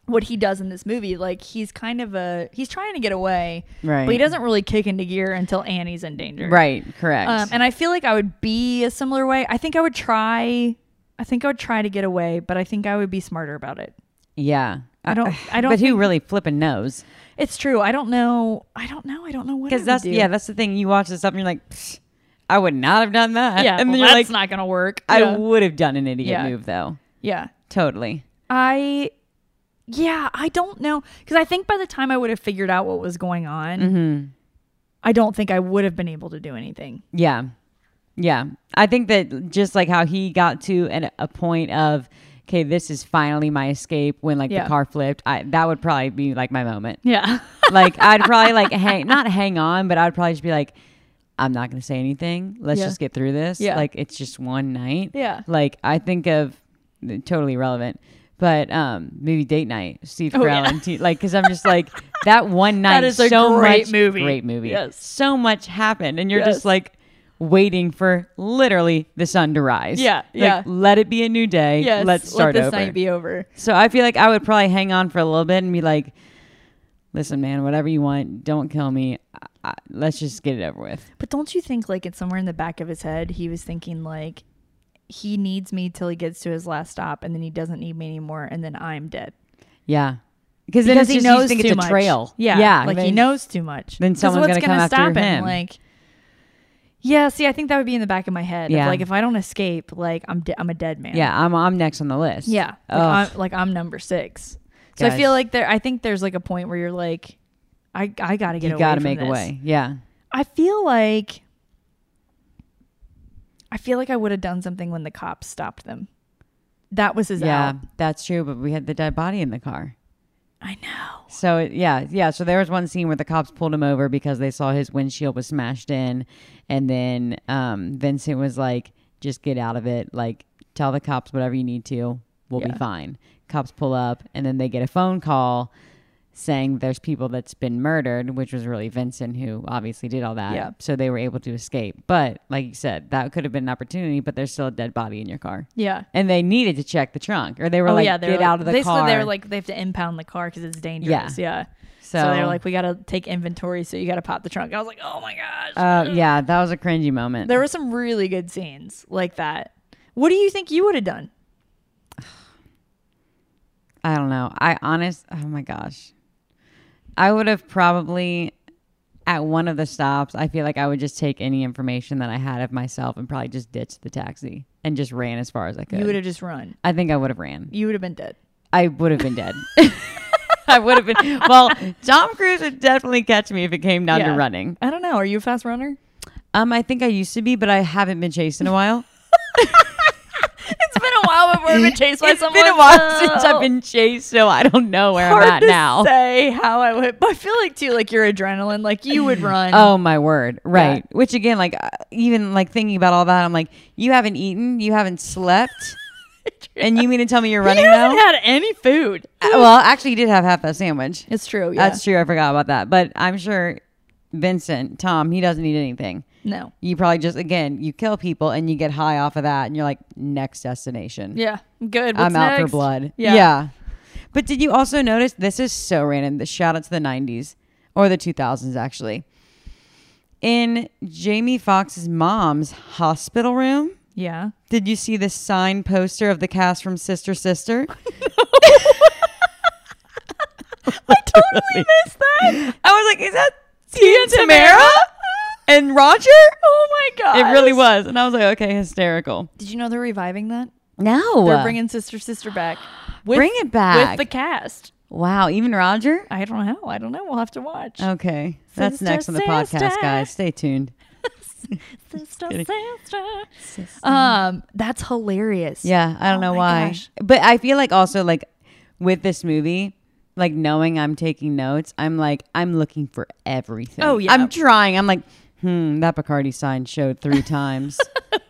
Speaker 1: what he does in this movie. Like he's kind of a he's trying to get away,
Speaker 2: Right.
Speaker 1: But he doesn't really kick into gear until Annie's in danger,
Speaker 2: Right. Correct.
Speaker 1: Um, and I feel like I would be a similar way. I think I would try. I think I would try to get away, but I think I would be smarter about it.
Speaker 2: yeah.
Speaker 1: I don't- I don't
Speaker 2: But who
Speaker 1: think-
Speaker 2: really flipping knows?
Speaker 1: It's true. I don't know. I don't know. I don't know what. I
Speaker 2: Because
Speaker 1: would
Speaker 2: that's
Speaker 1: do.
Speaker 2: yeah, that's the thing. You watch this stuff and you're like, "Psh, I would not have done that.
Speaker 1: yeah.
Speaker 2: And
Speaker 1: well,
Speaker 2: then you're
Speaker 1: that's
Speaker 2: like,
Speaker 1: not gonna work.
Speaker 2: I
Speaker 1: Yeah.
Speaker 2: would have done an idiot
Speaker 1: Yeah.
Speaker 2: move though.
Speaker 1: yeah.
Speaker 2: Totally.
Speaker 1: I yeah, I don't know because I think by the time I would have figured out what was going on,
Speaker 2: Mm-hmm.
Speaker 1: I don't think I would have been able to do anything.
Speaker 2: Yeah. Yeah. I think that just like how he got to an, a point of, okay, this is finally my escape when like
Speaker 1: Yeah.
Speaker 2: the car flipped, I, that would probably be like my moment.
Speaker 1: Yeah.
Speaker 2: like I'd probably like hang, not hang on, but I'd probably just be like, I'm not going to say anything. Let's
Speaker 1: Yeah.
Speaker 2: just get through this.
Speaker 1: Yeah.
Speaker 2: Like it's just one night.
Speaker 1: Yeah.
Speaker 2: Like I think of totally relevant. But um, maybe date night, Steve Carell,
Speaker 1: Oh, yeah.
Speaker 2: and T- like, because I'm just like that one night.
Speaker 1: is a
Speaker 2: so
Speaker 1: great
Speaker 2: much,
Speaker 1: movie.
Speaker 2: Great movie.
Speaker 1: Yes.
Speaker 2: So much happened, and you're
Speaker 1: Yes.
Speaker 2: just like waiting for literally the sun to rise.
Speaker 1: Yeah,
Speaker 2: Like,
Speaker 1: yeah.
Speaker 2: Let it be a new day.
Speaker 1: Yes.
Speaker 2: Let's start
Speaker 1: Let this
Speaker 2: over.
Speaker 1: night be over.
Speaker 2: So I feel like I would probably hang on for a little bit and be like, "Listen, man, whatever you want, don't kill me. I, I, let's just get it over with."
Speaker 1: But don't you think like it's somewhere in the back of his head he was thinking like he needs me till he gets to his last stop and then he doesn't need me anymore and then I'm dead.
Speaker 2: Yeah, because then
Speaker 1: Because
Speaker 2: it's
Speaker 1: he
Speaker 2: just,
Speaker 1: knows
Speaker 2: you think
Speaker 1: too
Speaker 2: it's a
Speaker 1: much.
Speaker 2: trail.
Speaker 1: Yeah.
Speaker 2: yeah.
Speaker 1: Like he
Speaker 2: then-
Speaker 1: knows too much.
Speaker 2: then
Speaker 1: 'Cause
Speaker 2: someone's
Speaker 1: what's
Speaker 2: gonna come after
Speaker 1: stop
Speaker 2: him.
Speaker 1: Like Yeah, see, I think that would be in the back of my head. of,
Speaker 2: Yeah.
Speaker 1: like if I don't escape, like I'm de- I'm a dead man.
Speaker 2: Yeah, I'm I'm next on the list.
Speaker 1: Yeah.
Speaker 2: Ugh.
Speaker 1: Like I'm, like I'm number six. So I
Speaker 2: Guys.
Speaker 1: feel like there. I think there's like a point where you're like, I I gotta get
Speaker 2: you
Speaker 1: away.
Speaker 2: got to
Speaker 1: from
Speaker 2: make
Speaker 1: this.
Speaker 2: a way. Yeah.
Speaker 1: I feel like. I feel like I would have done something when the cops stopped them. That was his
Speaker 2: Yeah,
Speaker 1: out.
Speaker 2: that's true. But we had the dead body in the car.
Speaker 1: I know.
Speaker 2: So it- yeah, yeah. So there was one scene where the cops pulled him over because they saw his windshield was smashed in, and then um, Vincent was like, "Just get out of it. Like, tell the cops whatever you need to. We'll
Speaker 1: Yeah.
Speaker 2: be fine." Cops pull up, and then they get a phone call saying there's people that's been murdered, which was really Vincent who obviously did all that.
Speaker 1: Yeah.
Speaker 2: So they were able to escape. But like you said, that could have been an opportunity. But there's still a dead body in your car.
Speaker 1: Yeah.
Speaker 2: And they needed to check the trunk, or they were
Speaker 1: Oh
Speaker 2: like,
Speaker 1: yeah,
Speaker 2: "Get
Speaker 1: they're like,
Speaker 2: out of the
Speaker 1: basically
Speaker 2: car."
Speaker 1: they were like they have to impound the car because it's dangerous. Yeah. So,
Speaker 2: So-
Speaker 1: they're like, we gotta take inventory, so you gotta pop the trunk. And I was like, oh my gosh.
Speaker 2: Uh, yeah, that was a cringy moment.
Speaker 1: there were some really good scenes like that. What do you think you would have done?
Speaker 2: I don't know. I honest. Oh my gosh. I would have probably at one of the stops, I feel like I would just take any information that I had of myself and probably just ditch the taxi and just ran as far as I could.
Speaker 1: You would have just run.
Speaker 2: I think I would have ran.
Speaker 1: You would have been dead.
Speaker 2: I would have been dead. I would have been. Well, Tom Cruise would definitely catch me if it came down to
Speaker 1: Yeah.
Speaker 2: running.
Speaker 1: I don't know. Are you a fast runner?
Speaker 2: Um, I think I used to be, but I haven't been chased in a while.
Speaker 1: It's been a while before I've been chased by
Speaker 2: It's
Speaker 1: someone.
Speaker 2: been a
Speaker 1: so-
Speaker 2: while since I've been chased, so I don't know where
Speaker 1: Hard
Speaker 2: I'm at
Speaker 1: to
Speaker 2: now.
Speaker 1: Say how I would, but I feel like too, like your adrenaline, like you would run.
Speaker 2: Oh my word! Right. Which again, like uh, even like thinking about all that, I'm like, you haven't eaten, you haven't slept, and you mean to tell me you're running
Speaker 1: you haven't
Speaker 2: now?
Speaker 1: had any food.
Speaker 2: Uh, well, actually, you did have half that sandwich.
Speaker 1: It's true. Yeah.
Speaker 2: That's true. I forgot about that. But I'm sure Vincent, Tom, he doesn't eat anything.
Speaker 1: No.
Speaker 2: You probably just again, you kill people and you get high off of that, and you're like, next destination.
Speaker 1: Yeah. Good. What's
Speaker 2: I'm out for
Speaker 1: next?
Speaker 2: blood.
Speaker 1: Yeah.
Speaker 2: But did you also notice this is so random? The shout out to the 90s or the 2000s actually. In Jamie Foxx's mom's hospital room,
Speaker 1: Yeah.
Speaker 2: did you see the sign poster of the cast from Sister Sister? I totally missed that. I was like, is that Tia and Tamara? And Roger?
Speaker 1: Oh my god.
Speaker 2: It really was. And I was like, okay, hysterical.
Speaker 1: Did you know they're reviving that?
Speaker 2: No.
Speaker 1: They're bringing Sister Sister back. With,
Speaker 2: Bring it back.
Speaker 1: with the cast.
Speaker 2: wow, even Roger?
Speaker 1: I don't know. I don't know. We'll have to watch.
Speaker 2: Okay. That's
Speaker 1: Sister,
Speaker 2: next on the
Speaker 1: sister.
Speaker 2: podcast, guys. Stay tuned.
Speaker 1: sister, sister. Um, that's hilarious.
Speaker 2: Yeah, I don't
Speaker 1: Oh
Speaker 2: know
Speaker 1: my
Speaker 2: why.
Speaker 1: gosh.
Speaker 2: But I feel like also like with this movie, like knowing I'm taking notes, I'm like I'm looking for everything.
Speaker 1: Oh, yeah.
Speaker 2: I'm trying. I'm like, hmm, that Bacardi sign showed three times.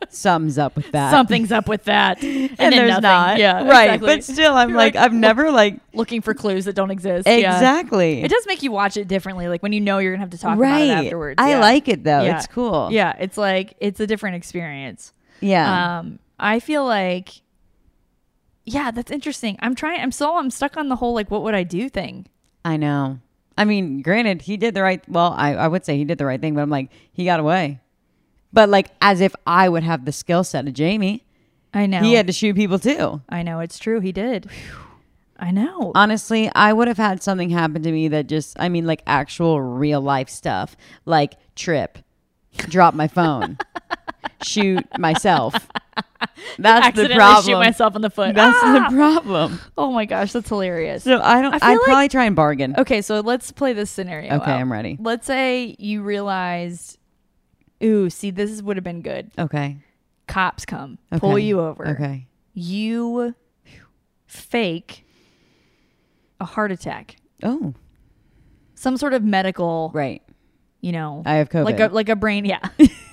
Speaker 2: Something's up with that.
Speaker 1: Something's up with that. And,
Speaker 2: And,
Speaker 1: then
Speaker 2: there's
Speaker 1: nothing.
Speaker 2: not.
Speaker 1: Yeah.
Speaker 2: Right.
Speaker 1: exactly.
Speaker 2: But still I'm
Speaker 1: You're
Speaker 2: like, I've never like
Speaker 1: looking for clues that don't exist. Yeah.
Speaker 2: Exactly.
Speaker 1: It does make you watch it differently, like when you know you're gonna have to talk
Speaker 2: right.
Speaker 1: about it afterwards.
Speaker 2: I
Speaker 1: Yeah.
Speaker 2: like it though.
Speaker 1: Yeah.
Speaker 2: It's cool.
Speaker 1: Yeah, it's like it's a different experience.
Speaker 2: Yeah.
Speaker 1: Um, I feel like, yeah, that's interesting. I'm trying. I'm still. I'm stuck on the whole like, what would I do thing.
Speaker 2: I know. I mean, granted, he did the right. Well, I, I would say he did the right thing, but I'm like, he got away. But like, as if I would have the skill set of Jamie.
Speaker 1: I know.
Speaker 2: He had to shoot people too.
Speaker 1: I know. It's true. He did. I know.
Speaker 2: Honestly, I would have had something happen to me that just, I mean, like actual real life stuff, like trip, drop my phone, shoot myself. That's the
Speaker 1: Accidentally
Speaker 2: problem.
Speaker 1: shoot myself in the foot.
Speaker 2: That's
Speaker 1: Ah!
Speaker 2: the problem.
Speaker 1: oh my gosh, that's hilarious.
Speaker 2: So I don't.
Speaker 1: I
Speaker 2: I
Speaker 1: feel
Speaker 2: would
Speaker 1: like-
Speaker 2: probably try and bargain.
Speaker 1: Okay, so let's play this scenario.
Speaker 2: Okay,
Speaker 1: out.
Speaker 2: I'm ready.
Speaker 1: Let's say you realized, ooh, see, this would have been good.
Speaker 2: Okay.
Speaker 1: Cops come, pull
Speaker 2: Okay.
Speaker 1: you over.
Speaker 2: Okay.
Speaker 1: You fake a heart attack,
Speaker 2: Oh,
Speaker 1: some sort of medical,
Speaker 2: right.
Speaker 1: you know,
Speaker 2: I have COVID.
Speaker 1: like a like a brain, yeah.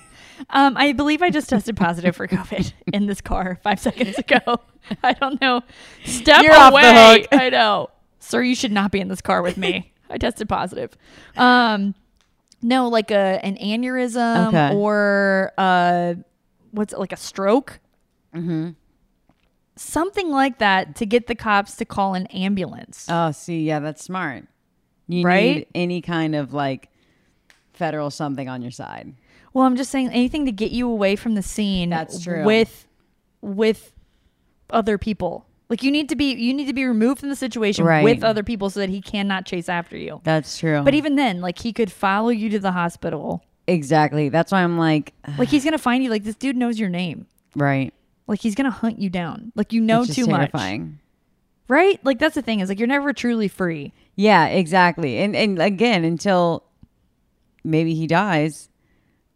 Speaker 1: um, I believe I just tested positive for COVID in this car five seconds ago. I don't know. Step
Speaker 2: You're off the
Speaker 1: away.
Speaker 2: hook.
Speaker 1: I know, sir. You should not be in this car with me. I tested positive. Um, no, like a an aneurysm
Speaker 2: Okay.
Speaker 1: or uh, what's it like a stroke? Mm-hmm. Something like that to get the cops to call an ambulance.
Speaker 2: Oh, see, yeah, that's smart. You
Speaker 1: Right?
Speaker 2: need any kind of like federal something on your side.
Speaker 1: Well, I'm just saying anything to get you away from the scene.
Speaker 2: That's true.
Speaker 1: With with other people. Like you need to be you need to be removed from the situation
Speaker 2: Right.
Speaker 1: with other people so that he cannot chase after you.
Speaker 2: That's true.
Speaker 1: but even then, like he could follow you to the hospital.
Speaker 2: exactly. That's why I'm like,
Speaker 1: Like he's gonna find you. Like this dude knows your name.
Speaker 2: right.
Speaker 1: Like he's gonna hunt you down. Like you know
Speaker 2: It's just
Speaker 1: too much,
Speaker 2: terrifying.
Speaker 1: right? Like that's the thing is like you're never truly free.
Speaker 2: Yeah, exactly. And and again, until maybe he dies,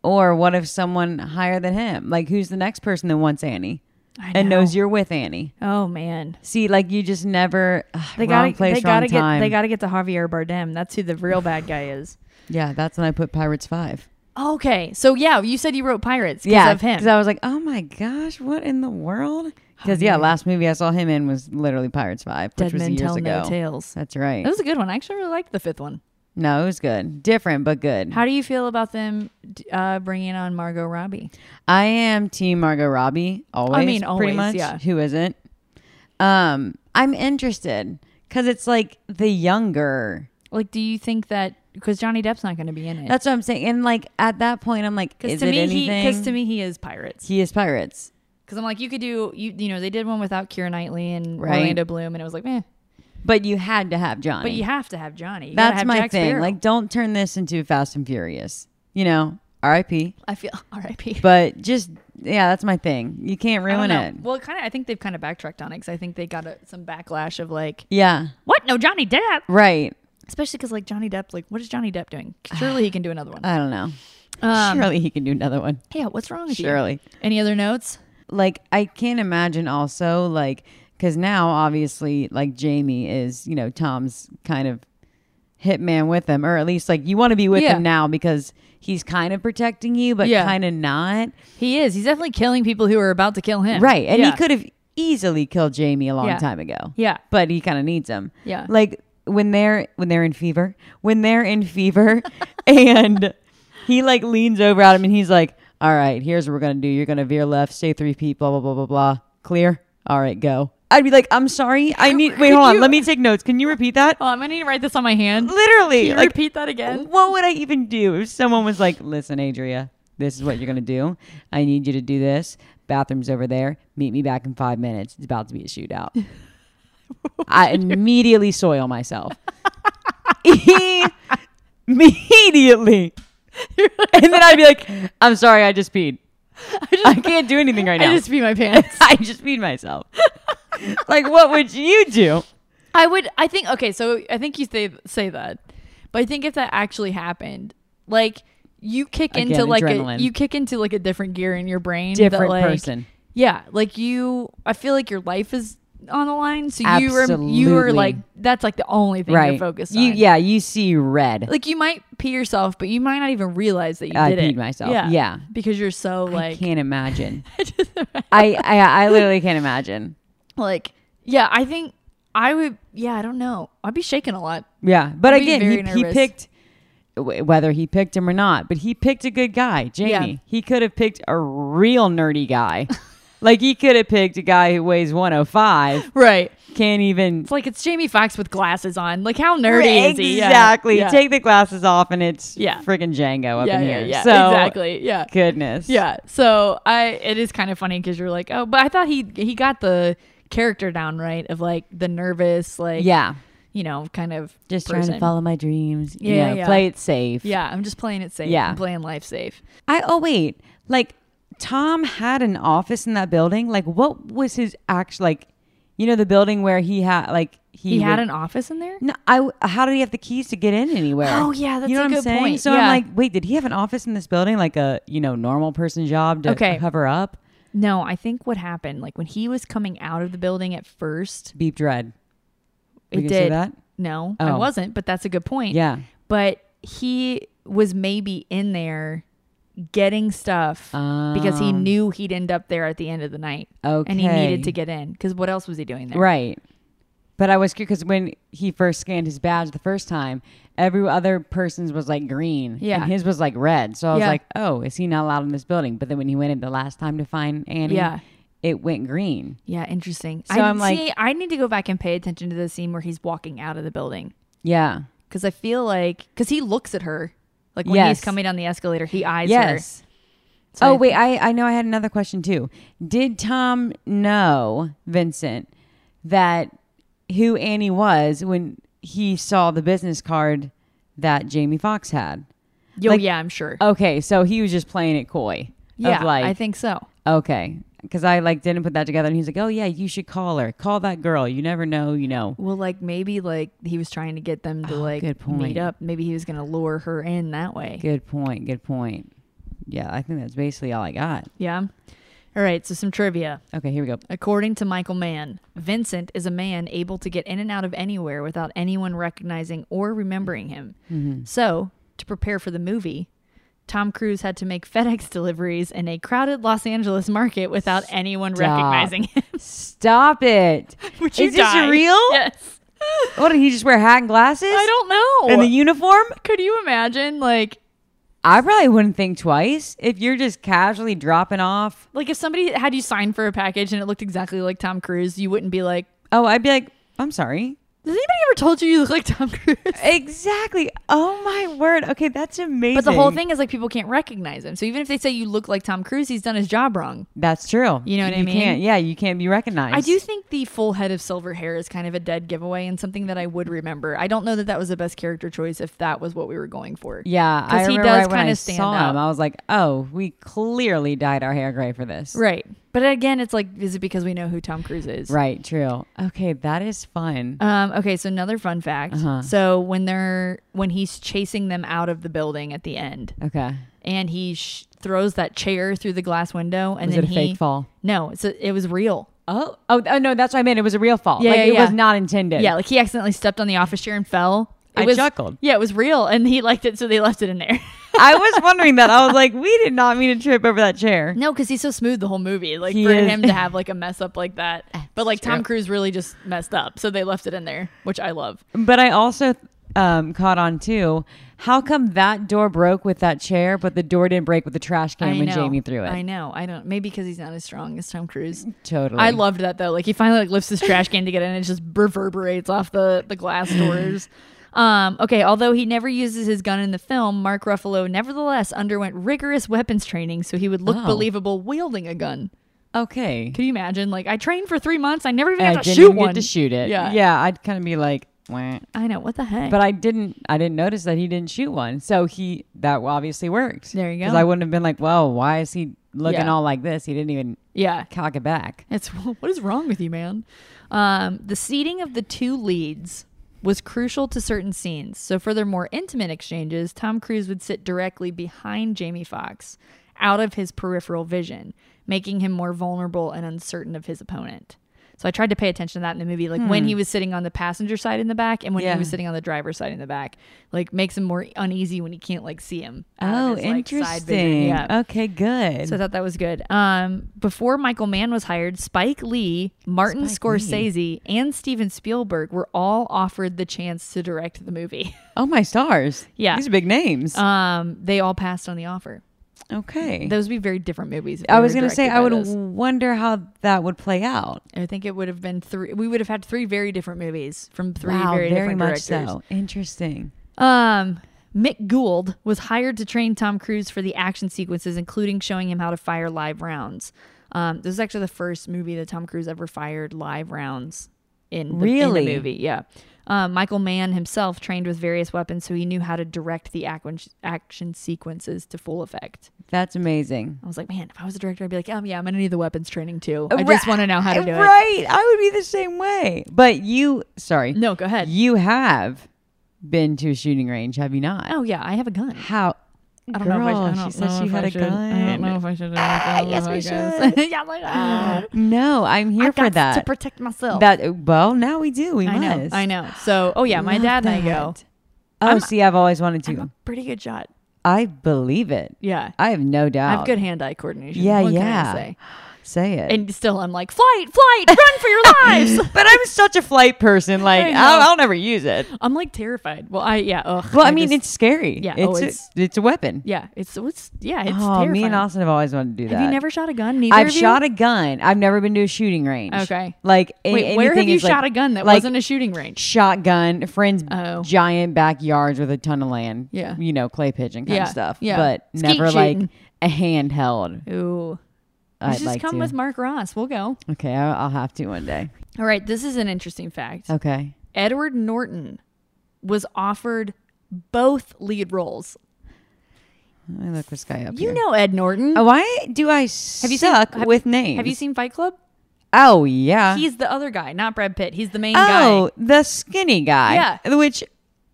Speaker 2: or what if someone higher than him? Like, who's the next person that wants Annie
Speaker 1: I
Speaker 2: and
Speaker 1: know.
Speaker 2: knows you're with Annie?
Speaker 1: Oh man,
Speaker 2: See, like you just never. Ugh,
Speaker 1: they
Speaker 2: wrong
Speaker 1: gotta
Speaker 2: place,
Speaker 1: they gotta
Speaker 2: wrong
Speaker 1: get
Speaker 2: time.
Speaker 1: they gotta get to Javier Bardem. That's who the real bad guy is.
Speaker 2: yeah, that's when I put Pirates Five.
Speaker 1: Okay, so yeah, you said you wrote Pirates. 'cause
Speaker 2: yeah,
Speaker 1: of him. Oh,
Speaker 2: Because I was like, oh my gosh, what in the world? Because yeah, last movie I saw him in was literally Pirates Five, which
Speaker 1: Dead
Speaker 2: was
Speaker 1: Men
Speaker 2: years
Speaker 1: Tell
Speaker 2: ago.
Speaker 1: No Tales.
Speaker 2: That's right.
Speaker 1: That was a good one. I actually really liked the fifth one.
Speaker 2: no, it was good, different but good.
Speaker 1: How do you feel about them d- uh, bringing on Margot Robbie?
Speaker 2: I am Team Margot Robbie always.
Speaker 1: mean, always,
Speaker 2: pretty much.
Speaker 1: yeah.
Speaker 2: Who isn't? Um, I'm interested because it's like the younger.
Speaker 1: Like, do you think that because Johnny Depp's not going to be in it?
Speaker 2: That's what I'm saying. And like at that point, I'm like,
Speaker 1: because
Speaker 2: is
Speaker 1: to
Speaker 2: it
Speaker 1: me,
Speaker 2: anything?
Speaker 1: because to me, he is pirates.
Speaker 2: he is pirates.
Speaker 1: Because I'm like, you could do you you know they did one without Keira Knightley and
Speaker 2: Right.
Speaker 1: Orlando Bloom, and it was like, meh.
Speaker 2: But you had to have Johnny.
Speaker 1: But you have to have Johnny. You gotta
Speaker 2: That's
Speaker 1: have
Speaker 2: my
Speaker 1: Jack
Speaker 2: thing.
Speaker 1: Sparrow.
Speaker 2: Like, don't turn this into Fast and Furious. You know, R.I.P.
Speaker 1: I feel R.I.P.
Speaker 2: But just yeah, that's my thing. You can't
Speaker 1: I don't
Speaker 2: ruin
Speaker 1: know.
Speaker 2: it.
Speaker 1: Well, kind of. I think they've kind of backtracked on it because I think they got a, some backlash of like,
Speaker 2: Yeah,
Speaker 1: what? No Johnny Depp.
Speaker 2: right.
Speaker 1: Especially because like Johnny Depp, like, what is Johnny Depp doing? Surely he can do another one.
Speaker 2: I don't know.
Speaker 1: Um,
Speaker 2: surely he can do another one.
Speaker 1: Yeah, what's wrong with you?
Speaker 2: Surely.
Speaker 1: Any other notes?
Speaker 2: Like I can't imagine also like because now obviously like Jamie is you know Tom's kind of hitman with him or at least like you want to be with
Speaker 1: Yeah.
Speaker 2: him now because he's kind of protecting you but
Speaker 1: Yeah.
Speaker 2: kind of not.
Speaker 1: He is. He's definitely killing people who are about to kill him.
Speaker 2: Right. And
Speaker 1: Yeah.
Speaker 2: he could have easily killed Jamie a long
Speaker 1: Yeah.
Speaker 2: time ago.
Speaker 1: Yeah.
Speaker 2: But he kind of needs him.
Speaker 1: Yeah.
Speaker 2: Like when they're when they're in fever, when they're in fever and he like leans over at him and he's like, "All right, here's what we're going to do. You're going to veer left, stay three feet, blah blah blah blah blah. Clear? All right, go." I'd be like, "I'm sorry. I need Wait,
Speaker 1: could
Speaker 2: hold on.
Speaker 1: you-
Speaker 2: Let me take notes. Can you repeat that?"
Speaker 1: Oh, I'm gonna need to write this on my hand.
Speaker 2: Literally.
Speaker 1: Can you
Speaker 2: like,
Speaker 1: repeat that again?
Speaker 2: what would I even do if someone was like, listen, Adria, this is what you're going to do. I need you to do this. Bathroom's over there. Meet me back in five minutes. It's about to be a shootout. I immediately soil myself. immediately. and then I'd be like, I'm sorry, I just peed. I, can't do anything right now.
Speaker 1: I just pee my pants.
Speaker 2: I just peed myself. like, what would you do?
Speaker 1: I would. I think. Okay, so I think you say say that, but I think if that actually happened, like you kick
Speaker 2: Again,
Speaker 1: into like
Speaker 2: adrenaline.
Speaker 1: a you kick into like a different gear in your brain. that,
Speaker 2: Different
Speaker 1: like-
Speaker 2: person.
Speaker 1: Yeah, like you. I feel like your life is on the line, so you were you were
Speaker 2: Absolutely.
Speaker 1: like that's like the only thing you're focused on.
Speaker 2: You, yeah, you see red.
Speaker 1: Like you might pee yourself, but you might not even realize that you
Speaker 2: I
Speaker 1: did it.
Speaker 2: peed myself. Yeah.
Speaker 1: Because you're so like
Speaker 2: I can't imagine. I, I I literally can't imagine.
Speaker 1: like yeah i think i would yeah i don't know i'd be shaking a lot
Speaker 2: Yeah, but
Speaker 1: I'd be
Speaker 2: again,
Speaker 1: very
Speaker 2: he, he
Speaker 1: nervous.
Speaker 2: picked wh- whether he picked him or not, but he picked a good guy, Jamie.
Speaker 1: Yeah.
Speaker 2: He could have picked a real nerdy guy. like he could have picked a guy who weighs 105,
Speaker 1: right
Speaker 2: can't even
Speaker 1: it's like it's jamie fox with glasses on like how nerdy is he Yeah.
Speaker 2: exactly
Speaker 1: yeah.
Speaker 2: take the glasses off and it's
Speaker 1: Yeah.
Speaker 2: freaking Django up
Speaker 1: yeah,
Speaker 2: in
Speaker 1: yeah,
Speaker 2: here.
Speaker 1: yeah.
Speaker 2: So
Speaker 1: exactly yeah
Speaker 2: goodness.
Speaker 1: yeah so i it is kind of funny because you're like oh but i thought he he got the character down right of like the nervous like
Speaker 2: Yeah.
Speaker 1: you know kind of
Speaker 2: Just trying
Speaker 1: person.
Speaker 2: to follow my dreams. you
Speaker 1: Yeah,
Speaker 2: know,
Speaker 1: yeah.
Speaker 2: Play it safe.
Speaker 1: yeah i'm just playing it safe
Speaker 2: Yeah.
Speaker 1: i'm playing life safe
Speaker 2: I oh wait, like Tom had an office in that building. Like what was his actual like? You know the building where he had like he,
Speaker 1: he, had
Speaker 2: would-
Speaker 1: an office in there
Speaker 2: No, I. How did he have the keys to get in anywhere?
Speaker 1: Oh, yeah, that's
Speaker 2: you know
Speaker 1: a
Speaker 2: what I'm
Speaker 1: good
Speaker 2: saying.
Speaker 1: point.
Speaker 2: So
Speaker 1: Yeah.
Speaker 2: I'm like, wait, did he have an office in this building, like a you know normal person job to
Speaker 1: Okay.
Speaker 2: cover up?
Speaker 1: no i think what happened like when he was coming out of the building at first
Speaker 2: Beep dread. We
Speaker 1: It
Speaker 2: can
Speaker 1: did.
Speaker 2: say that?
Speaker 1: No, I
Speaker 2: Oh.
Speaker 1: wasn't, but that's a good point.
Speaker 2: Yeah.
Speaker 1: But he was maybe in there getting stuff because he
Speaker 2: Um.
Speaker 1: knew he'd end up there at the end of the night. And he
Speaker 2: Okay.
Speaker 1: needed to get in because what else was he doing there?
Speaker 2: Right. But I was curious because when he first scanned his badge the first time, every other person's was like green.
Speaker 1: Yeah.
Speaker 2: And his was like red. So I was
Speaker 1: Yeah.
Speaker 2: like, oh, is he not allowed in this building? But then when he went in the last time to find Annie,
Speaker 1: Yeah.
Speaker 2: it went green.
Speaker 1: Yeah, interesting.
Speaker 2: So I'm like-
Speaker 1: see, I need to go back and pay attention to the scene where he's walking out of the building
Speaker 2: Yeah.
Speaker 1: because I feel like because he looks at her like when he's
Speaker 2: Yes.
Speaker 1: coming down the escalator, he eyes
Speaker 2: Yes.
Speaker 1: her. So
Speaker 2: oh,
Speaker 1: I-
Speaker 2: wait. I, I know I had another question too. Did Tom know, Vincent, that who Annie was when he saw the business card that Jamie Fox had?
Speaker 1: Yo,
Speaker 2: like-
Speaker 1: yeah, I'm sure.
Speaker 2: Okay. So he was just playing it coy. of
Speaker 1: yeah,
Speaker 2: like,
Speaker 1: I think so.
Speaker 2: Okay. Cause I like didn't put that together and he's like, Oh yeah, you should call her. Call that girl. You never know, you know.
Speaker 1: Well, like maybe like he was trying to get them to like
Speaker 2: Ah, good point.
Speaker 1: meet up. Maybe he was going to lure her in that way.
Speaker 2: Good point, good point. Yeah, I think that's basically all I got.
Speaker 1: Yeah. All right. So some trivia.
Speaker 2: Okay, here we go.
Speaker 1: According to Michael Mann, Vincent is a man able to get in and out of anywhere without anyone recognizing or remembering him.
Speaker 2: Mm-hmm.
Speaker 1: So to prepare for the movie. Tom Cruise had to make FedEx deliveries in a crowded Los Angeles market without anyone recognizing him.
Speaker 2: Stop it.
Speaker 1: Would you
Speaker 2: Is this
Speaker 1: die?
Speaker 2: real?
Speaker 1: Yes.
Speaker 2: What did he just wear a hat and glasses?
Speaker 1: I don't know.
Speaker 2: and the uniform?
Speaker 1: Could you imagine like
Speaker 2: I probably wouldn't think twice if you're just casually dropping off.
Speaker 1: Like if somebody had you sign for a package and it looked exactly like Tom Cruise, you wouldn't be like,
Speaker 2: Oh, I'd be like, I'm sorry.
Speaker 1: "Does anybody ever told you you look like Tom Cruise?
Speaker 2: Exactly. Oh my word. Okay, that's amazing.
Speaker 1: But the whole thing is like people can't recognize him. So even if they say you look like Tom Cruise, he's done his job wrong.
Speaker 2: That's true.
Speaker 1: You know what I mean?
Speaker 2: Can't, yeah, you can't be recognized.
Speaker 1: I do think the full head of silver hair is kind of a dead giveaway and something that I would remember. I don't know that that was the best character choice if that was what we were going for.
Speaker 2: Yeah, I
Speaker 1: because he
Speaker 2: remember
Speaker 1: does
Speaker 2: right when
Speaker 1: kind
Speaker 2: I
Speaker 1: of stand
Speaker 2: saw
Speaker 1: out.
Speaker 2: Him, I was like, oh, we clearly dyed our hair gray for this.
Speaker 1: Right. But again, it's like, is it because we know who Tom Cruise is?
Speaker 2: Right, True. Okay, that is fun.
Speaker 1: Um, okay, so another fun fact.
Speaker 2: Uh-huh.
Speaker 1: So when they're when he's chasing them out of the building at the end,
Speaker 2: okay.
Speaker 1: and he sh- throws that chair through the glass window, and
Speaker 2: Was
Speaker 1: then
Speaker 2: it a
Speaker 1: he,
Speaker 2: fake fall?
Speaker 1: No, it's a, it was real.
Speaker 2: Oh, oh, oh no, that's what I meant. It was a real fault.
Speaker 1: Yeah,
Speaker 2: like,
Speaker 1: yeah,
Speaker 2: it
Speaker 1: yeah.
Speaker 2: was not intended.
Speaker 1: Yeah, like he accidentally stepped on the office chair and fell. It
Speaker 2: I
Speaker 1: was,
Speaker 2: chuckled.
Speaker 1: Yeah, it was real, and he liked it, so they left it in there.
Speaker 2: I was wondering that. I was like, we did not mean to trip over that chair.
Speaker 1: no, because he's so smooth the whole movie. Like
Speaker 2: He
Speaker 1: for
Speaker 2: is.
Speaker 1: him to have like a mess up like that, but like Tom Cruise really just messed up, so they left it in there, which I love.
Speaker 2: But I also um, caught on too. How come that door broke with that chair, but the door didn't break with the trash can
Speaker 1: I
Speaker 2: when
Speaker 1: know.
Speaker 2: Jamie threw it?
Speaker 1: I know. I don't. Maybe because he's not as strong as Tom Cruise.
Speaker 2: Totally.
Speaker 1: I loved that though. Like he finally like lifts his trash can to get in, and it just reverberates off the the glass doors. Um, okay, although he never uses his gun in the film, Mark Ruffalo nevertheless underwent rigorous weapons training so he would look
Speaker 2: Oh.
Speaker 1: believable wielding a gun.
Speaker 2: Okay.
Speaker 1: Could you imagine? Like I trained for three months, I never even
Speaker 2: I
Speaker 1: got to
Speaker 2: didn't
Speaker 1: shoot
Speaker 2: even
Speaker 1: one.
Speaker 2: get to shoot it.
Speaker 1: Yeah,
Speaker 2: Yeah, I'd kind of be like, Wah.
Speaker 1: I know what the heck.
Speaker 2: but I didn't. I didn't notice that he didn't shoot one. So he that obviously worked.
Speaker 1: There you go.
Speaker 2: Because I wouldn't have been like, well, why is he looking
Speaker 1: Yeah.
Speaker 2: all like this? He didn't even
Speaker 1: yeah,
Speaker 2: cock it back.
Speaker 1: It's what is wrong with you, man? Um, the seating of the two leads was crucial to certain scenes. So for their more intimate exchanges, Tom Cruise would sit directly behind Jamie Foxx, out of his peripheral vision, making him more vulnerable and uncertain of his opponent. So I tried to pay attention to that in the movie, like when he was sitting on the passenger side in the back and when
Speaker 2: Hmm. Yeah.
Speaker 1: he was sitting on the driver's side in the back, like makes him more uneasy when he can't like see him. out
Speaker 2: Oh,
Speaker 1: of his, Uh, like, side vision.
Speaker 2: interesting.
Speaker 1: Yeah.
Speaker 2: Okay, good.
Speaker 1: So I thought that was good. Um, before Michael Mann was hired, Spike Lee, Martin Scorsese, and Steven Spielberg were all offered the chance to direct the movie.
Speaker 2: oh my stars.
Speaker 1: Yeah.
Speaker 2: These are big names.
Speaker 1: Um, they all passed on the offer.
Speaker 2: okay.
Speaker 1: Those would be very different movies. if
Speaker 2: I
Speaker 1: they
Speaker 2: was
Speaker 1: were
Speaker 2: gonna say
Speaker 1: directed
Speaker 2: I
Speaker 1: by
Speaker 2: would
Speaker 1: those.
Speaker 2: wonder how that would play out.
Speaker 1: I think it would have been three. We would have had three very different movies from three
Speaker 2: wow,
Speaker 1: very,
Speaker 2: very
Speaker 1: different
Speaker 2: much
Speaker 1: directors.
Speaker 2: so. Interesting.
Speaker 1: Um, Mick Gould was hired to train Tom Cruise for the action sequences, including showing him how to fire live rounds. Um, this is actually the first movie that Tom Cruise ever fired live rounds in the, in the
Speaker 2: Really?
Speaker 1: movie. Yeah. Um, Michael Mann himself trained with various weapons, so he knew how to direct the action, action sequences to full effect.
Speaker 2: That's amazing.
Speaker 1: I was like, man, if I was a director, I'd be like, oh, yeah, I'm going to need the weapons training too. I just want to know how to do it.
Speaker 2: Right. I would be the same way. But you, sorry.
Speaker 1: No, go ahead.
Speaker 2: You have been to a shooting range, have you not?
Speaker 1: Oh, yeah, I have a gun.
Speaker 2: How?
Speaker 1: I don't
Speaker 2: Girl,
Speaker 1: know if I, I don't
Speaker 2: she said
Speaker 1: know
Speaker 2: she
Speaker 1: if
Speaker 2: had
Speaker 1: I
Speaker 2: a
Speaker 1: should.
Speaker 2: gun.
Speaker 1: I don't know if I should. Ah,
Speaker 2: yes, we
Speaker 1: should. yeah, like, ah.
Speaker 2: No, I'm here for
Speaker 1: got
Speaker 2: that.
Speaker 1: to protect myself.
Speaker 2: That well, now we do. We
Speaker 1: I know.
Speaker 2: must.
Speaker 1: I know. So, oh yeah, my
Speaker 2: Love
Speaker 1: dad and I go.
Speaker 2: that. Oh, see, I've always wanted
Speaker 1: I'm a
Speaker 2: to.
Speaker 1: pretty good shot.
Speaker 2: I believe it.
Speaker 1: Yeah.
Speaker 2: I have no
Speaker 1: I
Speaker 2: doubt.
Speaker 1: have good hand-eye coordination.
Speaker 2: Yeah,
Speaker 1: What can I
Speaker 2: yeah.
Speaker 1: say?
Speaker 2: Say it.
Speaker 1: And still, I'm like, flight, flight, run for your lives.
Speaker 2: but I'm such a flight person. Like
Speaker 1: I
Speaker 2: I'll,
Speaker 1: know.
Speaker 2: I'll never use it.
Speaker 1: I'm like terrified. Well, I yeah. Ugh,
Speaker 2: Well, I, mean,
Speaker 1: just-
Speaker 2: it's scary.
Speaker 1: yeah,
Speaker 2: It's,
Speaker 1: oh,
Speaker 2: a,
Speaker 1: it's-
Speaker 2: it's a weapon.
Speaker 1: yeah. It's it's yeah. It's
Speaker 2: oh,
Speaker 1: terrifying.
Speaker 2: me and Austin have always wanted to do that.
Speaker 1: have you never shot a gun? Neither
Speaker 2: I've
Speaker 1: of you?
Speaker 2: shot a gun. I've never been to a shooting range.
Speaker 1: Okay.
Speaker 2: Like a-
Speaker 1: Wait, where have
Speaker 2: anything
Speaker 1: you
Speaker 2: is like-
Speaker 1: shot a gun that
Speaker 2: like
Speaker 1: wasn't a shooting range?
Speaker 2: shotgun? Friends,
Speaker 1: Oh.
Speaker 2: giant backyards with a ton of land.
Speaker 1: Yeah.
Speaker 2: You know, clay pigeon kind
Speaker 1: Yeah,
Speaker 2: of stuff.
Speaker 1: yeah.
Speaker 2: But
Speaker 1: Skeet
Speaker 2: never
Speaker 1: shooting.
Speaker 2: like a handheld.
Speaker 1: Ooh. You
Speaker 2: I'd
Speaker 1: should just
Speaker 2: like
Speaker 1: come
Speaker 2: to.
Speaker 1: with Mark Ross. We'll go.
Speaker 2: Okay, I'll, I'll have to one day.
Speaker 1: All right, this is an interesting fact.
Speaker 2: Okay.
Speaker 1: Edward Norton was offered both lead roles.
Speaker 2: Let me look this guy up.
Speaker 1: You
Speaker 2: here. Oh,
Speaker 1: know Ed Norton.
Speaker 2: Why do I suck
Speaker 1: you seen- have-
Speaker 2: with names?
Speaker 1: Have you seen Fight Club?
Speaker 2: Oh yeah.
Speaker 1: He's the other guy, not Brad Pitt. He's the main
Speaker 2: oh
Speaker 1: guy.
Speaker 2: the skinny guy.
Speaker 1: Yeah.
Speaker 2: Which,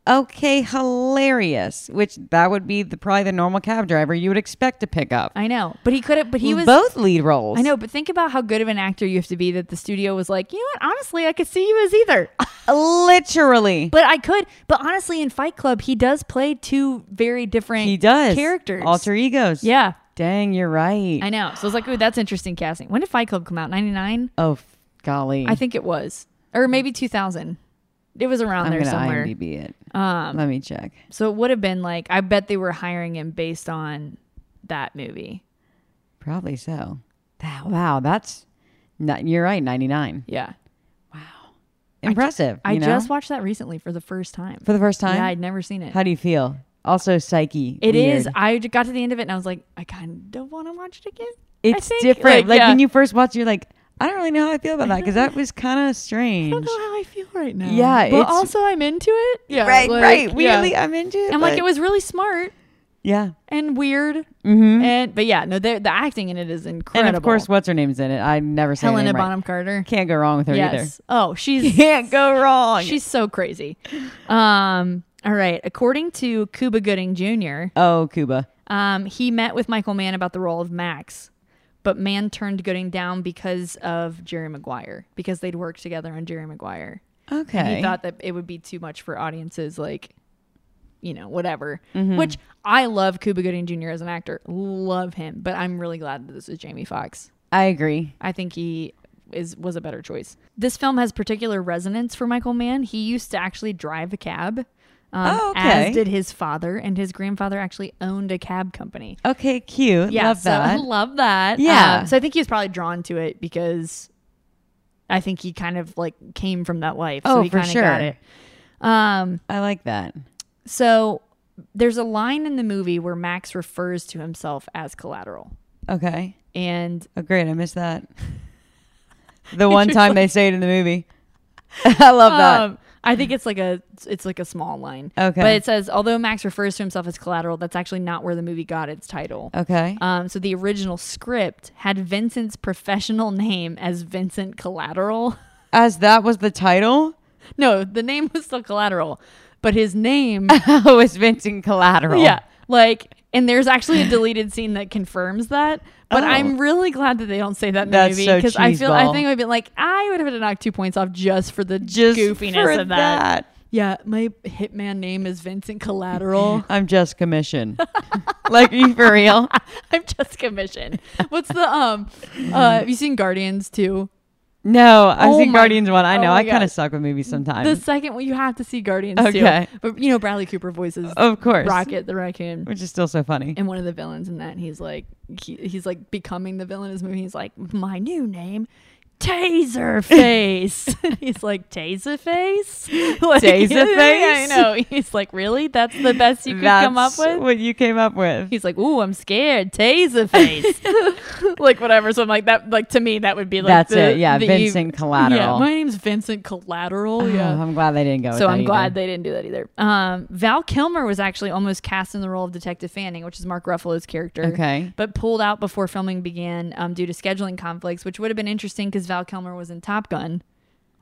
Speaker 2: okay, hilarious. Which that would be the probably the normal cab driver you would expect to pick up.
Speaker 1: I know, but he could have. But he was.
Speaker 2: both lead roles.
Speaker 1: I know, but think about how good of an actor you have to be that the studio was like, you know what? Honestly, I could see you as either.
Speaker 2: Literally.
Speaker 1: but I could. But honestly, in Fight Club, he does play two very different.
Speaker 2: he does
Speaker 1: characters.
Speaker 2: alter egos.
Speaker 1: Yeah,
Speaker 2: Dang, you're right.
Speaker 1: I know. So I was like, ooh, that's interesting casting. When did Fight Club come out? Ninety nine.
Speaker 2: oh f- golly.
Speaker 1: I think it was, or maybe two thousand. It was around
Speaker 2: I'm
Speaker 1: there
Speaker 2: gonna
Speaker 1: somewhere. Um,
Speaker 2: IMDb it. Let me check.
Speaker 1: So it would have been like I bet they were hiring him based on that movie.
Speaker 2: Probably so. That- wow, that's. Not, you're right. Ninety nine.
Speaker 1: Yeah.
Speaker 2: impressive.
Speaker 1: I
Speaker 2: you know?
Speaker 1: just watched that recently for the first time.
Speaker 2: for the first time.
Speaker 1: Yeah, I'd never seen it.
Speaker 2: How do you feel? Also, psyche.
Speaker 1: It is.
Speaker 2: weird.
Speaker 1: I j- got to the end of it and I was like, I kind of want to watch it again. I
Speaker 2: It's
Speaker 1: think.
Speaker 2: different. Like,
Speaker 1: yeah.
Speaker 2: when you first watch, it, you're like, I don't really know how I feel about that because that was kind of strange.
Speaker 1: I don't know how I feel right now.
Speaker 2: Yeah,
Speaker 1: but
Speaker 2: it's-
Speaker 1: also I'm into it. Yeah,
Speaker 2: Right,
Speaker 1: like,
Speaker 2: right.
Speaker 1: yeah.
Speaker 2: Weirdly, I'm into it.
Speaker 1: I'm like,
Speaker 2: but-
Speaker 1: it was really smart
Speaker 2: Yeah.
Speaker 1: and weird. Mm-hmm. And but yeah, no, the the acting in it is incredible.
Speaker 2: And of course, what's her name's in it? I never say her
Speaker 1: Helena
Speaker 2: name right.
Speaker 1: Bonham Carter.
Speaker 2: Can't go wrong with her
Speaker 1: Yes. Oh,
Speaker 2: either.
Speaker 1: she's
Speaker 2: Can't go wrong.
Speaker 1: she's so crazy. Um. All right. According to Cuba Gooding Jr.,
Speaker 2: oh Cuba.
Speaker 1: um, he met with Michael Mann about the role of Max, but Mann turned Gooding down because of Jerry Maguire because they'd worked together on Jerry Maguire.
Speaker 2: Okay.
Speaker 1: and he thought that it would be too much for audiences like you know whatever which i love cuba gooding jr as an actor love him but i'm really glad that this is jamie Foxx.
Speaker 2: I agree.
Speaker 1: i think he is was a better choice this film has particular resonance for michael mann he used to actually drive a cab um,
Speaker 2: Oh, okay.
Speaker 1: as did his father and his grandfather actually owned a cab company
Speaker 2: Okay, cute.
Speaker 1: yeah,
Speaker 2: Love
Speaker 1: so
Speaker 2: that.
Speaker 1: love that.
Speaker 2: Yeah.
Speaker 1: Um, so I think he was probably drawn to it because I think he kind of like came from that life. so
Speaker 2: Oh,
Speaker 1: he
Speaker 2: for
Speaker 1: kinda Got
Speaker 2: sure.
Speaker 1: it. Um,
Speaker 2: I like that.
Speaker 1: so there's a line in the movie where Max refers to himself as collateral,
Speaker 2: Okay.
Speaker 1: and
Speaker 2: Oh, great. I missed that. The one time they say it in the movie. I love that.
Speaker 1: Um, I think it's like a it's like a small line.
Speaker 2: Okay.
Speaker 1: But it says although Max refers to himself as collateral, that's actually not where the movie got its title.
Speaker 2: Okay.
Speaker 1: Um, so the original script had Vincent's professional name as Vincent Collateral.
Speaker 2: As that was the title,
Speaker 1: No, the name was still Collateral, but his name,
Speaker 2: oh, was Vincent Collateral.
Speaker 1: yeah, like, and there's actually a deleted scene that confirms that. But
Speaker 2: Oh.
Speaker 1: I'm really glad that they don't say that in
Speaker 2: That's
Speaker 1: the movie
Speaker 2: so
Speaker 1: I feel, I
Speaker 2: cheeseball.
Speaker 1: think I would be like, I would have had to knock two points off just for the
Speaker 2: Just
Speaker 1: goofiness
Speaker 2: for
Speaker 1: of that. Yeah, my hitman name is Vincent Collateral.
Speaker 2: I'm just commissioned. like, are you for real?
Speaker 1: I'm just commissioned. What's the um? Uh, have you seen Guardians too?
Speaker 2: No, I've
Speaker 1: Oh
Speaker 2: seen
Speaker 1: my-
Speaker 2: Guardians one. I
Speaker 1: oh
Speaker 2: know.
Speaker 1: my
Speaker 2: I kind
Speaker 1: God.
Speaker 2: of suck with movies
Speaker 1: The
Speaker 2: sometimes,
Speaker 1: second one, you have to see Guardians
Speaker 2: Okay.
Speaker 1: too. But you know Bradley Cooper voices
Speaker 2: Of course.
Speaker 1: Rocket the Raccoon.
Speaker 2: which is still so funny.
Speaker 1: and one of the villains in that he's like he, he's like becoming the villain in his movie he's like my new name taser face he's like taser face like,
Speaker 2: Taserface?
Speaker 1: i know he's like really that's the best you could come up with
Speaker 2: what you came up with.
Speaker 1: he's like ooh i'm scared taser face like whatever so i'm like that like to me that would be like
Speaker 2: That's
Speaker 1: the-
Speaker 2: it, yeah,
Speaker 1: the-
Speaker 2: Vincent
Speaker 1: yeah
Speaker 2: Collateral.
Speaker 1: my name's vincent collateral
Speaker 2: Oh,
Speaker 1: yeah
Speaker 2: I'm glad they didn't go. with
Speaker 1: so
Speaker 2: that
Speaker 1: I'm
Speaker 2: either.
Speaker 1: glad they didn't do that either. Um, Val Kilmer was actually almost cast in the role of Detective Fanning, which is Mark Ruffalo's character.
Speaker 2: Okay.
Speaker 1: But pulled out before filming began um, due to scheduling conflicts, which would have been interesting because Val Kilmer was in Top Gun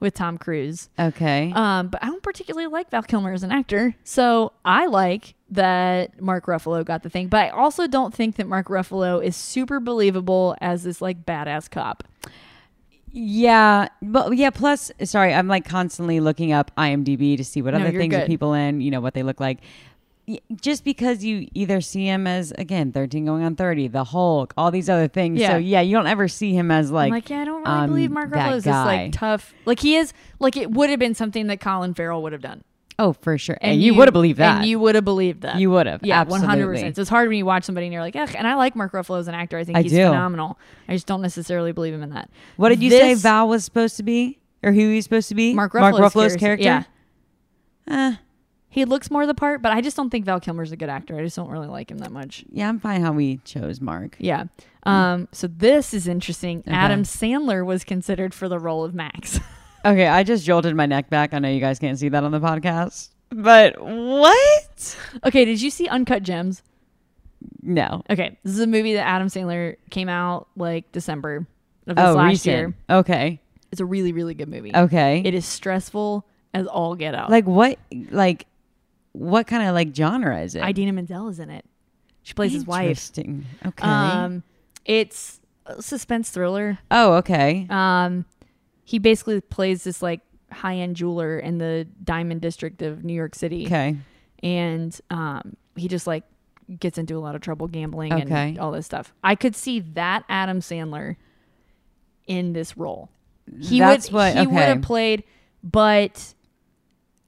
Speaker 1: with Tom Cruise.
Speaker 2: Okay.
Speaker 1: Um, but I don't particularly like Val Kilmer as an actor. So I like that Mark Ruffalo got the thing. But I also don't think that Mark Ruffalo is super believable as this like badass cop.
Speaker 2: Yeah, but yeah. Plus, sorry, I'm like constantly looking up IMDb to see what
Speaker 1: No,
Speaker 2: other
Speaker 1: you're
Speaker 2: things
Speaker 1: good.
Speaker 2: are people in. You know what they look like. Y- Just because you either see him as again 13 going on 30, the Hulk, all these other things.
Speaker 1: Yeah.
Speaker 2: So yeah, you don't ever see him as like.
Speaker 1: I'm like, yeah, I don't really
Speaker 2: um,
Speaker 1: believe Mark
Speaker 2: that
Speaker 1: Ruffalo is this
Speaker 2: guy.
Speaker 1: like tough. Like he is. Like it would have been something that Colin Farrell would have done,
Speaker 2: oh, for sure. And, you, would have believed that.
Speaker 1: And you would have believed that.
Speaker 2: You would've,
Speaker 1: Yeah, one hundred
Speaker 2: absolutely.
Speaker 1: percent. So it's hard when you watch somebody and you're like, ugh. And I like Mark Ruffalo as an actor. I think
Speaker 2: I
Speaker 1: he's
Speaker 2: do.
Speaker 1: phenomenal. I just don't necessarily believe him in that.
Speaker 2: what did you say
Speaker 1: This-
Speaker 2: Val was supposed to be, or who he was supposed to be?
Speaker 1: Mark Ruffalo's, character. Yeah. Eh, He looks more the part, but I just don't think Val Kilmer's a good actor. I just don't really like him that much.
Speaker 2: Yeah, I'm fine how we chose Mark.
Speaker 1: Yeah. Um, so this is interesting. Adam Sandler was considered for the role of Max.
Speaker 2: Okay, I just jolted my neck back. I know you guys can't see that on the podcast, but what?
Speaker 1: okay, did you see Uncut Gems?
Speaker 2: No.
Speaker 1: Okay, this is a movie that Adam Sandler came out like December of this
Speaker 2: Oh,
Speaker 1: last
Speaker 2: recent.
Speaker 1: year.
Speaker 2: Okay.
Speaker 1: It's a really, really good movie.
Speaker 2: Okay.
Speaker 1: It is stressful as all get out.
Speaker 2: like what? Like what kind of like genre is it?
Speaker 1: Idina Menzel is in it. She plays his wife.
Speaker 2: Interesting. Okay.
Speaker 1: Um, it's a suspense thriller.
Speaker 2: oh, okay.
Speaker 1: Um, he basically plays this like high end jeweler in the Diamond District of New York City.
Speaker 2: okay.
Speaker 1: and um, he just like gets into a lot of trouble gambling
Speaker 2: Okay.
Speaker 1: and all this stuff. I could see that Adam Sandler in this role. He
Speaker 2: That's
Speaker 1: would
Speaker 2: what-
Speaker 1: he would
Speaker 2: okay.
Speaker 1: have played, but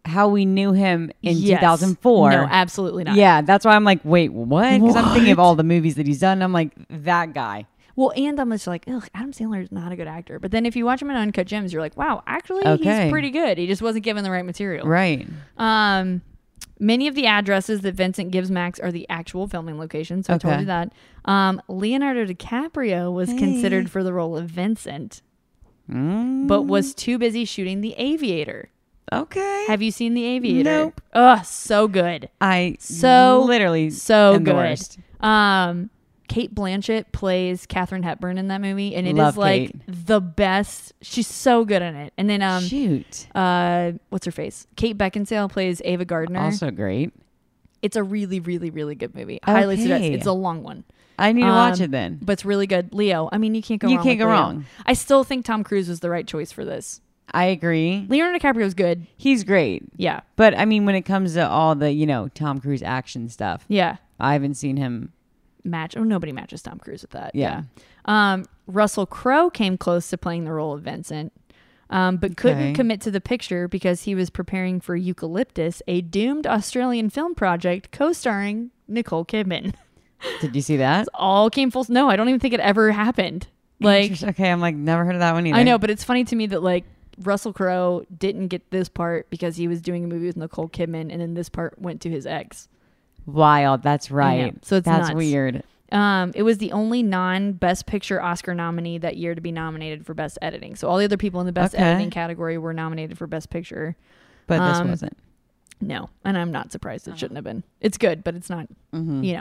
Speaker 2: How we knew him in
Speaker 1: yes.
Speaker 2: 2004.
Speaker 1: No, absolutely not.
Speaker 2: Yeah, that's why I'm like, wait, what? Because I'm thinking of all the movies that he's done. and I'm like, that guy.
Speaker 1: Well, and I'm just like, ugh, Adam Sandler is not a good actor. But then if you watch him in Uncut Gems, you're like, wow, actually,
Speaker 2: Okay.
Speaker 1: he's pretty good. He just wasn't given the right material.
Speaker 2: Right.
Speaker 1: Um, many of the addresses that Vincent gives Max are the actual filming locations. So I
Speaker 2: Okay.
Speaker 1: told you that. Um, Leonardo DiCaprio was considered for the role of Vincent, but
Speaker 2: Mm.
Speaker 1: was too busy shooting The Aviator.
Speaker 2: Okay.
Speaker 1: Have you seen The Aviator?
Speaker 2: Nope.
Speaker 1: Ugh, so good.
Speaker 2: I
Speaker 1: So
Speaker 2: literally
Speaker 1: so
Speaker 2: am
Speaker 1: good.
Speaker 2: the worst.
Speaker 1: Um, Kate Blanchett plays Katherine Hepburn in that movie, and it is
Speaker 2: Love
Speaker 1: like
Speaker 2: Kate.
Speaker 1: the best. She's so good in it. And then um,
Speaker 2: Shoot.
Speaker 1: uh, what's her face? Kate Beckinsale plays Ava Gardner.
Speaker 2: Also great.
Speaker 1: it's a really, really, really good movie. Highly suggest.
Speaker 2: Okay.
Speaker 1: It's a long one.
Speaker 2: I need to watch
Speaker 1: Um,
Speaker 2: it then.
Speaker 1: but it's really good. Leo. I mean, you can't go.
Speaker 2: You
Speaker 1: wrong
Speaker 2: can't
Speaker 1: with
Speaker 2: go
Speaker 1: Leo.
Speaker 2: wrong.
Speaker 1: I still think Tom Cruise was the right choice for this.
Speaker 2: I agree.
Speaker 1: Leonardo DiCaprio's good.
Speaker 2: He's great.
Speaker 1: Yeah,
Speaker 2: But I mean, when it comes to all the, you know, Tom Cruise action stuff,
Speaker 1: yeah.
Speaker 2: I haven't seen him.
Speaker 1: Match. Oh, nobody matches Tom Cruise with that.
Speaker 2: Yeah.
Speaker 1: Um, Russell Crowe came close to playing the role of Vincent, um, but
Speaker 2: Okay.
Speaker 1: couldn't commit to the picture because he was preparing for Eucalyptus, a doomed Australian film project co-starring Nicole Kidman.
Speaker 2: Did you see that?
Speaker 1: All came full. No, I don't even think it ever happened. Like
Speaker 2: okay, I'm like, never heard of that one either.
Speaker 1: I know, but it's funny to me that like Russell Crowe didn't get this part because he was doing a movie with Nicole Kidman, and then this part went to his ex.
Speaker 2: Wild. That's
Speaker 1: know.
Speaker 2: right.
Speaker 1: So it's
Speaker 2: that's
Speaker 1: nuts.
Speaker 2: weird.
Speaker 1: Um, it was the only non-Best Picture Oscar nominee that year to be nominated for Best Editing. So all the other people in the Best
Speaker 2: Okay.
Speaker 1: Editing category were nominated for Best Picture.
Speaker 2: But this
Speaker 1: Um,
Speaker 2: wasn't.
Speaker 1: No, and I'm not surprised it shouldn't have been. It's good, but it's not.
Speaker 2: Mm-hmm.
Speaker 1: You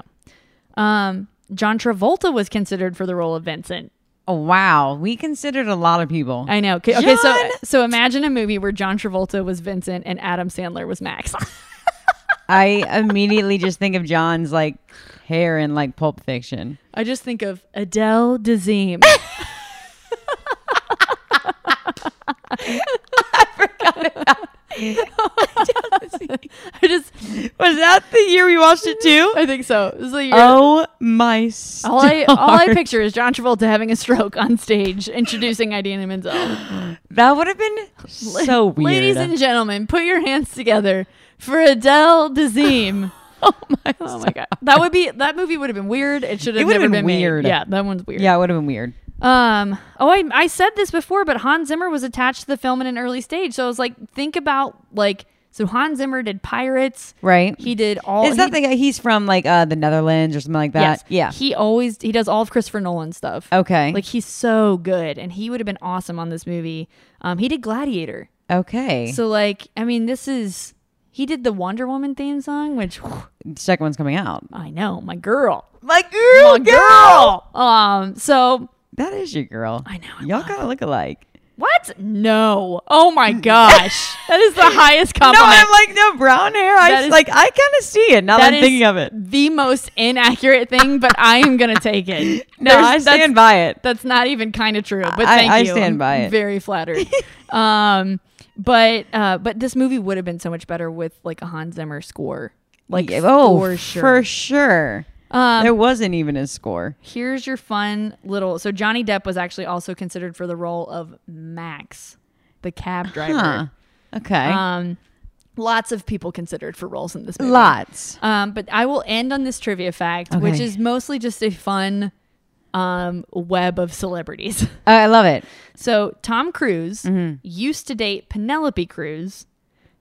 Speaker 1: know, um, John Travolta was considered for the role of Vincent.
Speaker 2: Oh wow, we considered a lot of people.
Speaker 1: I know. Okay, okay, so
Speaker 2: John-
Speaker 1: so imagine a movie where John Travolta was Vincent and Adam Sandler was Max.
Speaker 2: I immediately just think of John's like hair in like Pulp Fiction.
Speaker 1: I just think of Adele Dazeem. I just,
Speaker 2: Was that the year we watched it too?
Speaker 1: I think so. It was like your-
Speaker 2: Oh my!
Speaker 1: all I, all I
Speaker 2: stars.
Speaker 1: picture is John Travolta having a stroke on stage, introducing Idina Menzel.
Speaker 2: that would have been so weird.
Speaker 1: Ladies and gentlemen, put your hands together for Adele Dazeem. oh my! Oh my God! That would be that movie would have been weird. It should have
Speaker 2: would have
Speaker 1: never
Speaker 2: been
Speaker 1: made.
Speaker 2: weird.
Speaker 1: Yeah, that one's weird.
Speaker 2: yeah, it would have been weird.
Speaker 1: Um. Oh, I, I said this before, but Hans Zimmer was attached to the film at an early stage. So I was like, think about like, so Hans Zimmer did Pirates,
Speaker 2: Right.
Speaker 1: He did all.
Speaker 2: Is that
Speaker 1: he,
Speaker 2: the guy? He's from like uh, the Netherlands or something like that.
Speaker 1: Yes.
Speaker 2: Yeah.
Speaker 1: He always he does all of Christopher Nolan stuff.
Speaker 2: okay.
Speaker 1: Like he's so good, and he would have been awesome on this movie. Um, he did Gladiator.
Speaker 2: okay. So
Speaker 1: So like, I mean, this is he did the Wonder Woman theme song, which whew,
Speaker 2: the second one's coming out.
Speaker 1: I know, my girl,
Speaker 2: Like
Speaker 1: my
Speaker 2: girl,
Speaker 1: girl. Um. So
Speaker 2: That is your girl. I
Speaker 1: know, I
Speaker 2: Y'all kind of look alike.
Speaker 1: what? No. Oh my gosh, that is the highest
Speaker 2: No,
Speaker 1: compliment.
Speaker 2: I'm like no brown hair. I
Speaker 1: That
Speaker 2: s-
Speaker 1: is-
Speaker 2: like I kind of see it now that,
Speaker 1: That
Speaker 2: I'm
Speaker 1: is
Speaker 2: thinking of it.
Speaker 1: the most inaccurate thing, but I am gonna take it.
Speaker 2: No,
Speaker 1: There's-
Speaker 2: I
Speaker 1: that's,
Speaker 2: stand by it.
Speaker 1: That's not even kind of true, but
Speaker 2: I-
Speaker 1: thank
Speaker 2: I
Speaker 1: you.
Speaker 2: stand
Speaker 1: I'm
Speaker 2: by it.
Speaker 1: Very flattered. um, but uh, but this movie would have been so much better with like a Hans Zimmer score. Like
Speaker 2: oh,
Speaker 1: for
Speaker 2: for
Speaker 1: sure.
Speaker 2: sure.
Speaker 1: Um,
Speaker 2: there wasn't even a score.
Speaker 1: Here's your fun little. So Johnny Depp was actually also considered for the role of Max, the cab driver.
Speaker 2: Huh. Okay.
Speaker 1: Um, lots of people considered for roles in this movie.
Speaker 2: Lots.
Speaker 1: Um, but I will end on this trivia fact, which
Speaker 2: Okay.
Speaker 1: is mostly just a fun um, web of celebrities.
Speaker 2: Uh, I love it.
Speaker 1: So Tom Cruise used to date Penelope Cruz,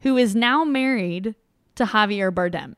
Speaker 1: who is now married to Javier Bardem.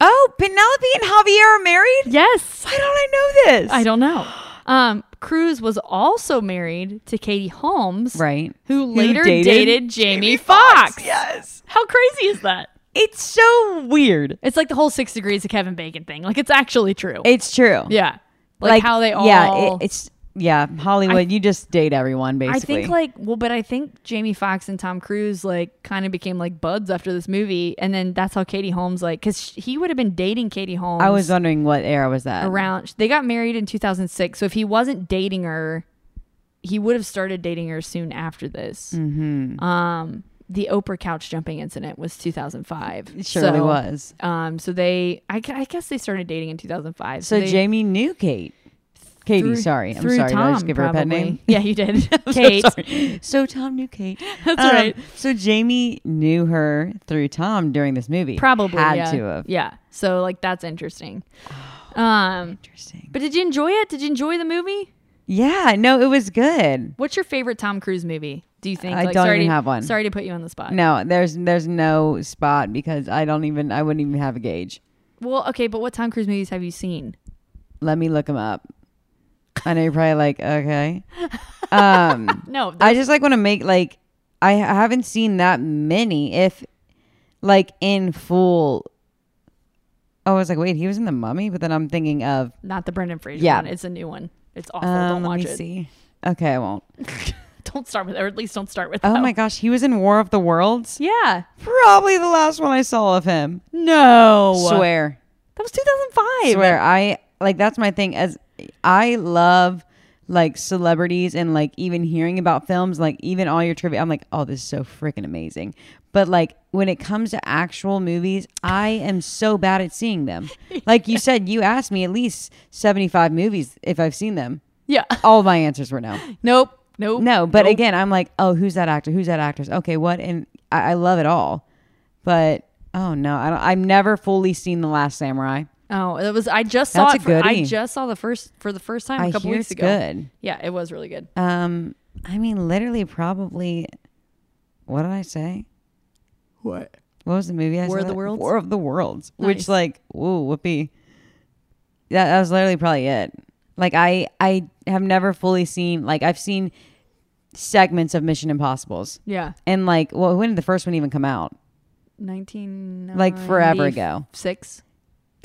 Speaker 2: Oh, Penelope and Javier are married.
Speaker 1: Yes,
Speaker 2: Why don't I know this?
Speaker 1: I don't know. Um, Cruz was also married to Katie Holmes,
Speaker 2: Right.
Speaker 1: Who later
Speaker 2: dated
Speaker 1: dated, Jamie, Foxx.
Speaker 2: Yes.
Speaker 1: How crazy is that?
Speaker 2: It's so weird.
Speaker 1: It's like the whole six degrees of Kevin Bacon thing. Like it's actually true.
Speaker 2: It's true.
Speaker 1: yeah, like, how they all.
Speaker 2: Yeah. It, it's yeah. Hollywood. you just date everyone
Speaker 1: I
Speaker 2: basically.
Speaker 1: think like well, but I think Jamie Foxx and Tom Cruise like kind of became like buds after this movie, and then that's how Katie Holmes like because he would have been dating Katie Holmes.
Speaker 2: I was uh, wondering what era was that.
Speaker 1: around. They got married in 2006, so if he wasn't dating her, he would have started dating her soon after this. Mm-hmm. Um, the Oprah couch jumping incident was 2005.
Speaker 2: It surely
Speaker 1: So,
Speaker 2: was.
Speaker 1: Um, so they, I, gu- I guess they started dating in 2005.
Speaker 2: So
Speaker 1: they,
Speaker 2: Jamie knew Kate. Katie,
Speaker 1: through-
Speaker 2: sorry. I'm
Speaker 1: through
Speaker 2: sorry. Did I just
Speaker 1: Tom,
Speaker 2: give her a pet
Speaker 1: probably.
Speaker 2: name?
Speaker 1: Yeah, you did.
Speaker 2: so
Speaker 1: Kate.
Speaker 2: sorry. So Tom knew Kate. That's
Speaker 1: right.
Speaker 2: So Jamie knew her through Tom during this movie.
Speaker 1: Probably
Speaker 2: had
Speaker 1: yeah.
Speaker 2: to have.
Speaker 1: Yeah. So like that's interesting. um,
Speaker 2: Interesting.
Speaker 1: but did you enjoy it? Did you enjoy the movie?
Speaker 2: Yeah, no, it was good.
Speaker 1: What's your favorite Tom Cruise movie? Do you think?
Speaker 2: I don't
Speaker 1: sorry
Speaker 2: even
Speaker 1: to-
Speaker 2: have one.
Speaker 1: Sorry to put you on the spot.
Speaker 2: No, there's there's no spot because I don't even I wouldn't even have a gauge.
Speaker 1: Well, okay, but what Tom Cruise movies have you seen?
Speaker 2: Let me look them up. I know you're probably like okay.
Speaker 1: No,
Speaker 2: I just like want to make like I I haven't seen that many if like in full. Oh, I was like, wait, he was in the Mummy, but then I'm thinking of
Speaker 1: not the Brendan Fraser
Speaker 2: Yeah.
Speaker 1: one. It's a new one. It's awful.
Speaker 2: um,
Speaker 1: don't
Speaker 2: let
Speaker 1: watch
Speaker 2: me
Speaker 1: it.
Speaker 2: see. Okay, I won't.
Speaker 1: Don't start with, or at least don't start with.
Speaker 2: Oh
Speaker 1: that
Speaker 2: my
Speaker 1: one.
Speaker 2: gosh, he was in War of the Worlds.
Speaker 1: Yeah.
Speaker 2: Probably the last one I saw of him.
Speaker 1: No.
Speaker 2: Swear.
Speaker 1: That was 2005.
Speaker 2: swear i like that's my thing as i love like celebrities and like even hearing about films like even all your trivia i'm like oh this is so freaking amazing but like when it comes to actual movies i am so bad at seeing them like you said you asked me at least 75 movies if i've seen them
Speaker 1: Yeah.
Speaker 2: all my answers were no
Speaker 1: Nope. Nope.
Speaker 2: Oh. no but
Speaker 1: nope.
Speaker 2: again i'm like oh who's that actor who's that actress okay what and i, I love it all but oh no I don't, i've never fully seen the last samurai
Speaker 1: Oh, it was. I just saw
Speaker 2: That's
Speaker 1: it.
Speaker 2: a
Speaker 1: For, I
Speaker 2: goodie.
Speaker 1: just saw the first for the first time a
Speaker 2: I
Speaker 1: couple
Speaker 2: hear
Speaker 1: weeks
Speaker 2: it's
Speaker 1: ago.
Speaker 2: good.
Speaker 1: Yeah, it was really good.
Speaker 2: Um, I mean, literally, probably. What did I say?
Speaker 1: What?
Speaker 2: What was the movie? I
Speaker 1: War of
Speaker 2: said?
Speaker 1: the Worlds?
Speaker 2: War of the Worlds.
Speaker 1: Nice.
Speaker 2: Which, like, ooh, whoopee. That, that was literally probably it. Like, I I have never fully seen. Like, I've seen segments of Mission Impossibles,
Speaker 1: Yeah,
Speaker 2: and like, well, when did the first one even come out?
Speaker 1: nineteen
Speaker 2: Like forever ago.
Speaker 1: Six.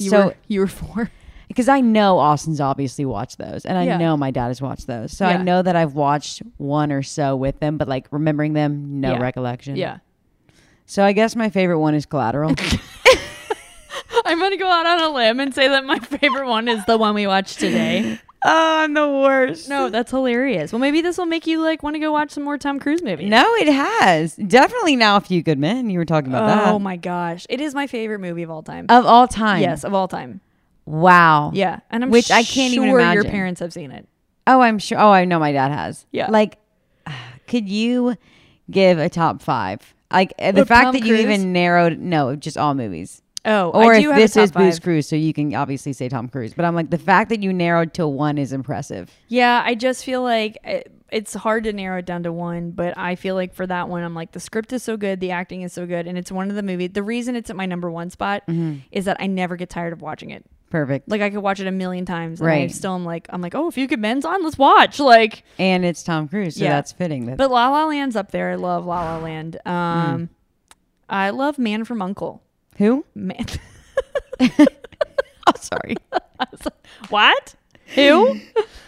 Speaker 1: You
Speaker 2: So-
Speaker 1: were, you were four.
Speaker 2: Because I know Austin's obviously watched those, and I
Speaker 1: Yeah.
Speaker 2: know my dad has watched those, so
Speaker 1: Yeah.
Speaker 2: I know that I've watched one or so with them. But like remembering them, no
Speaker 1: Yeah.
Speaker 2: recollection.
Speaker 1: Yeah,
Speaker 2: So I guess my favorite one is Collateral. Oh,
Speaker 1: I'm gonna go out on a limb and say that my favorite one is the one we watched today.
Speaker 2: Oh, I'm the worst. No,
Speaker 1: No, that's hilarious. Well, maybe this will make you like want to go watch some more Tom Cruise movies.
Speaker 2: no, it has definitely now. A few good men. You were talking about that
Speaker 1: Oh my gosh, it is my favorite movie of all time.
Speaker 2: of all time.
Speaker 1: yes, of all time.
Speaker 2: Wow.
Speaker 1: Yeah, and I'm
Speaker 2: Which
Speaker 1: sure
Speaker 2: I can't even
Speaker 1: your
Speaker 2: imagine.
Speaker 1: parents have seen it.
Speaker 2: Oh, I'm sure. Oh, I know my dad has.
Speaker 1: Yeah.
Speaker 2: Like, could you give a top five? Like uh, the
Speaker 1: Of
Speaker 2: fact
Speaker 1: Tom
Speaker 2: that
Speaker 1: Cruise?
Speaker 2: you even narrowed. No, just all movies.
Speaker 1: Oh,
Speaker 2: Or
Speaker 1: I
Speaker 2: if
Speaker 1: do have
Speaker 2: this
Speaker 1: a top
Speaker 2: is Booze
Speaker 1: five.
Speaker 2: Cruise, so you can obviously say Tom Cruise. But I'm like the fact that you narrowed to one is impressive.
Speaker 1: Yeah, I just feel like it, it's hard to narrow it down to one, but I feel like for that one, I'm like the script is so good, the acting is so good, and it's one of the movie. The reason it's at my number one spot
Speaker 2: Mm-hmm.
Speaker 1: is that I never get tired of watching it.
Speaker 2: Perfect.
Speaker 1: Like I could watch it a million times, and I
Speaker 2: Right.
Speaker 1: still am like, I'm like, oh, if you could men's on, let's watch. Like,
Speaker 2: and it's Tom Cruise, so
Speaker 1: Yeah.
Speaker 2: that's fitting. That
Speaker 1: but La La Land's up there. I love La La Land. Um,
Speaker 2: Mm.
Speaker 1: I love Man from Uncle.
Speaker 2: who?
Speaker 1: Man,
Speaker 2: Oh, sorry.
Speaker 1: what? Who?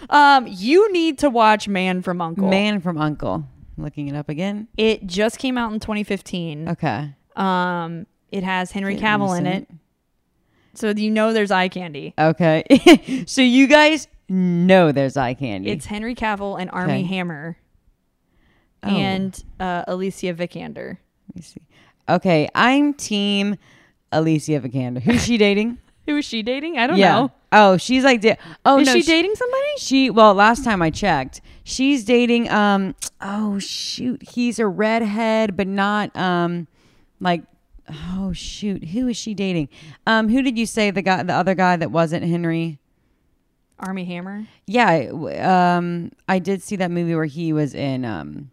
Speaker 1: um, you need to watch Man from Uncle.
Speaker 2: Man from Uncle. Looking it up again.
Speaker 1: It just came out in 2015.
Speaker 2: Okay.
Speaker 1: Um, it has Henry
Speaker 2: Kate
Speaker 1: Cavill in it,
Speaker 2: Winslet.
Speaker 1: so you know there's eye candy.
Speaker 2: Uh, Okay. so you guys know there's eye candy.
Speaker 1: It's Henry Cavill and Army
Speaker 2: Okay.
Speaker 1: Hammer
Speaker 2: Oh,
Speaker 1: and uh, Alicia Vikander.
Speaker 2: let me see. Okay, I'm team Alicia Vikander. Who's she dating?
Speaker 1: Who is she dating? I don't know.
Speaker 2: Oh, she's like da- Oh,
Speaker 1: Is
Speaker 2: no,
Speaker 1: she dating somebody?
Speaker 2: She well, last time I checked, she's dating um oh shoot, he's a redhead but not um like oh shoot, who is she dating? Um who did you say the guy the other guy that wasn't Henry?
Speaker 1: Army Hammer.
Speaker 2: Yeah, I- w- um I did see that movie where he was in um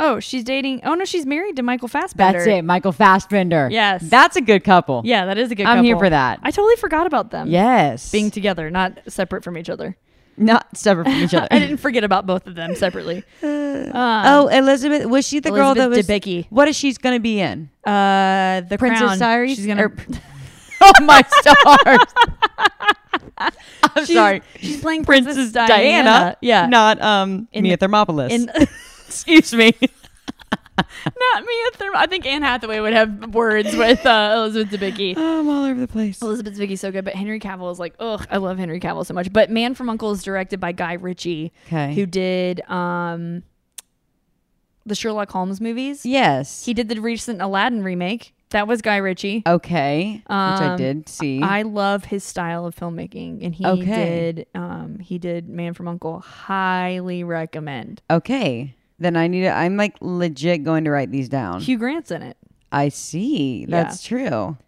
Speaker 1: Oh, she's dating. Oh no, she's married to Michael Fassbender.
Speaker 2: That's it, Michael Fassbender.
Speaker 1: Yes.
Speaker 2: That's a good couple.
Speaker 1: Yeah, that is a good.
Speaker 2: I'm here
Speaker 1: couple.
Speaker 2: for that.
Speaker 1: I totally forgot about them.
Speaker 2: Yes.
Speaker 1: being together, not separate from each other.
Speaker 2: not separate from each other.
Speaker 1: I didn't forget about both of them separately. Um,
Speaker 2: oh, Elizabeth, was she the girl that was
Speaker 1: Elizabeth Debicki.
Speaker 2: What is she's going to be in?
Speaker 1: Uh, the
Speaker 2: Princess
Speaker 1: Crown.
Speaker 2: Diaries?
Speaker 1: She's gonna.
Speaker 2: Or- oh my stars. I'm
Speaker 1: she's,
Speaker 2: sorry.
Speaker 1: She's playing Princess,
Speaker 2: Princess, Diana,
Speaker 1: Yeah.
Speaker 2: not um
Speaker 1: In
Speaker 2: Mia
Speaker 1: the-
Speaker 2: Thermopolis.
Speaker 1: In-
Speaker 2: Excuse me.
Speaker 1: Not me. It's their- I think Anne Hathaway would have words with uh, Elizabeth Debicki.
Speaker 2: I'm all over the place.
Speaker 1: Elizabeth Debicki's so good, but Henry Cavill is like, ugh, I love Henry Cavill so much. But Man from Uncle is directed by Guy Ritchie,
Speaker 2: 'Kay.
Speaker 1: who did um, the Sherlock Holmes movies.
Speaker 2: Yes.
Speaker 1: He did the recent Aladdin remake. That was Guy Ritchie.
Speaker 2: okay, which I
Speaker 1: Um,
Speaker 2: did see.
Speaker 1: I love his style of filmmaking, and he
Speaker 2: Okay.
Speaker 1: did um, he did Man from Uncle. Highly recommend.
Speaker 2: okay. Then I need to, I'm like legit going to write these down.
Speaker 1: Hugh Grant's in it.
Speaker 2: I see. That's true.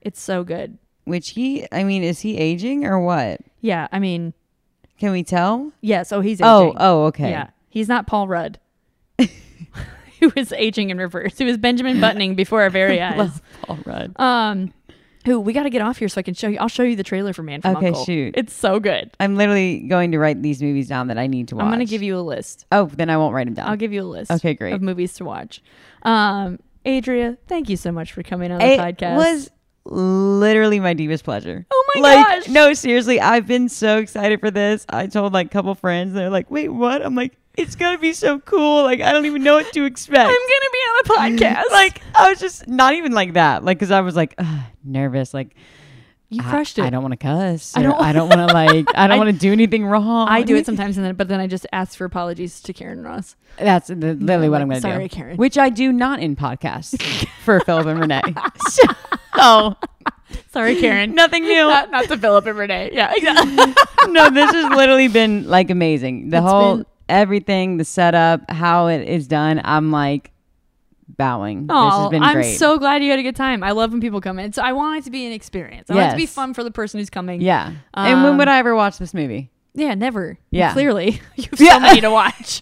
Speaker 1: It's so good.
Speaker 2: Which he, I mean, is he aging or what?
Speaker 1: Yeah, I mean,
Speaker 2: Can we tell?
Speaker 1: Yes. Oh, he's aging.
Speaker 2: Oh, oh, okay.
Speaker 1: Yeah. He's not Paul Rudd. He was aging in reverse. He was Benjamin Buttoning before our very eyes.
Speaker 2: All right.
Speaker 1: Um, who we got to get off here so I can show you. I'll show you the trailer for Man from
Speaker 2: Okay,
Speaker 1: Uncle.
Speaker 2: shoot.
Speaker 1: It's so good.
Speaker 2: I'm literally going to write these movies down that I need to watch.
Speaker 1: I'm gonna give you a list.
Speaker 2: Oh, then I won't write them down.
Speaker 1: I'll give you a list.
Speaker 2: Okay, great.
Speaker 1: Of movies to watch. Um, Adria, thank you so much for coming on the
Speaker 2: it
Speaker 1: podcast.
Speaker 2: was literally my deepest pleasure.
Speaker 1: Oh my
Speaker 2: like,
Speaker 1: gosh.
Speaker 2: No, seriously, I've been so excited for this. I told like a couple friends, they're like, "Wait, what?" I'm like, "It's gonna be so cool. Like, I don't even know what to expect."
Speaker 1: I'm gonna be on a podcast.
Speaker 2: like, I was just not even like that. Like, because I was like ugh, nervous. Like,
Speaker 1: you
Speaker 2: I-
Speaker 1: crushed it.
Speaker 2: I don't want to cuss.
Speaker 1: I
Speaker 2: I
Speaker 1: don't
Speaker 2: don't. I don't want to like. I don't want to do anything wrong.
Speaker 1: I do it sometimes, and then but then I just ask for apologies to Karen Ross.
Speaker 2: That's the- literally what I'm going to do.
Speaker 1: "Sorry, Karen."
Speaker 2: Which I do not in podcasts for Philip and Renee. So, oh,
Speaker 1: Sorry, Karen.
Speaker 2: nothing new.
Speaker 1: not, not to Philip and Renee. Yeah, exactly.
Speaker 2: no, this has literally been like amazing. The
Speaker 1: It's
Speaker 2: whole
Speaker 1: been-
Speaker 2: everything, the setup, how it is done. I'm like bowing. this has
Speaker 1: Oh,
Speaker 2: been
Speaker 1: I'm
Speaker 2: great.
Speaker 1: so glad you had a good time. I love when people come in. So I want it to be an experience. I want it to be
Speaker 2: Yes.
Speaker 1: fun for the person who's coming.
Speaker 2: yeah. and when
Speaker 1: Um,
Speaker 2: would I ever watch this movie?
Speaker 1: Yeah, never.
Speaker 2: Yeah.
Speaker 1: Clearly, you have so many to watch.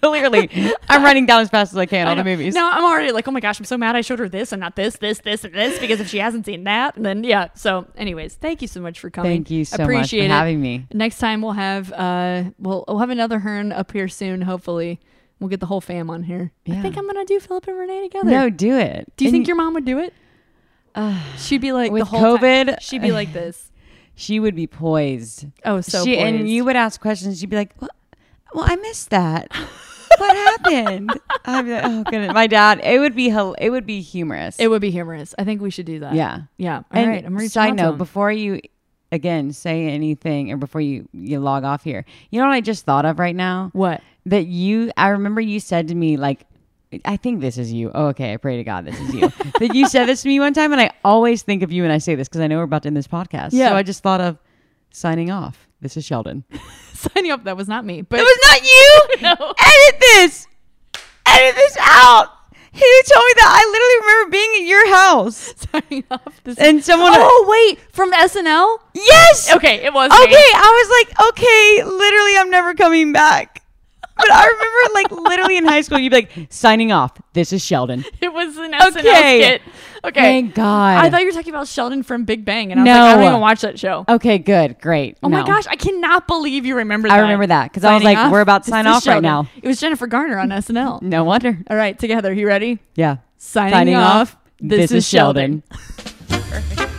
Speaker 2: Clearly, I'm running down as fast as I can all the movies.
Speaker 1: No, I'm already like, oh my gosh, I'm so mad I showed her this and not this, this, this, and this because if she hasn't seen that, then yeah. So, anyways, thank you so much for coming.
Speaker 2: Thank you so much for
Speaker 1: Appreciate it.
Speaker 2: having me.
Speaker 1: Next time we'll have uh, we'll we'll have another Hearn up here soon. Hopefully, we'll get the whole fam on here. I
Speaker 2: Yeah.
Speaker 1: think I'm gonna do Philip and Renee together.
Speaker 2: no, do it.
Speaker 1: do you
Speaker 2: And
Speaker 1: think your mom would do it? she'd be like the
Speaker 2: with
Speaker 1: whole time-
Speaker 2: COVID-
Speaker 1: She'd be like this.
Speaker 2: She would be poised.
Speaker 1: Oh, so
Speaker 2: she and
Speaker 1: poised.
Speaker 2: you would ask questions. She'd be like, "Well, well I missed that. what happened?" I'd be like, "Oh goodness, my dad." It would be hel- it would be humorous.
Speaker 1: It would be humorous. I think we should do that.
Speaker 2: Yeah.
Speaker 1: yeah. All
Speaker 2: and
Speaker 1: right, I'm reaching out
Speaker 2: side
Speaker 1: to
Speaker 2: note:
Speaker 1: him.
Speaker 2: before you again say anything, or before you you log off here, you know what I just thought of right now?
Speaker 1: What?
Speaker 2: that you? I remember you said to me like. I think this is you. Oh, okay. I pray to God this is you. that you said this to me one time, and I always think of you when I say this because I know we're about to end this podcast.
Speaker 1: Yeah.
Speaker 2: So I just thought of signing off. This is Sheldon.
Speaker 1: Signing up. That was not me. But
Speaker 2: It was not you.
Speaker 1: No.
Speaker 2: Edit this. Edit this out. He told me that I literally remember being at your house
Speaker 1: signing off. This
Speaker 2: and someone.
Speaker 1: Oh wait, from SNL?
Speaker 2: yes.
Speaker 1: Okay, it was.
Speaker 2: Okay.
Speaker 1: me.
Speaker 2: I was like, okay, literally, I'm never coming back. But I remember, like, literally in high school, you'd be like, signing off. This is Sheldon.
Speaker 1: it was an SNL
Speaker 2: Okay.
Speaker 1: skit. Okay,
Speaker 2: Thank God.
Speaker 1: I thought you were talking about Sheldon from Big Bang, and I was
Speaker 2: No. Oh,
Speaker 1: like, I don't even watch that show.
Speaker 2: okay. Good. Great.
Speaker 1: Oh my gosh, I cannot believe you remember that.
Speaker 2: I remember that, 'cause I was like, we're about to
Speaker 1: This
Speaker 2: sign
Speaker 1: is
Speaker 2: off right
Speaker 1: Sheldon.
Speaker 2: now. Mm.
Speaker 1: It was Jennifer Garner on SNL.
Speaker 2: No wonder.
Speaker 1: All right, together, you ready?
Speaker 2: Yeah.
Speaker 1: Signing, off. This, is, Sheldon.
Speaker 2: Sheldon.